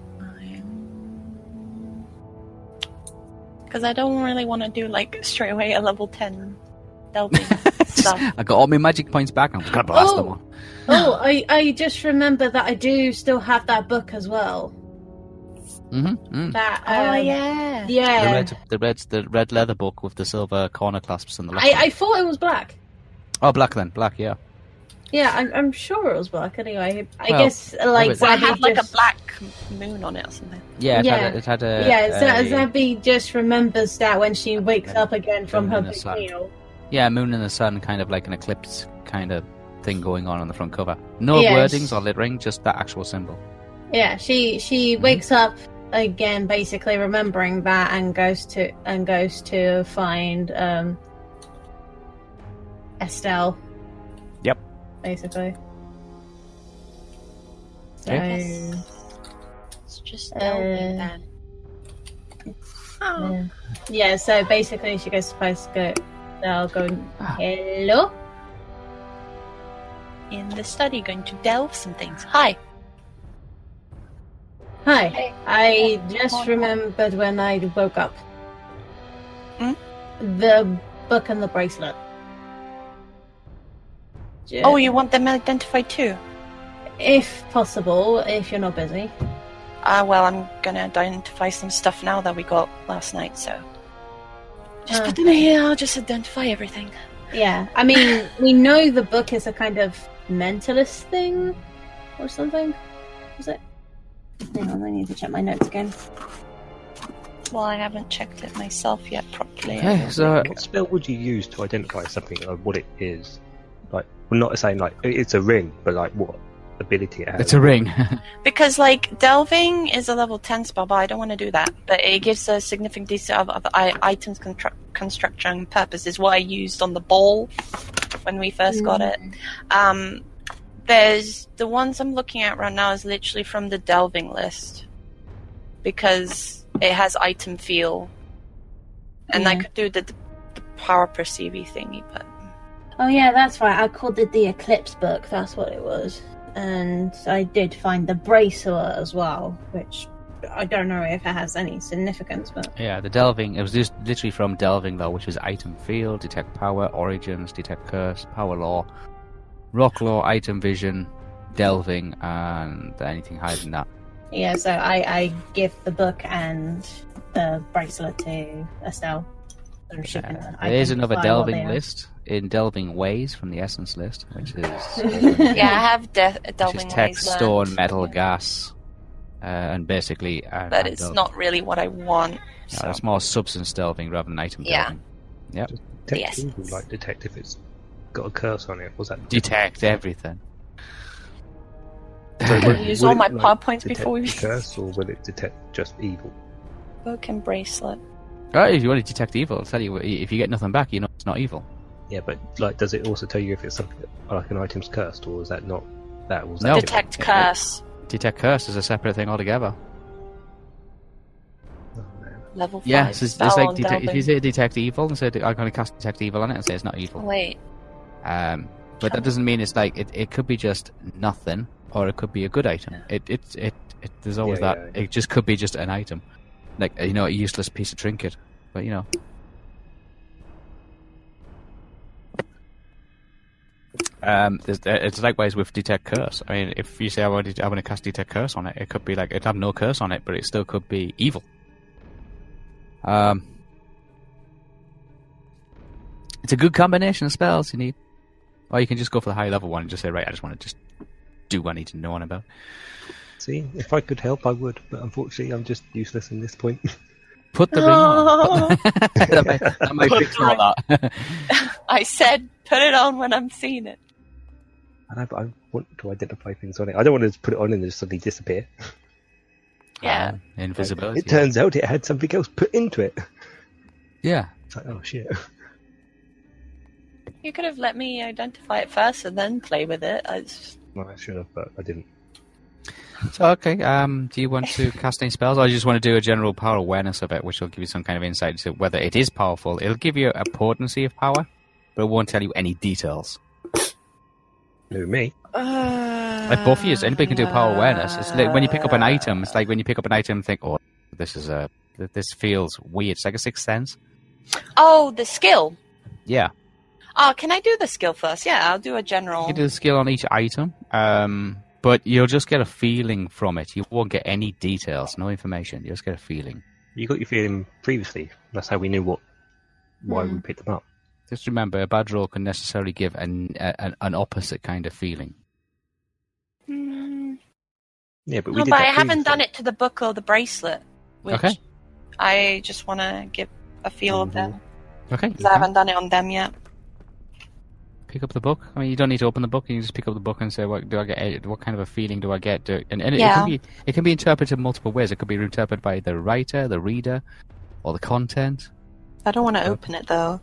Speaker 6: Because I don't really want to do like straight away a level 10 delving stuff.
Speaker 1: I got all my magic points back. I'm just gonna blast them
Speaker 5: Oh.
Speaker 1: on.
Speaker 5: Oh, I, I just remember that I do still have that book as well.
Speaker 1: Mm-hmm. Mm.
Speaker 5: That
Speaker 6: Oh,
Speaker 5: um,
Speaker 6: yeah.
Speaker 1: The
Speaker 5: yeah.
Speaker 1: red, the red, the red leather book with the silver corner clasps and the.
Speaker 5: I,
Speaker 1: left
Speaker 5: I thought it was black.
Speaker 1: Oh, black then, black. Yeah.
Speaker 5: Yeah, I'm, I'm sure it was black. Anyway, I
Speaker 1: Well,
Speaker 5: guess like
Speaker 1: was-
Speaker 6: So I
Speaker 5: Zabby
Speaker 6: had like
Speaker 5: just...
Speaker 6: a black moon on it or something.
Speaker 1: Yeah. It, Had,
Speaker 5: Yeah.
Speaker 1: a- it had a.
Speaker 5: Yeah,
Speaker 1: a-
Speaker 5: Z- Zabby just remembers that when she wakes
Speaker 1: then-
Speaker 5: up again from
Speaker 1: then
Speaker 5: her
Speaker 1: in the
Speaker 5: big
Speaker 1: sun.
Speaker 5: meal.
Speaker 1: Yeah, moon and the sun, kind of like an eclipse kind of thing going on on the front cover. No
Speaker 5: Yes.
Speaker 1: wordings or lettering, just that actual symbol.
Speaker 5: Yeah, she she
Speaker 1: Mhm.
Speaker 5: wakes up again, basically remembering that, and goes to and goes to find um Estelle.
Speaker 1: Yep.
Speaker 5: Basically. So,
Speaker 1: Okay.
Speaker 5: Mm.
Speaker 6: It's just
Speaker 5: Uh,
Speaker 6: delving then. Oh.
Speaker 5: yeah. yeah. So basically, she goes supposed to go. They'll go.
Speaker 1: Ah.
Speaker 5: Hello.
Speaker 6: In the study, going to delve some things. Hi.
Speaker 5: Hi. I just remembered when I woke up.
Speaker 6: Hmm?
Speaker 5: The book and the bracelet. Ju-
Speaker 6: Oh, you want them identified too?
Speaker 5: if possible, if you're not busy.
Speaker 6: Ah, well, I'm gonna identify some stuff now that we got last night, so. Just
Speaker 5: Ah.
Speaker 6: put them here, I'll just identify everything.
Speaker 5: Yeah. I mean, we know the book is a kind of mentalist thing or something. Was it? Hang on, I need to check my notes again.
Speaker 6: Well, I haven't checked it myself yet properly.
Speaker 1: Okay, so
Speaker 3: What spell would you use to identify something or what it is? Like, we're not saying like it- it's a ring, but like what ability it has.
Speaker 1: it's a ring.
Speaker 6: Because, like, delving is a level 10 spell, but I don't want to do that. But it gives a significant detail of, of i- items constru- construction and purpose, is what I used on the ball when we first got it.
Speaker 1: Mm.
Speaker 6: Um, there's the ones I'm looking at right now is literally from the delving list because it has item feel, and I
Speaker 1: Mm.
Speaker 5: Yeah.
Speaker 6: could do the, the power perceivy thingy, but
Speaker 5: Oh yeah, that's right. I called it the Eclipse book. That's what it was, and I did find the bracelet as well, which I don't know if it has any significance, but
Speaker 1: yeah, the delving. It was just literally from delving though, which was item field, detect power, origins, detect curse, power law, rock law, item vision, delving, and anything higher than that.
Speaker 5: yeah. So I, I give the book and the bracelet to Estelle. So she can
Speaker 1: Uh, there is
Speaker 5: identify
Speaker 1: another
Speaker 5: what they
Speaker 1: delving
Speaker 5: are.
Speaker 1: list in delving ways from the essence list, which is
Speaker 6: yeah, I have de-
Speaker 1: Which
Speaker 6: delving
Speaker 1: is
Speaker 6: ways
Speaker 1: text,
Speaker 6: learned,
Speaker 1: stone, metal, gas, uh, and basically. Uh,
Speaker 6: but
Speaker 1: and
Speaker 6: it's
Speaker 1: delving.
Speaker 6: not really what I want.
Speaker 1: Yeah,
Speaker 6: so.
Speaker 1: it's more substance delving rather than item
Speaker 6: Yeah.
Speaker 1: delving.
Speaker 3: detect,
Speaker 6: Yes.
Speaker 3: you would, like detect if it's got a curse on it. What's that?
Speaker 1: Detect everything.
Speaker 3: So
Speaker 6: Can
Speaker 3: will-
Speaker 6: you use
Speaker 3: will
Speaker 6: all
Speaker 3: it,
Speaker 6: my
Speaker 3: like,
Speaker 6: power points
Speaker 3: detect
Speaker 6: before we
Speaker 3: the curse, or will it detect just evil?
Speaker 6: broken bracelet?
Speaker 1: Right, if you want to detect evil, I'll tell you, if you get nothing back, you know it's not evil.
Speaker 3: Yeah, but like, does it also tell you if it's something that, like an item's cursed, or is that not that? Or is that
Speaker 1: No.
Speaker 3: different?
Speaker 6: Detect curse.
Speaker 1: Detect curse is a separate thing altogether.
Speaker 3: Oh, man.
Speaker 6: Level five.
Speaker 1: Yeah, so it's, it's
Speaker 6: spell
Speaker 1: like
Speaker 6: on
Speaker 1: detect, if you
Speaker 6: Delvin.
Speaker 1: say detect evil and say I'm going to cast detect evil on it and say it's not evil.
Speaker 6: Wait.
Speaker 1: Um, but that doesn't mean it's like it, it. could be just nothing, or it could be a good item. It it it, it there's always
Speaker 3: Yeah,
Speaker 1: that.
Speaker 3: yeah,
Speaker 1: It just could be just an item, like you know, a useless piece of trinket. But you know, um, there's, uh, it's likewise with detect curse. I mean, if you say I want to, I want to cast detect curse on it, it could be like it'd have no curse on it, but it still could be evil. Um. It's a good combination of spells you need. Or you can just go for the high level one and just say, right, I just want to just do what I need to know on about.
Speaker 3: See, if I could help, I would, but unfortunately, I'm just useless in this point.
Speaker 1: Put the ring on. Put- that might, that might fix all that.
Speaker 6: I said put it on when I'm seeing it.
Speaker 3: And I, but I want to identify things on it. I don't want to just put it on and then just suddenly disappear.
Speaker 6: Yeah.
Speaker 1: Ah, invisibility.
Speaker 3: It turns out it had something else put into it.
Speaker 1: yeah.
Speaker 3: It's like, oh shit.
Speaker 6: You could have let me identify it first and then play with it. I just-
Speaker 3: Well, I should have, but I didn't.
Speaker 1: So, okay. Um, do you want to cast any spells? Or you just want to do a general power awareness of it, which will give you some kind of insight into whether it is powerful. It'll give you a potency of power, but it won't tell you any details.
Speaker 3: No, me.
Speaker 5: Uh,
Speaker 1: Like both of you, anybody can do power awareness. It's like when you pick up an item. It's like when you pick up an item, and think, "Oh, this is a th- this feels weird." It's like a sixth sense.
Speaker 6: Oh, the skill.
Speaker 1: Yeah,
Speaker 6: Oh, can I do the skill first? Yeah, I'll do a general.
Speaker 1: you do the skill on each item, um, but you'll just get a feeling from it. You won't get any details, no information. You just get a feeling.
Speaker 3: You got your feeling previously. That's how we knew what why
Speaker 6: Hmm.
Speaker 3: we picked them up.
Speaker 1: Just remember, a bad roll can necessarily give an a, an- an opposite kind of feeling.
Speaker 6: Hmm.
Speaker 3: Yeah, but we
Speaker 6: no,
Speaker 3: did
Speaker 6: but I
Speaker 3: that
Speaker 6: haven't
Speaker 3: previously.
Speaker 6: done it to the book or the bracelet. Which
Speaker 1: Okay.
Speaker 6: I just want to give a feel of them
Speaker 1: Okay, you
Speaker 6: because I
Speaker 1: can
Speaker 6: haven't done it on them yet.
Speaker 1: pick up the book. I mean, you don't need to open the book. You can just pick up the book and say, "What do I get? What kind of a feeling do I get?" Do, and and it, it
Speaker 6: Yeah.
Speaker 1: can be it can be interpreted multiple ways. It could be interpreted by the writer, the reader, or the content,
Speaker 6: I don't want to open it though.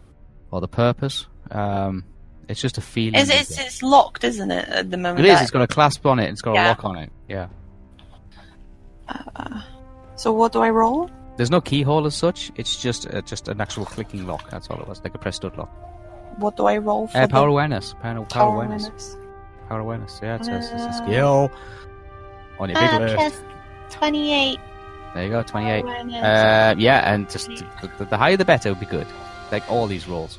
Speaker 1: or the purpose. Um, it's just a feeling.
Speaker 6: It's,
Speaker 1: you
Speaker 6: it's,
Speaker 1: get.
Speaker 6: it's locked, isn't it, at the moment?
Speaker 1: It is.
Speaker 6: that-
Speaker 1: It's got a clasp on it. It's got a
Speaker 6: Yeah.
Speaker 1: lock on it. Yeah.
Speaker 6: So what do I roll?
Speaker 1: There's no keyhole as such. It's just uh, just an actual clicking lock. That's all it was, like a press stud lock.
Speaker 6: What do I roll for
Speaker 1: Uh,
Speaker 6: the
Speaker 1: power awareness. Power, power,
Speaker 6: power
Speaker 1: awareness.
Speaker 6: awareness?
Speaker 1: Power awareness. Yeah, it's, a- it's a
Speaker 6: Uh,
Speaker 1: skill on your big
Speaker 6: Ah,
Speaker 1: list.
Speaker 6: plus 28.
Speaker 1: There you go.
Speaker 6: Power
Speaker 1: Twenty-eight.
Speaker 6: awareness.
Speaker 1: Uh, yeah, and just the, the- the higher the better would be good. Like all these rolls,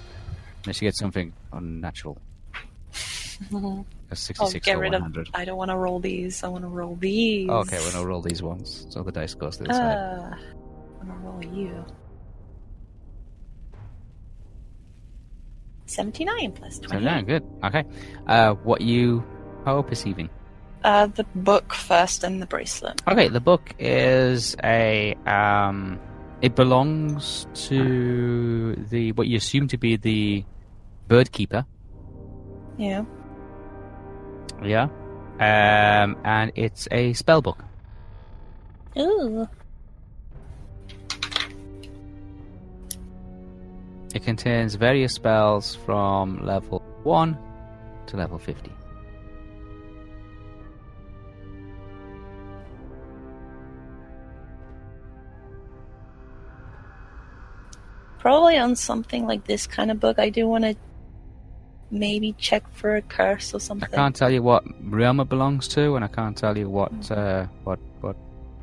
Speaker 1: unless you get something unnatural. A
Speaker 6: oh,
Speaker 1: sixty-six
Speaker 6: get
Speaker 1: or
Speaker 6: rid
Speaker 1: one
Speaker 6: of.
Speaker 1: hundred.
Speaker 6: I don't want to roll these. I want to roll these.
Speaker 1: Oh, Okay, we're gonna roll these ones. So the dice goes to the side.
Speaker 6: Uh, I'm gonna roll you. 79 plus
Speaker 1: So
Speaker 6: 20.
Speaker 1: yeah, good. Okay. Uh, what you power perceiving?
Speaker 6: Uh, the book first and the bracelet.
Speaker 1: Okay, the book is a um, it belongs to the what you assume to be the bird keeper.
Speaker 6: Yeah.
Speaker 1: Yeah. Um, and it's a spell book.
Speaker 6: Ooh.
Speaker 1: It contains various spells from level 1 to level 50.
Speaker 6: Probably on something like this kind of book, I do want to maybe check for a curse or
Speaker 1: I
Speaker 6: something.
Speaker 1: can't tell you what realm it belongs to, and I can't tell you what uh, what what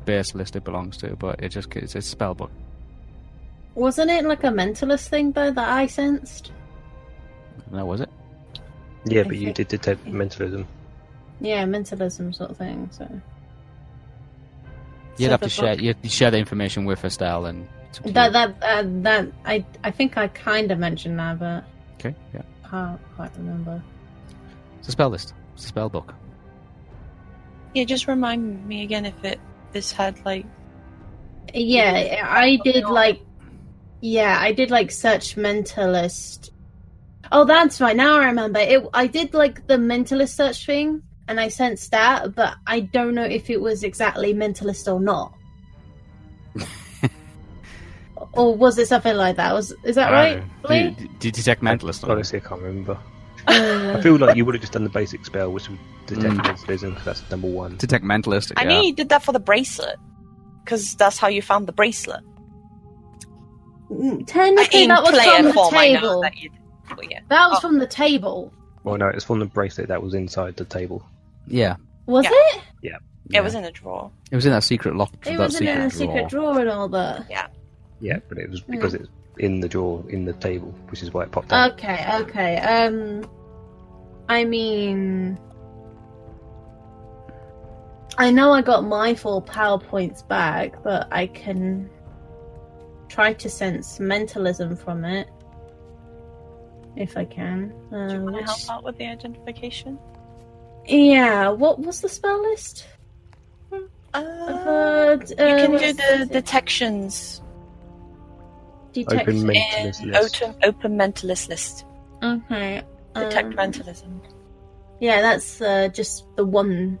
Speaker 1: base list it belongs to, but it just it's, it's a spell book.
Speaker 5: Wasn't it like a mentalist thing though that I sensed?
Speaker 1: No, was it?
Speaker 3: Yeah,
Speaker 5: I
Speaker 3: but you
Speaker 5: think-
Speaker 3: did detect mentalism.
Speaker 5: Yeah, mentalism sort of thing. So
Speaker 1: You'd
Speaker 6: So
Speaker 1: have
Speaker 6: the
Speaker 1: to share
Speaker 6: book-
Speaker 1: you'd share the information with Estelle and. it's up to
Speaker 5: that
Speaker 1: you.
Speaker 5: that uh, that I I think I kind of mentioned that, but
Speaker 1: Okay, yeah.
Speaker 5: I can't quite remember.
Speaker 1: It's a spell list. It's a spell book.
Speaker 6: Yeah, just remind me again if it this had like
Speaker 5: Yeah, I did like. Yeah, I did like search mentalist. Oh, that's right. Now I remember. It. I did like the mentalist search thing, and I sensed that, but I don't know if it was exactly mentalist or not. or was it something like that? Was is that right? Lee?
Speaker 8: Did, did you detect mentalist? on it?
Speaker 3: Honestly, I can't remember. I feel like you would have just done the basic spell, which would detect
Speaker 8: Mm.
Speaker 3: mentalism, because that's number one.
Speaker 8: Detect mentalist.
Speaker 6: I
Speaker 8: yeah.
Speaker 6: knew you did that for the bracelet, because that's how you found the bracelet.
Speaker 5: Mm, Technically, that was from the table. That,
Speaker 6: that you. Well, yeah.
Speaker 5: was
Speaker 6: Oh.
Speaker 5: from the table,
Speaker 3: Well, Oh, no, it's from the bracelet that was inside the table.
Speaker 1: Yeah.
Speaker 5: was
Speaker 6: Yeah.
Speaker 5: it?
Speaker 1: yeah.
Speaker 6: It was in a drawer.
Speaker 1: It was in that secret lock.
Speaker 5: It
Speaker 1: that
Speaker 5: wasn't
Speaker 1: secret
Speaker 5: in a
Speaker 1: drawer.
Speaker 5: secret drawer and all that.
Speaker 3: Yeah, but it was
Speaker 6: Hmm.
Speaker 3: because it's in the drawer, in the table, which is why it popped out.
Speaker 5: Okay, okay. Um, I mean, I know I got my four powerpoints back, but I can try to sense mentalism from it if I can.
Speaker 6: Do you
Speaker 5: Uh,
Speaker 6: want to
Speaker 5: which-
Speaker 6: help out with the identification?
Speaker 5: yeah. What was the spell list?
Speaker 6: Uh,
Speaker 5: Uh,
Speaker 6: you can do the detections
Speaker 3: Open
Speaker 5: detection.
Speaker 3: mentalist
Speaker 6: in
Speaker 3: list.
Speaker 6: open, open mentalist list.
Speaker 5: Okay.
Speaker 6: Detect
Speaker 5: um,
Speaker 6: mentalism.
Speaker 5: Yeah, that's uh, just the one.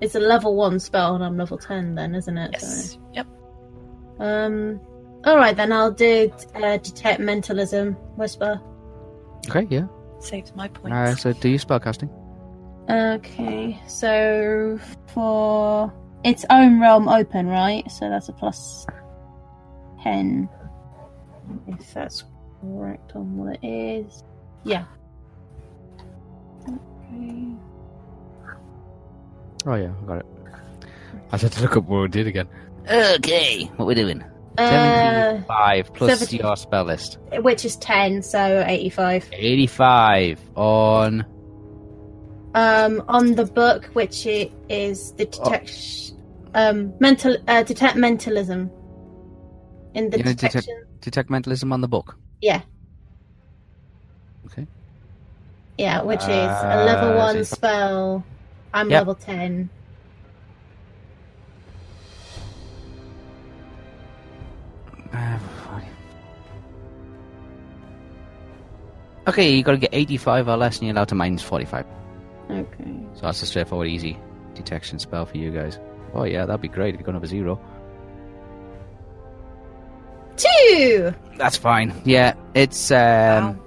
Speaker 5: It's a level one spell, and I'm level ten, then, isn't it? So-
Speaker 6: Yes. Yep.
Speaker 5: Um. All right, then I'll do uh, detect mentalism whisper.
Speaker 1: Okay, yeah.
Speaker 6: Saves my points.
Speaker 1: Uh, so do you spellcasting?
Speaker 5: Okay, so for its own realm open, right? So that's a plus ten, if that's correct on what it is. Yeah. Okay.
Speaker 1: Oh yeah, I got it. I had to look up what we did again. Okay, what we're doing?
Speaker 5: Uh,
Speaker 1: Seventy-five plus
Speaker 5: seventy-
Speaker 1: your spell list.
Speaker 5: which is ten, so eighty-five.
Speaker 1: Eighty-five on.
Speaker 5: um, on the book, which i- is the
Speaker 1: Oh.
Speaker 5: detect um, mental uh, detect mentalism in the
Speaker 1: You know, detect-
Speaker 5: detection.
Speaker 1: Detect mentalism on the book.
Speaker 5: yeah, which is a
Speaker 1: Uh,
Speaker 5: level
Speaker 1: is
Speaker 5: one
Speaker 1: it-
Speaker 5: spell. I'm
Speaker 1: Yep.
Speaker 5: level ten.
Speaker 1: Ah, fuck. Okay, you got to get eighty-five or less, and you're allowed to minus forty-five.
Speaker 5: Okay.
Speaker 1: So that's a straightforward, easy detection spell for you guys. Oh yeah, that'd be great if you got over zero.
Speaker 5: Two.
Speaker 1: That's fine. Yeah, it's um.
Speaker 6: Wow.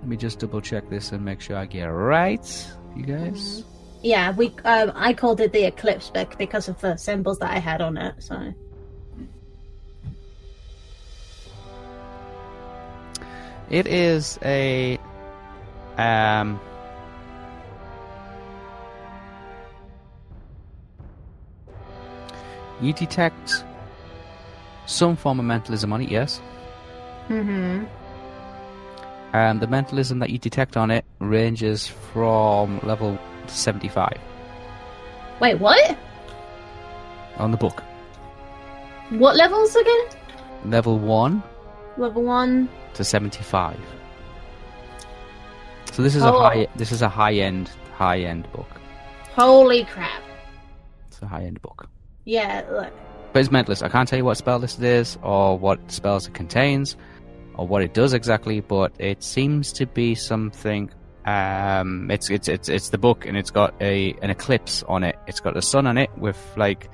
Speaker 1: Let me just double check this and make sure I get it right, you guys.
Speaker 5: Yeah, we. Um, I called it the eclipse book because of the symbols that I had on it. So
Speaker 8: It is a um
Speaker 1: You detect some form of mentalism on it, yes.
Speaker 5: hmm
Speaker 1: Um, the mentalism that you detect on it ranges from level 75
Speaker 5: Wait, what?
Speaker 1: on the book.
Speaker 5: What levels again?
Speaker 1: Level 1
Speaker 5: Level one.
Speaker 1: to 75. So this is
Speaker 5: Oh.
Speaker 1: a high this is a high end high end book.
Speaker 5: Holy crap!
Speaker 1: It's a high end book.
Speaker 5: Yeah. Look.
Speaker 1: But it's mentalist. I can't tell you what spell list it is or what spells it contains or what it does exactly, but it seems to be something um it's it's it's it's the book and it's got a an eclipse on it. It's got the sun on it with like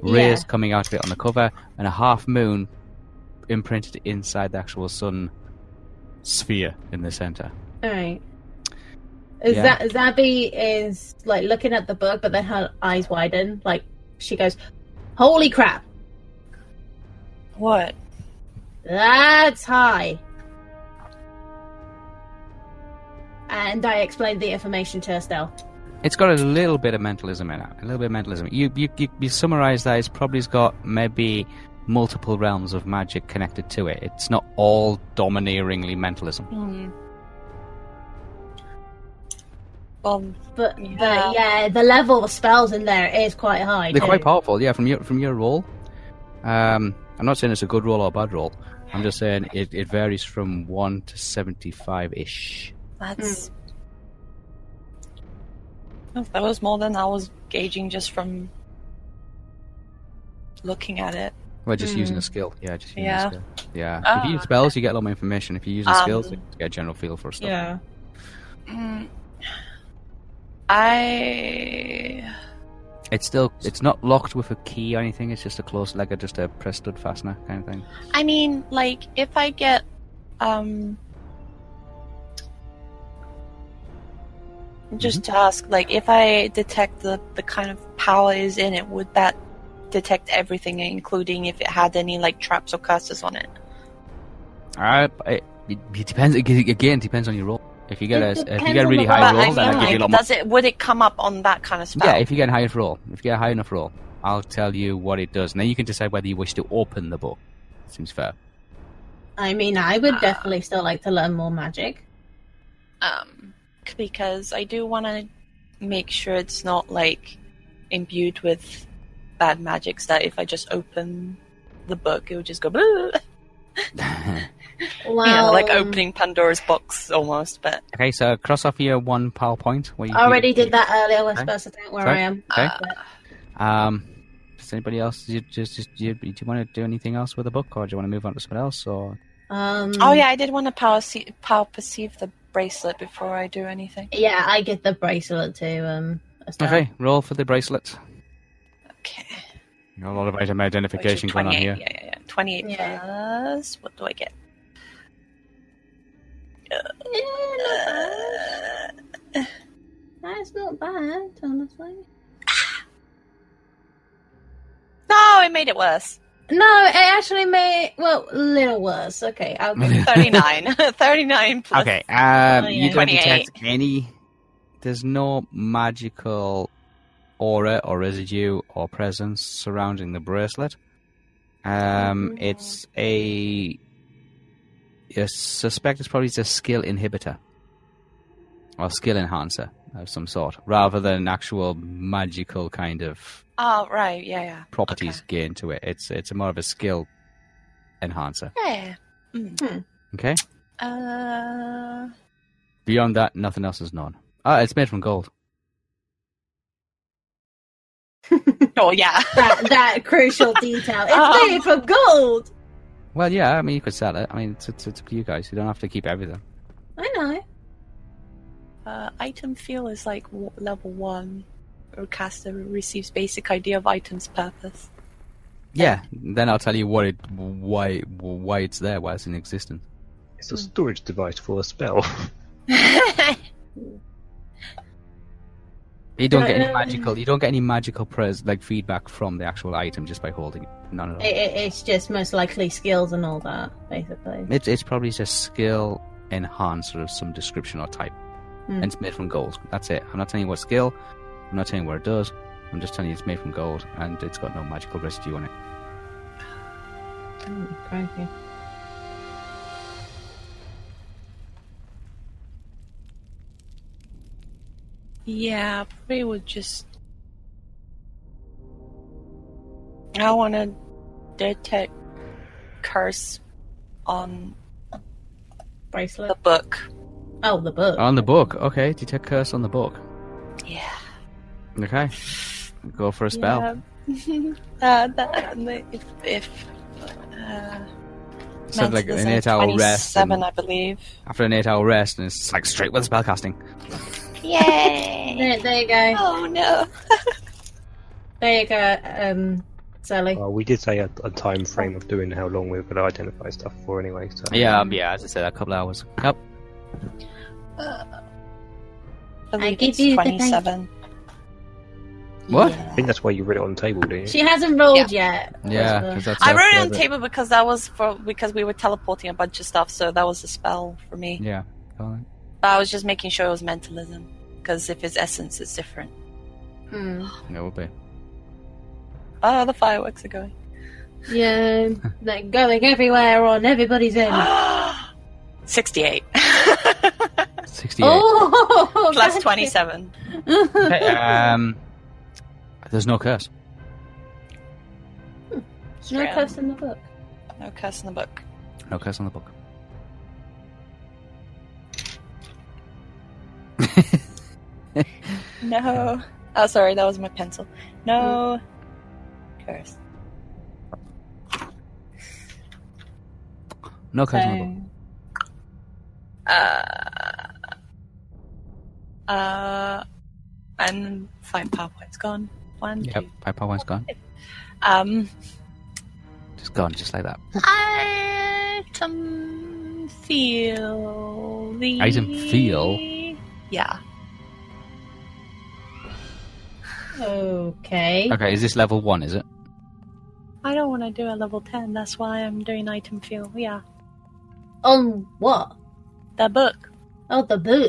Speaker 1: rays
Speaker 5: Yeah.
Speaker 1: coming out of it on the cover and a half moon imprinted inside the actual sun sphere in the center.
Speaker 5: Alright. Is
Speaker 1: Yeah.
Speaker 5: that Zabby is like looking at the book, but then her eyes widen. Like she goes, "Holy crap,
Speaker 6: What?
Speaker 5: that's high!" And I explained the information to Estelle.
Speaker 1: It's got a little bit of mentalism in it. A little bit of mentalism. You you you, you summarize that it's probably's got maybe multiple realms of magic connected to it. It's not all domineeringly mentalism.
Speaker 6: Well,
Speaker 5: But yeah,
Speaker 6: Yeah.
Speaker 5: but, yeah the level of spells in there is quite high.
Speaker 1: They're
Speaker 5: too.
Speaker 1: quite powerful, yeah. From your from your role, um, I'm not saying it's a good roll or a bad roll. I'm just saying it, it varies from one to seventy five ish.
Speaker 6: that's.
Speaker 5: Hmm.
Speaker 6: Oh, That was more than I was gauging just from looking at it.
Speaker 1: We're just using
Speaker 5: Hmm.
Speaker 1: a skill, yeah. Just using
Speaker 6: Yeah.
Speaker 1: a skill. yeah. if
Speaker 6: Ah,
Speaker 1: you use spells, you get a lot more information. If you use using
Speaker 6: Um,
Speaker 1: skills, you get a general feel for stuff.
Speaker 5: Yeah.
Speaker 6: Mm. I.
Speaker 1: It's still it's not locked with a key or anything. It's just a close, like a just a press stud fastener kind of thing.
Speaker 6: I mean, like, if I get, um, just to ask, like, if I detect the the kind of power is in it, would that detect everything, including if it had any like traps or curses on it?
Speaker 1: Uh, it, it depends again. Depends on your roll. If you get
Speaker 5: It
Speaker 1: a if you
Speaker 5: depends
Speaker 1: get a
Speaker 5: on
Speaker 1: really
Speaker 5: the
Speaker 1: high
Speaker 6: But I
Speaker 1: roll, then I
Speaker 6: mean,
Speaker 1: will give you a lot
Speaker 6: like,
Speaker 1: more.
Speaker 6: does it? Would it come up on that kind of spell?
Speaker 1: Yeah, if you get a high enough roll, if you get a high enough roll, I'll tell you what it does, and then you can decide whether you wish to open the book. Seems fair.
Speaker 5: I mean, I would
Speaker 6: Ah.
Speaker 5: definitely still like to learn more magic.
Speaker 6: um, because I do want to make sure it's not like imbued with bad magics. That if I just open the book, it would just go, blah,
Speaker 5: Well,
Speaker 6: you know, like opening Pandora's box almost. But
Speaker 1: Okay, so cross off your one PowerPoint. Where you
Speaker 5: I already did that earlier when
Speaker 1: Okay.
Speaker 5: Spurs attack where
Speaker 1: Sorry?
Speaker 5: I am.
Speaker 1: Okay.
Speaker 5: but-
Speaker 1: Um, does anybody else? Do you, just, just, do you, do you want to do anything else with the book, or do you want to move on to something else? Or
Speaker 5: Um,
Speaker 6: oh yeah, I did want to power see- power perceive the bracelet before I do anything.
Speaker 5: yeah, I get the bracelet too. Um, Estelle.
Speaker 1: okay, roll for the bracelet.
Speaker 6: Okay.
Speaker 8: Got A lot of item
Speaker 6: Which is
Speaker 8: identification going on
Speaker 6: 28,
Speaker 8: here.
Speaker 6: Yeah, yeah, yeah. Twenty-eight
Speaker 5: Yeah.
Speaker 6: plus. What do I get?
Speaker 5: That's not bad, honestly.
Speaker 6: No, it made it worse.
Speaker 5: No, it actually made well a little worse. Okay, I'll give it
Speaker 6: 39. 39 plus.
Speaker 8: Okay, um,
Speaker 1: Uh,
Speaker 5: Oh, yeah.
Speaker 8: you don't detect any.
Speaker 1: There's no magical aura or residue or presence surrounding the bracelet.
Speaker 6: Oh,
Speaker 1: Um, it's a. I suspect it's probably just a skill inhibitor or skill enhancer of some sort, rather than actual magical kind of
Speaker 6: Oh, right. Yeah, yeah.
Speaker 1: properties gained to it. It's it's more of a skill enhancer.
Speaker 6: Yeah. Mm.
Speaker 1: Okay.
Speaker 6: Uh,
Speaker 1: Beyond that, nothing else is known. Ah, it's made from gold.
Speaker 6: oh, yeah.
Speaker 5: that that crucial detail. It's
Speaker 6: Um.
Speaker 5: made from gold.
Speaker 1: Well, yeah. I mean, you could sell it. I mean, it's it's, it's up to you guys. You don't have to keep everything.
Speaker 5: I know.
Speaker 6: Uh, item feel is like w- level one. Or caster receives basic idea of item's purpose.
Speaker 1: Yeah. Then I'll tell you what it why why it's there, why it's in existence.
Speaker 3: It's a storage device for a spell.
Speaker 1: You don't
Speaker 5: Yeah,
Speaker 1: get any
Speaker 5: yeah.
Speaker 1: magical. You don't get any magical pres like feedback from the actual item just by holding it. None at all.
Speaker 5: It, it, it's just most likely skills and all that, basically.
Speaker 1: It's it's probably just skill enhancer of some description or type.
Speaker 5: Hmm.
Speaker 1: And it's made from gold. That's it. I'm not telling you what skill. I'm not telling you what it does. I'm just telling you it's made from gold and it's got no magical residue on it.
Speaker 5: Mm, crikey.
Speaker 6: Yeah, probably would just. I want to detect curse on
Speaker 5: Bracelet.
Speaker 6: the book.
Speaker 5: Oh, the book.
Speaker 1: On the book. Okay. Detect curse on the book.
Speaker 6: Yeah.
Speaker 1: Okay. Go for a spell.
Speaker 6: Yeah. uh, that, and the- if if uh,
Speaker 1: So like
Speaker 6: Mantis
Speaker 1: an
Speaker 6: is
Speaker 1: eight hour rest. and-
Speaker 6: Seven, I believe.
Speaker 1: after an eight hour rest, and it's like straight with spell casting.
Speaker 6: Yay!
Speaker 5: There, there you go.
Speaker 6: oh no!
Speaker 5: There you go, um, Sally.
Speaker 3: Well, we did say a, a time frame of doing how long we were going to identify stuff for anyway. So
Speaker 1: Yeah. um, Yeah. As I said, a couple hours. Yep.
Speaker 6: believe
Speaker 5: give
Speaker 6: it's
Speaker 5: you the
Speaker 6: twenty-seven.
Speaker 1: What?
Speaker 3: I think that's why you read it on the table, didn't you?
Speaker 5: She hasn't rolled yet.
Speaker 1: Yeah.
Speaker 5: Elizabeth.
Speaker 1: 'cause that's
Speaker 6: I
Speaker 1: our
Speaker 6: wrote it on
Speaker 1: favorite.
Speaker 6: table because that was for because we were teleporting a bunch of stuff, so that was a spell for me.
Speaker 1: Yeah. Go on.
Speaker 6: But I was just making sure it was mentalism because if it's essence, it's different.
Speaker 5: Hmm.
Speaker 1: It would be.
Speaker 6: Oh, the fireworks are going.
Speaker 5: Yeah, they're going everywhere on everybody's end.
Speaker 6: Sixty-eight
Speaker 1: 68.
Speaker 5: Oh,
Speaker 6: plus
Speaker 5: gotcha.
Speaker 6: twenty-seven.
Speaker 1: Okay, um, there's no curse.
Speaker 5: no
Speaker 6: Strand.
Speaker 5: curse in the book.
Speaker 6: No curse in the book.
Speaker 1: No curse on the book.
Speaker 6: No. Mm. Oh, sorry, that was my pencil. No. Curse.
Speaker 1: No curse on the book.
Speaker 6: Uh. Uh. and find PowerPoint's gone. One,
Speaker 1: Yep,
Speaker 6: two.
Speaker 1: my PowerPoint's gone.
Speaker 6: Um,
Speaker 1: Just gone, just like that.
Speaker 6: I item feel the
Speaker 1: Item feel?
Speaker 6: Yeah.
Speaker 5: Okay.
Speaker 1: Okay, is this level one, is it?
Speaker 6: I don't want to do a level ten. That's why I'm doing item feel. Yeah,
Speaker 5: On what?
Speaker 6: the book,
Speaker 5: Oh, the book.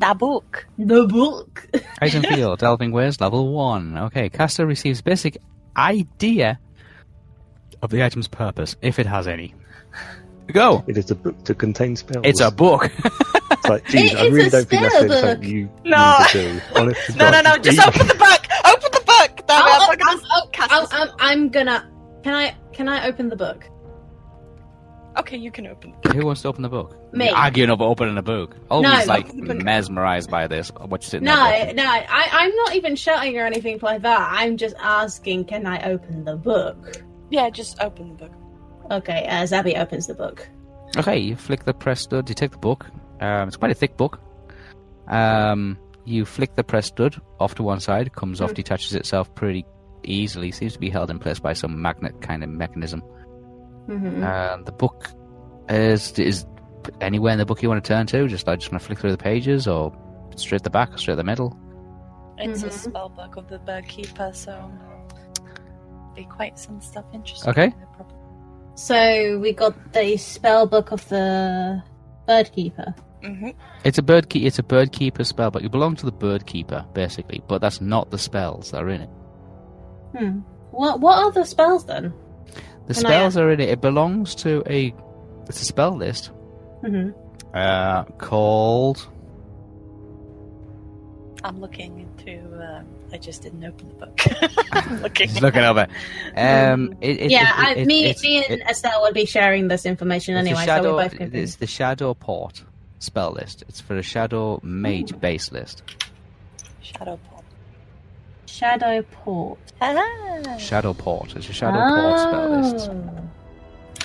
Speaker 5: Oh,
Speaker 6: the book.
Speaker 5: The book.
Speaker 1: Item field, Delving Wares, level one. Okay, caster receives basic idea of the item's purpose, if it has any. Go!
Speaker 3: It is a book to contain spells.
Speaker 1: It's a book!
Speaker 3: It's like, geez,
Speaker 5: It
Speaker 3: I
Speaker 5: is
Speaker 3: really
Speaker 5: a
Speaker 3: don't think that's
Speaker 5: spell
Speaker 3: something
Speaker 5: book.
Speaker 3: you
Speaker 6: No.
Speaker 3: need to do. Honest to
Speaker 6: No, no,
Speaker 3: God.
Speaker 6: no! Just
Speaker 3: You-
Speaker 6: open the book. Open the book.
Speaker 5: Oh,
Speaker 6: No, I'm not gonna
Speaker 5: oh, oh,
Speaker 6: cast
Speaker 5: oh,
Speaker 6: this.
Speaker 5: I'm, I'm gonna. Can I? Can I open the book?
Speaker 6: Okay, you can open.
Speaker 1: Who wants to open the book?
Speaker 5: Me.
Speaker 1: Arguing over opening a book. Always
Speaker 5: No.
Speaker 1: like mesmerized by this. What you sitting
Speaker 5: No,
Speaker 1: there watching.
Speaker 5: no. I, I'm not even shouting or anything like that. I'm just asking. Can I open the book?
Speaker 6: Yeah, just open the book.
Speaker 5: Okay. Uh, Zabby opens the book.
Speaker 1: Okay, you flick the press stud, you take the book. Um, it's quite a thick book. Um, you flick the press stud off to one side, comes
Speaker 5: Hmm.
Speaker 1: off, detaches itself pretty easily, seems to be held in place by some magnet kind of mechanism.
Speaker 5: hmm
Speaker 1: Um, the book is is anywhere in the book you want to turn to. Just I just want to flick through the pages, or straight the back, or straight the middle.
Speaker 6: It's a
Speaker 5: Mhm.
Speaker 6: spell book of the book keeper, so be quite some stuff interesting.
Speaker 1: Okay.
Speaker 6: in there, probably.
Speaker 5: So we got the spell book of the bird keeper.
Speaker 6: Mhm.
Speaker 1: It's a bird key. It's a bird keeper spell, but you belong to the bird keeper basically. But that's not the spells that are in it.
Speaker 5: Hmm. What What are the spells then?
Speaker 1: The
Speaker 5: Can I-
Speaker 1: spells are in it. It belongs to a. It's a spell list
Speaker 5: hmm
Speaker 1: uh, called.
Speaker 6: I'm looking into. Um, I just didn't open the book. I'm looking.
Speaker 7: He's looking over.
Speaker 1: Um, it, it,
Speaker 5: yeah,
Speaker 1: it-
Speaker 5: I,
Speaker 1: it-
Speaker 5: me,
Speaker 1: it's-
Speaker 5: me
Speaker 1: it-
Speaker 5: and Estelle would be sharing this information
Speaker 1: It's a
Speaker 5: anyway,
Speaker 1: shadow,
Speaker 5: so we're both confused.
Speaker 1: It's the Shadow Port spell list. It's for a Shadow Mage base list.
Speaker 6: Shadow pop.
Speaker 5: Shadow port.
Speaker 6: Ah,
Speaker 1: Shadow Port. It's a Shadow Port spell list.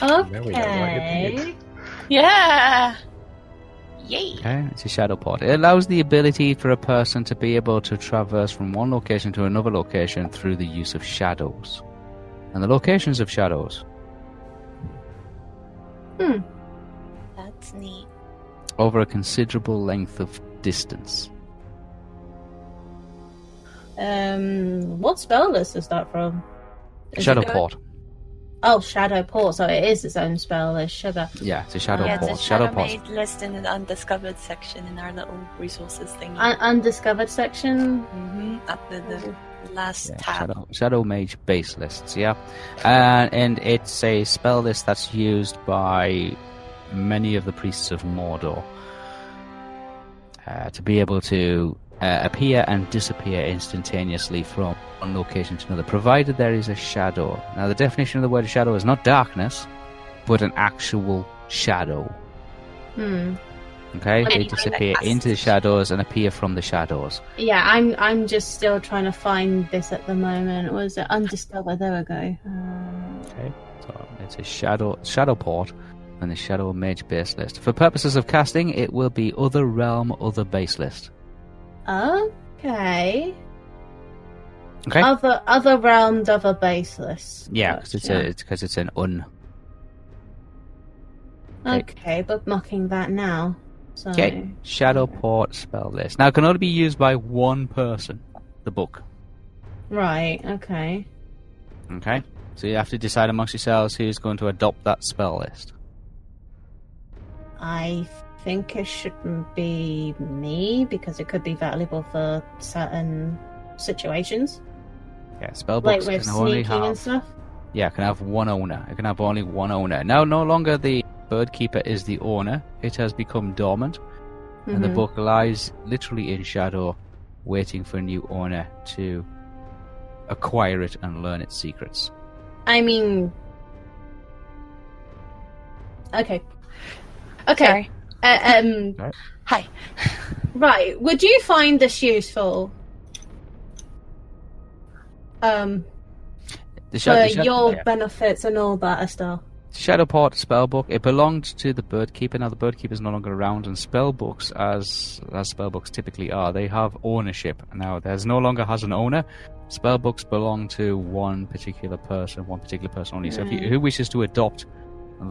Speaker 5: Oh.
Speaker 3: Now we know why you're
Speaker 5: Okay.
Speaker 6: yeah. Yay.
Speaker 1: Okay, it's a shadow pod. It allows the ability for a person to be able to traverse from one location to another location through the use of shadows. And the locations of shadows
Speaker 6: That's neat.
Speaker 1: over a considerable length of distance.
Speaker 5: Um, what spell list is that from? Is
Speaker 1: shadow
Speaker 5: it going-
Speaker 1: pod.
Speaker 5: Oh, shadow port. So it is its own spell list. Sugar.
Speaker 1: Yeah, it's a shadow
Speaker 6: yeah,
Speaker 1: pod.
Speaker 6: it's a
Speaker 1: shadow
Speaker 6: shadow,
Speaker 1: pod.
Speaker 6: made list in an undiscovered section in our little resources thing.
Speaker 5: Un- undiscovered section.
Speaker 6: hmm Up the, the last
Speaker 1: Yeah,
Speaker 6: tab.
Speaker 1: shadow, shadow mage base lists, yeah. And, and it's a spell list that's used by many of the priests of Mordor uh, to be able to uh, appear and disappear instantaneously from one location to another, provided there is a shadow. Now, the definition of the word shadow is not darkness, but an actual shadow.
Speaker 5: Hmm.
Speaker 1: Okay,
Speaker 6: Anything
Speaker 1: they
Speaker 6: that
Speaker 1: disappear
Speaker 6: casts
Speaker 1: into the shadows and appear from the shadows.
Speaker 5: Yeah, I'm. I'm just still trying to find this at the moment. Was it undiscovered? There we go. Um,
Speaker 1: So it's a shadow shadow port and the shadow mage base list. For purposes of casting, it will be other realm, other base list.
Speaker 5: Okay.
Speaker 1: Okay.
Speaker 5: Other other realms, other baseless.
Speaker 1: yeah, because it's a it's because it's an un.
Speaker 5: Okay, but mocking that now. So
Speaker 1: Okay, shadow port spell list. Now it can only be used by one person. The book.
Speaker 5: right, okay.
Speaker 1: Okay, so you have to decide amongst yourselves who's going to adopt that spell list.
Speaker 5: I think it shouldn't be me because it could be valuable for certain situations,
Speaker 1: Yeah, spellbooks
Speaker 5: like with
Speaker 1: can only
Speaker 5: sneaking
Speaker 1: have
Speaker 5: and stuff.
Speaker 1: Yeah, it can have one owner. It can have only one owner. Now, no longer the bird keeper is the owner. It has become dormant, and the
Speaker 5: Mhm.
Speaker 1: book lies literally in shadow, waiting for a new owner to acquire it and learn its secrets.
Speaker 5: I mean, okay, okay.
Speaker 6: Sorry.
Speaker 5: Uh, um,
Speaker 6: Hi.
Speaker 5: right. Would you find this useful? Um,
Speaker 1: The
Speaker 5: for
Speaker 1: shadow,
Speaker 5: um, your benefits and all that, Estelle.
Speaker 1: Shadowport spellbook. It belonged to the birdkeeper. Now the birdkeeper is no longer around, and spellbooks, as as spellbooks typically are, they have ownership. Now there's no longer has an owner. Spellbooks belong to one particular person, one particular person only. So if you, who wishes to adopt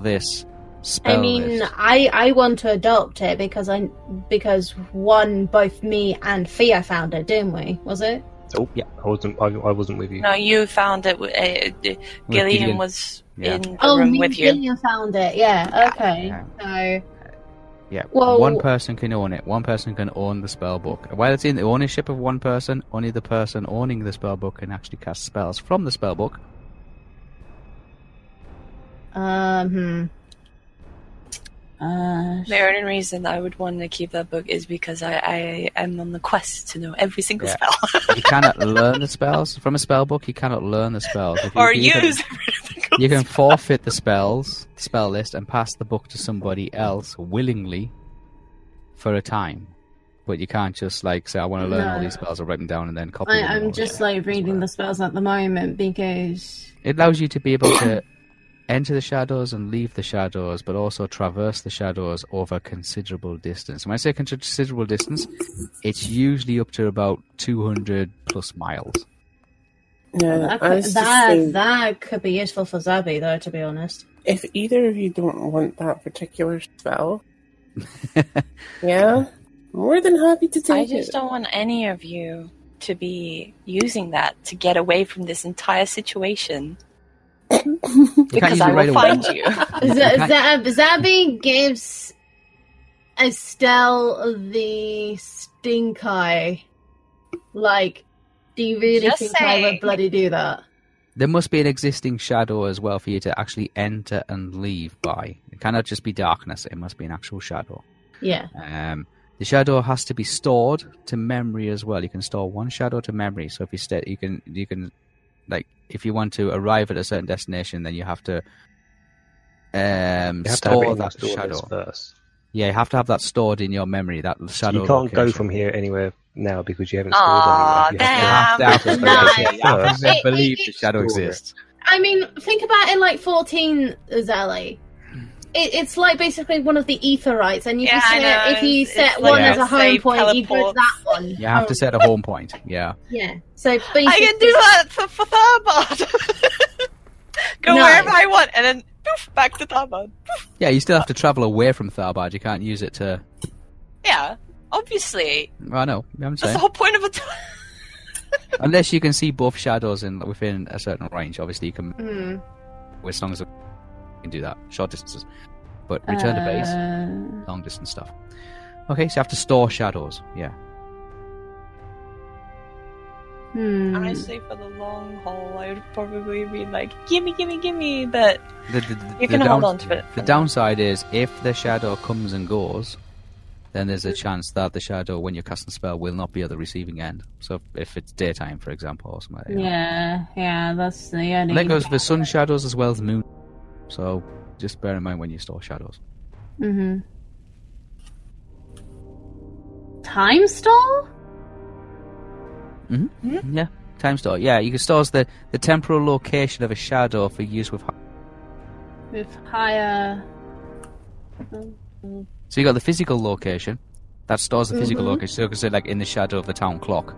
Speaker 1: this spell
Speaker 5: I mean,
Speaker 1: list?
Speaker 5: I I want to adopt it because I because one both me and Thea found it, didn't we? Was it?
Speaker 3: Oh, yeah. I wasn't. I, I wasn't with you.
Speaker 6: No, you found it. w- Uh, uh, Gillian
Speaker 1: Gideon.
Speaker 6: was
Speaker 1: Yeah.
Speaker 6: in the
Speaker 5: oh,
Speaker 6: room
Speaker 5: me
Speaker 6: with
Speaker 5: and
Speaker 6: you.
Speaker 5: Gillian found it. Yeah. Okay.
Speaker 1: Yeah.
Speaker 5: So
Speaker 1: Yeah,
Speaker 5: Well-
Speaker 1: one person can own it. One person can own the spell book. While it's in the ownership of one person, only the person owning the spell book can actually cast spells from the spell book.
Speaker 5: um. hmm.
Speaker 9: Uh,
Speaker 6: The only reason I would want to keep that book is because I, I am on the quest to know every single
Speaker 1: Yeah.
Speaker 6: spell
Speaker 1: You cannot learn the spells from a spell book. You cannot learn the spells. If you-
Speaker 6: or
Speaker 1: you can-
Speaker 6: use. every single
Speaker 1: you can
Speaker 6: spell.
Speaker 1: forfeit the spells, spell list, and pass the book to somebody else willingly for a time. But you can't just like say, "I want to learn all
Speaker 5: No.
Speaker 1: these spells," or write them down and then copy
Speaker 5: I,
Speaker 1: them.
Speaker 5: I'm
Speaker 1: or-
Speaker 5: just like reading the spells at the moment because
Speaker 1: It allows you to be able to enter the shadows and leave the shadows, but also traverse the shadows over considerable distance. When I say con- considerable distance, it's usually up to about 200 plus miles.
Speaker 4: Yeah,
Speaker 5: that
Speaker 4: Uh, I
Speaker 5: could,
Speaker 4: was just saying,
Speaker 5: that, that could be useful for Zabi though. To be honest,
Speaker 4: if either of you don't want that particular spell, yeah, more than happy to
Speaker 6: I
Speaker 4: take
Speaker 6: just
Speaker 4: it.
Speaker 6: don't want any of you to be using that to get away from this entire situation
Speaker 1: You can't
Speaker 6: because
Speaker 1: use it
Speaker 6: I will
Speaker 1: right away.
Speaker 6: find you.
Speaker 5: Z-
Speaker 1: can't-
Speaker 5: Zab- Zabi gives Estelle the stink eye. Like, do you really
Speaker 6: Just
Speaker 5: think I
Speaker 6: saying.
Speaker 5: would bloody do that?
Speaker 1: There must be an existing shadow as well for you to actually enter and leave by. It cannot just be darkness, it must be an actual shadow.
Speaker 5: Yeah.
Speaker 1: Um, the shadow has to be stored to memory as well. You can store one shadow to memory. So if you stay, you can you can like if you want to arrive at a certain destination, then you have to um
Speaker 3: You have to have it
Speaker 1: store
Speaker 3: in your
Speaker 1: that
Speaker 3: store list
Speaker 1: shadow.
Speaker 3: first.
Speaker 1: Yeah, you have to have that stored in your memory. That
Speaker 3: So
Speaker 1: shadow.
Speaker 3: you can't go
Speaker 1: location.
Speaker 3: from here anywhere now because you haven't stored
Speaker 6: Aw,
Speaker 3: anywhere. You
Speaker 1: You
Speaker 3: have
Speaker 1: have to have the
Speaker 3: Damn.
Speaker 1: location
Speaker 3: Um, Nice.
Speaker 1: first.
Speaker 5: It-
Speaker 1: Believe
Speaker 5: it-
Speaker 1: the shadow
Speaker 3: it-
Speaker 1: exists.
Speaker 5: I mean, think about it like 14, Zali. It, it's like basically one of the etherites, and if
Speaker 6: Yeah,
Speaker 5: you
Speaker 6: I
Speaker 5: set,
Speaker 6: know,
Speaker 5: if you
Speaker 6: it's-
Speaker 5: set
Speaker 6: it's
Speaker 5: one
Speaker 1: like
Speaker 5: as a
Speaker 6: a
Speaker 5: home
Speaker 6: save
Speaker 5: point, you go to
Speaker 6: teleport.
Speaker 5: that one. Oh,
Speaker 1: You have to set a home point. Yeah.
Speaker 5: Yeah. So basically,
Speaker 6: I can do that for, for Tharbod. Go
Speaker 5: No.
Speaker 6: wherever I want and then poof, back to Tharbod.
Speaker 1: Yeah, you still have to travel away from Tharbad. You can't use it to.
Speaker 6: Yeah, obviously.
Speaker 1: I know. I'm
Speaker 6: That's
Speaker 1: saying.
Speaker 6: the whole point of a t-
Speaker 1: Unless you can see both shadows in within a certain range. Obviously, you can.
Speaker 5: Hmm.
Speaker 1: As long as you can do that, short distances. But return to base,
Speaker 9: Uh,
Speaker 1: long distance stuff. Okay, so you have to store shadows. Yeah.
Speaker 5: Hmm.
Speaker 6: Honestly, for the long haul, I would probably be like, gimme, gimme, gimme, but
Speaker 1: The, the- the-
Speaker 6: You
Speaker 1: the
Speaker 6: can hold on to it.
Speaker 1: The downside is if the shadow comes and goes, then there's
Speaker 6: Mm.
Speaker 1: a chance that the shadow, when you're casting a spell, will not be at the receiving end. So if it's daytime, for example, or something. Like that, you know.
Speaker 9: yeah, yeah, that's the only.
Speaker 1: And that goes for sun shadows as well as moon. So just bear in mind when you store shadows.
Speaker 5: Mm-hmm.
Speaker 9: Time stall?
Speaker 1: Yeah. Time store. Yeah, you can store the, the temporal location of a shadow for use with.
Speaker 9: With higher.
Speaker 1: So you got the physical location that stores the physical
Speaker 5: Mm-hmm.
Speaker 1: location. So you can say like in the shadow of the town clock.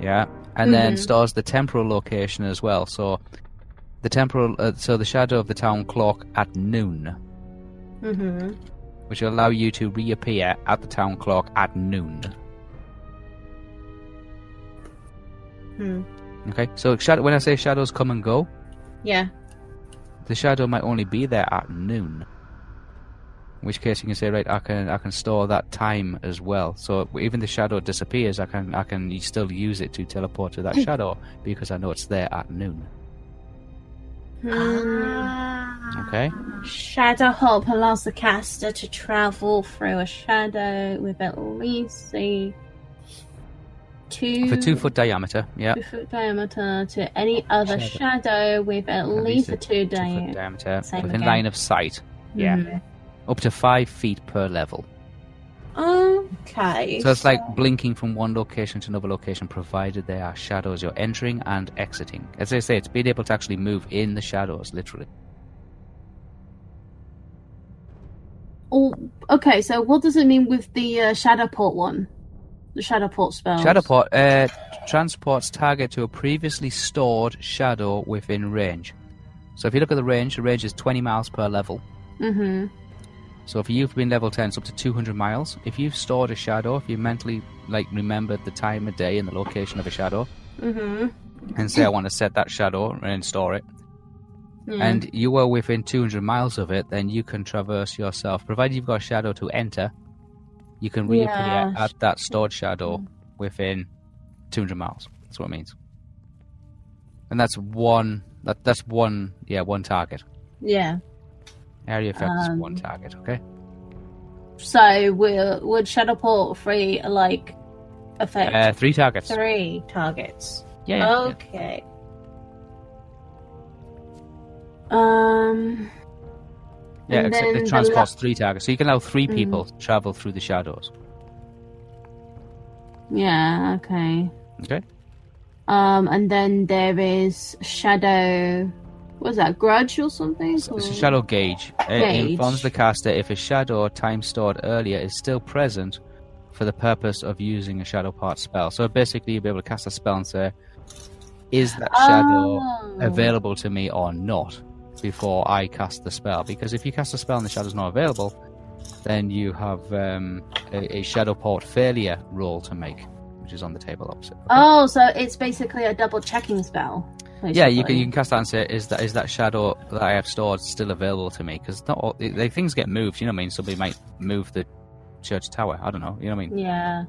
Speaker 1: Yeah, and then
Speaker 5: Mm-hmm.
Speaker 1: stores the temporal location as well. So the temporal, uh, so the shadow of the town clock at noon,
Speaker 5: Mm-hmm.
Speaker 1: which will allow you to reappear at the town clock at noon.
Speaker 5: Hmm.
Speaker 1: Okay, so shadow, when I say shadows come and go,
Speaker 5: Yeah.
Speaker 1: the shadow might only be there at noon. In which case you can say, right, I can I can store that time as well. So even the shadow disappears, I can I can still use it to teleport to that
Speaker 9: Hmm.
Speaker 1: shadow because I know it's there at noon.
Speaker 9: Hmm.
Speaker 1: Okay.
Speaker 9: Ah. Shadow Hop allows the caster to travel through a shadow with at least a two
Speaker 1: For two foot diameter, yeah.
Speaker 9: two foot diameter to any other shadow, with at, least a two
Speaker 1: Two foot
Speaker 9: diameter.
Speaker 1: diameter
Speaker 9: Same
Speaker 1: within
Speaker 9: again.
Speaker 1: line of sight. Yeah. Up to five feet per level.
Speaker 9: Mm-hmm.
Speaker 5: Okay.
Speaker 1: So it's like blinking from one location to another location, provided there are shadows you're entering and exiting. As I say, it's being able to actually move in the shadows, literally.
Speaker 9: All Oh, okay. So what does it mean with the uh, Shadowport one? The Shadowport spell.
Speaker 1: Shadowport uh, transports target to a previously stored shadow within range. So if you look at the range, the range is 20 miles per level.
Speaker 9: Mm-hmm.
Speaker 1: So if you've been level 10, it's up to 200 miles. If you've stored a shadow, if you mentally like remembered the time of day and the location of a shadow,
Speaker 5: Mm-hmm.
Speaker 1: and say I want to set that shadow and store it,
Speaker 9: Mm-hmm.
Speaker 5: Mm.
Speaker 1: and you were within 200 miles of it, then you can traverse yourself. Provided you've got a shadow to enter, you can reappear
Speaker 9: Yeah. Mm-hmm.
Speaker 1: at that stored shadow within 200 miles. That's what it means. And that's one. That, that's one. Yeah, one target.
Speaker 9: Yeah.
Speaker 1: Area effect is one
Speaker 9: Um,
Speaker 1: target. Okay.
Speaker 9: So will would Shadowport three like affect
Speaker 1: Uh, three targets.
Speaker 9: three targets?
Speaker 1: Yeah, yeah, yeah.
Speaker 9: Oh, okay. Um.
Speaker 1: Yeah,
Speaker 9: and
Speaker 1: except
Speaker 9: then
Speaker 1: it
Speaker 9: the
Speaker 1: transports
Speaker 9: la-
Speaker 1: three targets, so you can allow three
Speaker 9: Mm.
Speaker 1: people to travel through the shadows.
Speaker 9: Yeah. Okay.
Speaker 1: Okay.
Speaker 9: Um, and then there is Shadow. What was that Grudge or something?
Speaker 1: It's a
Speaker 9: Or-
Speaker 1: shadow gauge. It
Speaker 9: Gauge.
Speaker 1: informs the caster if a shadow time stored earlier is still present for the purpose of using a shadow part spell. So basically, you'll be able to cast a spell and say, "Is that shadow
Speaker 9: Oh.
Speaker 1: available to me or not?" Before I cast the spell, because if you cast a spell and the shadow's not available, then you have um, a, a shadow port failure roll to make, which is on the table opposite.
Speaker 9: Oh, so it's basically a double checking spell.
Speaker 1: Yeah, you can
Speaker 9: basically.
Speaker 1: you can cast that and say, is that is that shadow that I have stored still available to me? Because not all, they, things get moved. You know what I mean? Somebody might move the church tower. I don't know. You know what I mean?
Speaker 9: Yeah.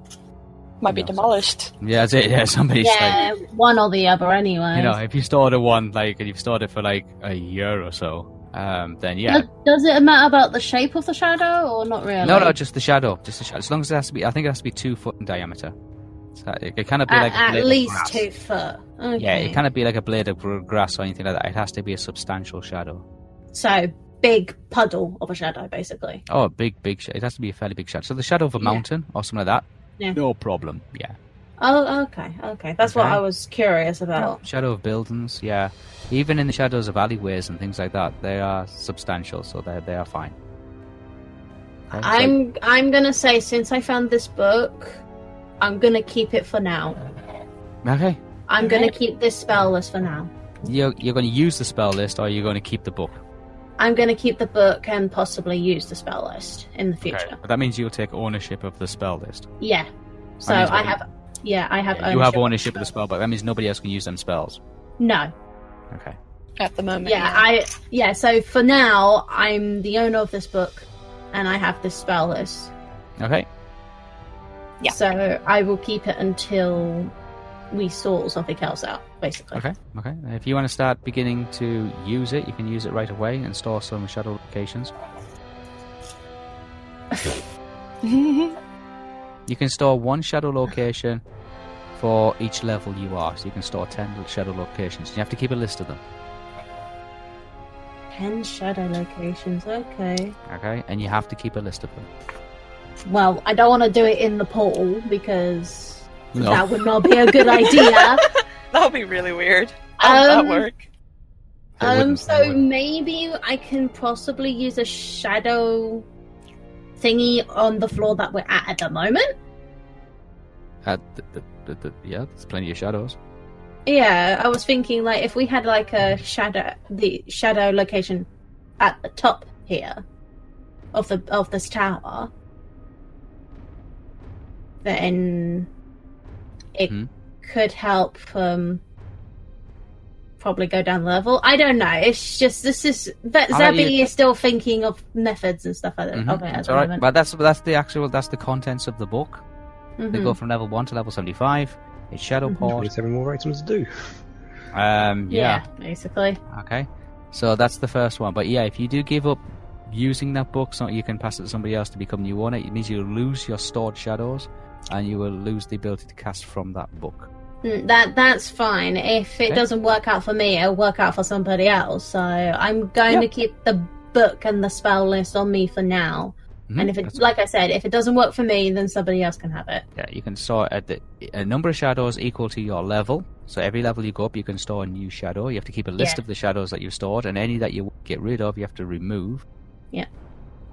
Speaker 6: Might be demolished.
Speaker 1: Yeah, that's it. Yeah, somebody's like,
Speaker 9: Yeah, one or the other, anyway.
Speaker 1: you know, if you stored a one like and you've stored it for like a year or so, um, then yeah.
Speaker 9: Does, does it matter about the shape of the shadow or not really?
Speaker 1: No, no, just the shadow, just the shadow. As long as it has to be, I think it has to be two foot in diameter. So it it cannot be
Speaker 5: At,
Speaker 1: like a
Speaker 5: at
Speaker 1: blade of
Speaker 5: least
Speaker 1: grass.
Speaker 5: two foot.
Speaker 1: Yeah, it
Speaker 5: Okay.
Speaker 1: cannot be like a blade of gr- grass or anything like that. It has to be a substantial shadow.
Speaker 5: so big puddle of a shadow, basically.
Speaker 1: Oh, a big, big. Sh- it has to be a fairly big shadow. So the shadow of a
Speaker 5: Yeah.
Speaker 1: mountain or something like that.
Speaker 9: Yeah.
Speaker 1: No problem. Yeah.
Speaker 5: Oh, okay, okay. That's what
Speaker 1: Okay. Oh.
Speaker 5: I was curious about.
Speaker 1: Shadow of buildings. Yeah. Even in the shadows of alleyways and things like that, they are substantial, so they they are fine. Okay, so-
Speaker 5: I'm I'm gonna say since I found this book, I'm gonna keep it for now.
Speaker 1: okay.
Speaker 5: I'm gonna keep this spell list for now.
Speaker 1: You're you're going to use the spell list, or you're going to keep the book.
Speaker 5: I'm gonna keep the book and possibly use the spell list in the future.
Speaker 1: But that means you'll take ownership of the spell list.
Speaker 5: Yeah. So
Speaker 1: means
Speaker 5: I
Speaker 1: what you-
Speaker 5: have. Yeah, I have.
Speaker 1: you have ownership of the spell, but that means nobody else can use them spells.
Speaker 5: No.
Speaker 1: Okay.
Speaker 6: At the moment.
Speaker 5: Yeah, I. Yeah. So for now, I'm the owner of this book, and I have this spell list.
Speaker 1: Okay.
Speaker 6: Yeah.
Speaker 5: So I will keep it until we sort something else out, basically.
Speaker 1: Okay. Okay. If you want to start beginning to use it, you can use it right away and store some shadow locations. You can store one shadow location for each level you are. So you can store 10 shadow locations. You have to keep a list of them,
Speaker 5: Ten shadow locations. Okay.
Speaker 1: okay? And you have to keep a list of them.
Speaker 5: Well, I don't want to do it in the portal because
Speaker 1: No.
Speaker 5: that would not be a good idea.
Speaker 6: that would be really weird.
Speaker 1: Oh,
Speaker 6: How
Speaker 5: Um,
Speaker 6: would that work?
Speaker 1: It
Speaker 5: Um,
Speaker 1: wouldn't- it
Speaker 5: so
Speaker 1: wouldn't.
Speaker 5: maybe I can possibly use a shadow thingy on the floor that we're at at the moment.
Speaker 1: Uh, th- th- th- th- yeah, there's plenty of shadows.
Speaker 5: Yeah, I was thinking like if we had like a shadow, the shadow location at the top here of the of this tower, then it
Speaker 1: Hmm.
Speaker 5: could help um probably go down the level. I don't know. It's just this is but
Speaker 1: I'll let
Speaker 5: Zabby
Speaker 1: you-
Speaker 5: is still thinking of methods and stuff like that.
Speaker 1: Mhm,
Speaker 5: of it at
Speaker 1: that's
Speaker 5: the
Speaker 1: all right.
Speaker 5: moment.
Speaker 1: But that's that's the actual that's the contents of the book. They
Speaker 5: Mhm.
Speaker 1: go from level one to level seventy-five. It's shadow
Speaker 5: Mhm.
Speaker 1: port.
Speaker 3: 27 more items to do.
Speaker 1: Um, yeah.
Speaker 5: yeah, basically.
Speaker 1: Okay. So that's the first one. But yeah, if you do give up using that book, so you can pass it to somebody else to become new owner, it means you lose your stored shadows, and you will lose the ability to cast from that book.
Speaker 5: Mm, That that's fine. If it
Speaker 1: Okay.
Speaker 5: doesn't work out for me, it'll work out for somebody else. So I'm going to keep the book and the spell list on me for now.
Speaker 1: Mhm,
Speaker 5: And if it,
Speaker 1: that's-
Speaker 5: like I said, if it doesn't work for me, then somebody else can have it.
Speaker 1: yeah, you can store at the, a number of shadows equal to your level. So every level you go up, you can store a new shadow. You have to keep a list
Speaker 5: Yeah.
Speaker 1: of the shadows that you've stored, and any that you get rid of, you have to remove.
Speaker 5: Yeah.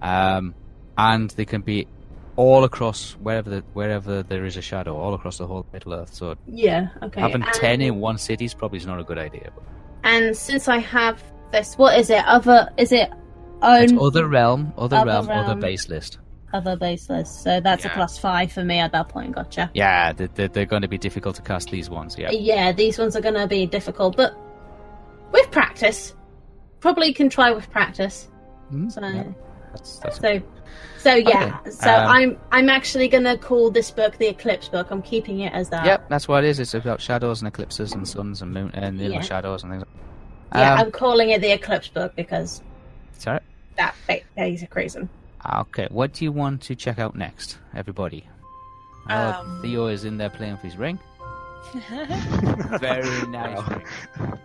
Speaker 1: Um, and they can be all across wherever the, wherever there is a shadow, all across the whole Middle Earth. So
Speaker 5: Yeah, okay.
Speaker 1: having
Speaker 5: and,
Speaker 1: ten in one city is probably not a good idea. But
Speaker 5: and since I have this, what is it? Other is it
Speaker 1: it's
Speaker 5: own
Speaker 1: other realm, other,
Speaker 5: Um, Other
Speaker 1: realm, other
Speaker 5: realm.
Speaker 1: base list.
Speaker 5: other baseless? So that's a
Speaker 1: Yeah.
Speaker 5: plus five for me at that point. Gotcha.
Speaker 1: Yeah, they- they- they're going to be difficult to cast these ones. Yeah.
Speaker 5: Yeah, these ones are going to be difficult, but with practice, probably can try with practice.
Speaker 1: Hmm,
Speaker 5: So,
Speaker 1: yeah, That's, that's
Speaker 5: so, so yeah.
Speaker 1: Okay,
Speaker 5: So
Speaker 1: um,
Speaker 5: I'm I'm actually going to call this book the Eclipse book. I'm keeping it as that.
Speaker 1: Yep, that's what it is. It's about shadows and eclipses and suns and moon and lunar
Speaker 5: Yeah.
Speaker 1: shadows and things. Like
Speaker 5: Yeah,
Speaker 1: Um,
Speaker 5: I'm calling it the Eclipse book because
Speaker 1: Sorry.
Speaker 5: that ba- basic reason.
Speaker 1: Okay, what do you want to check out next, everybody? Uh,
Speaker 10: Um.
Speaker 1: Theo is in there playing for his ring. Very nice ring.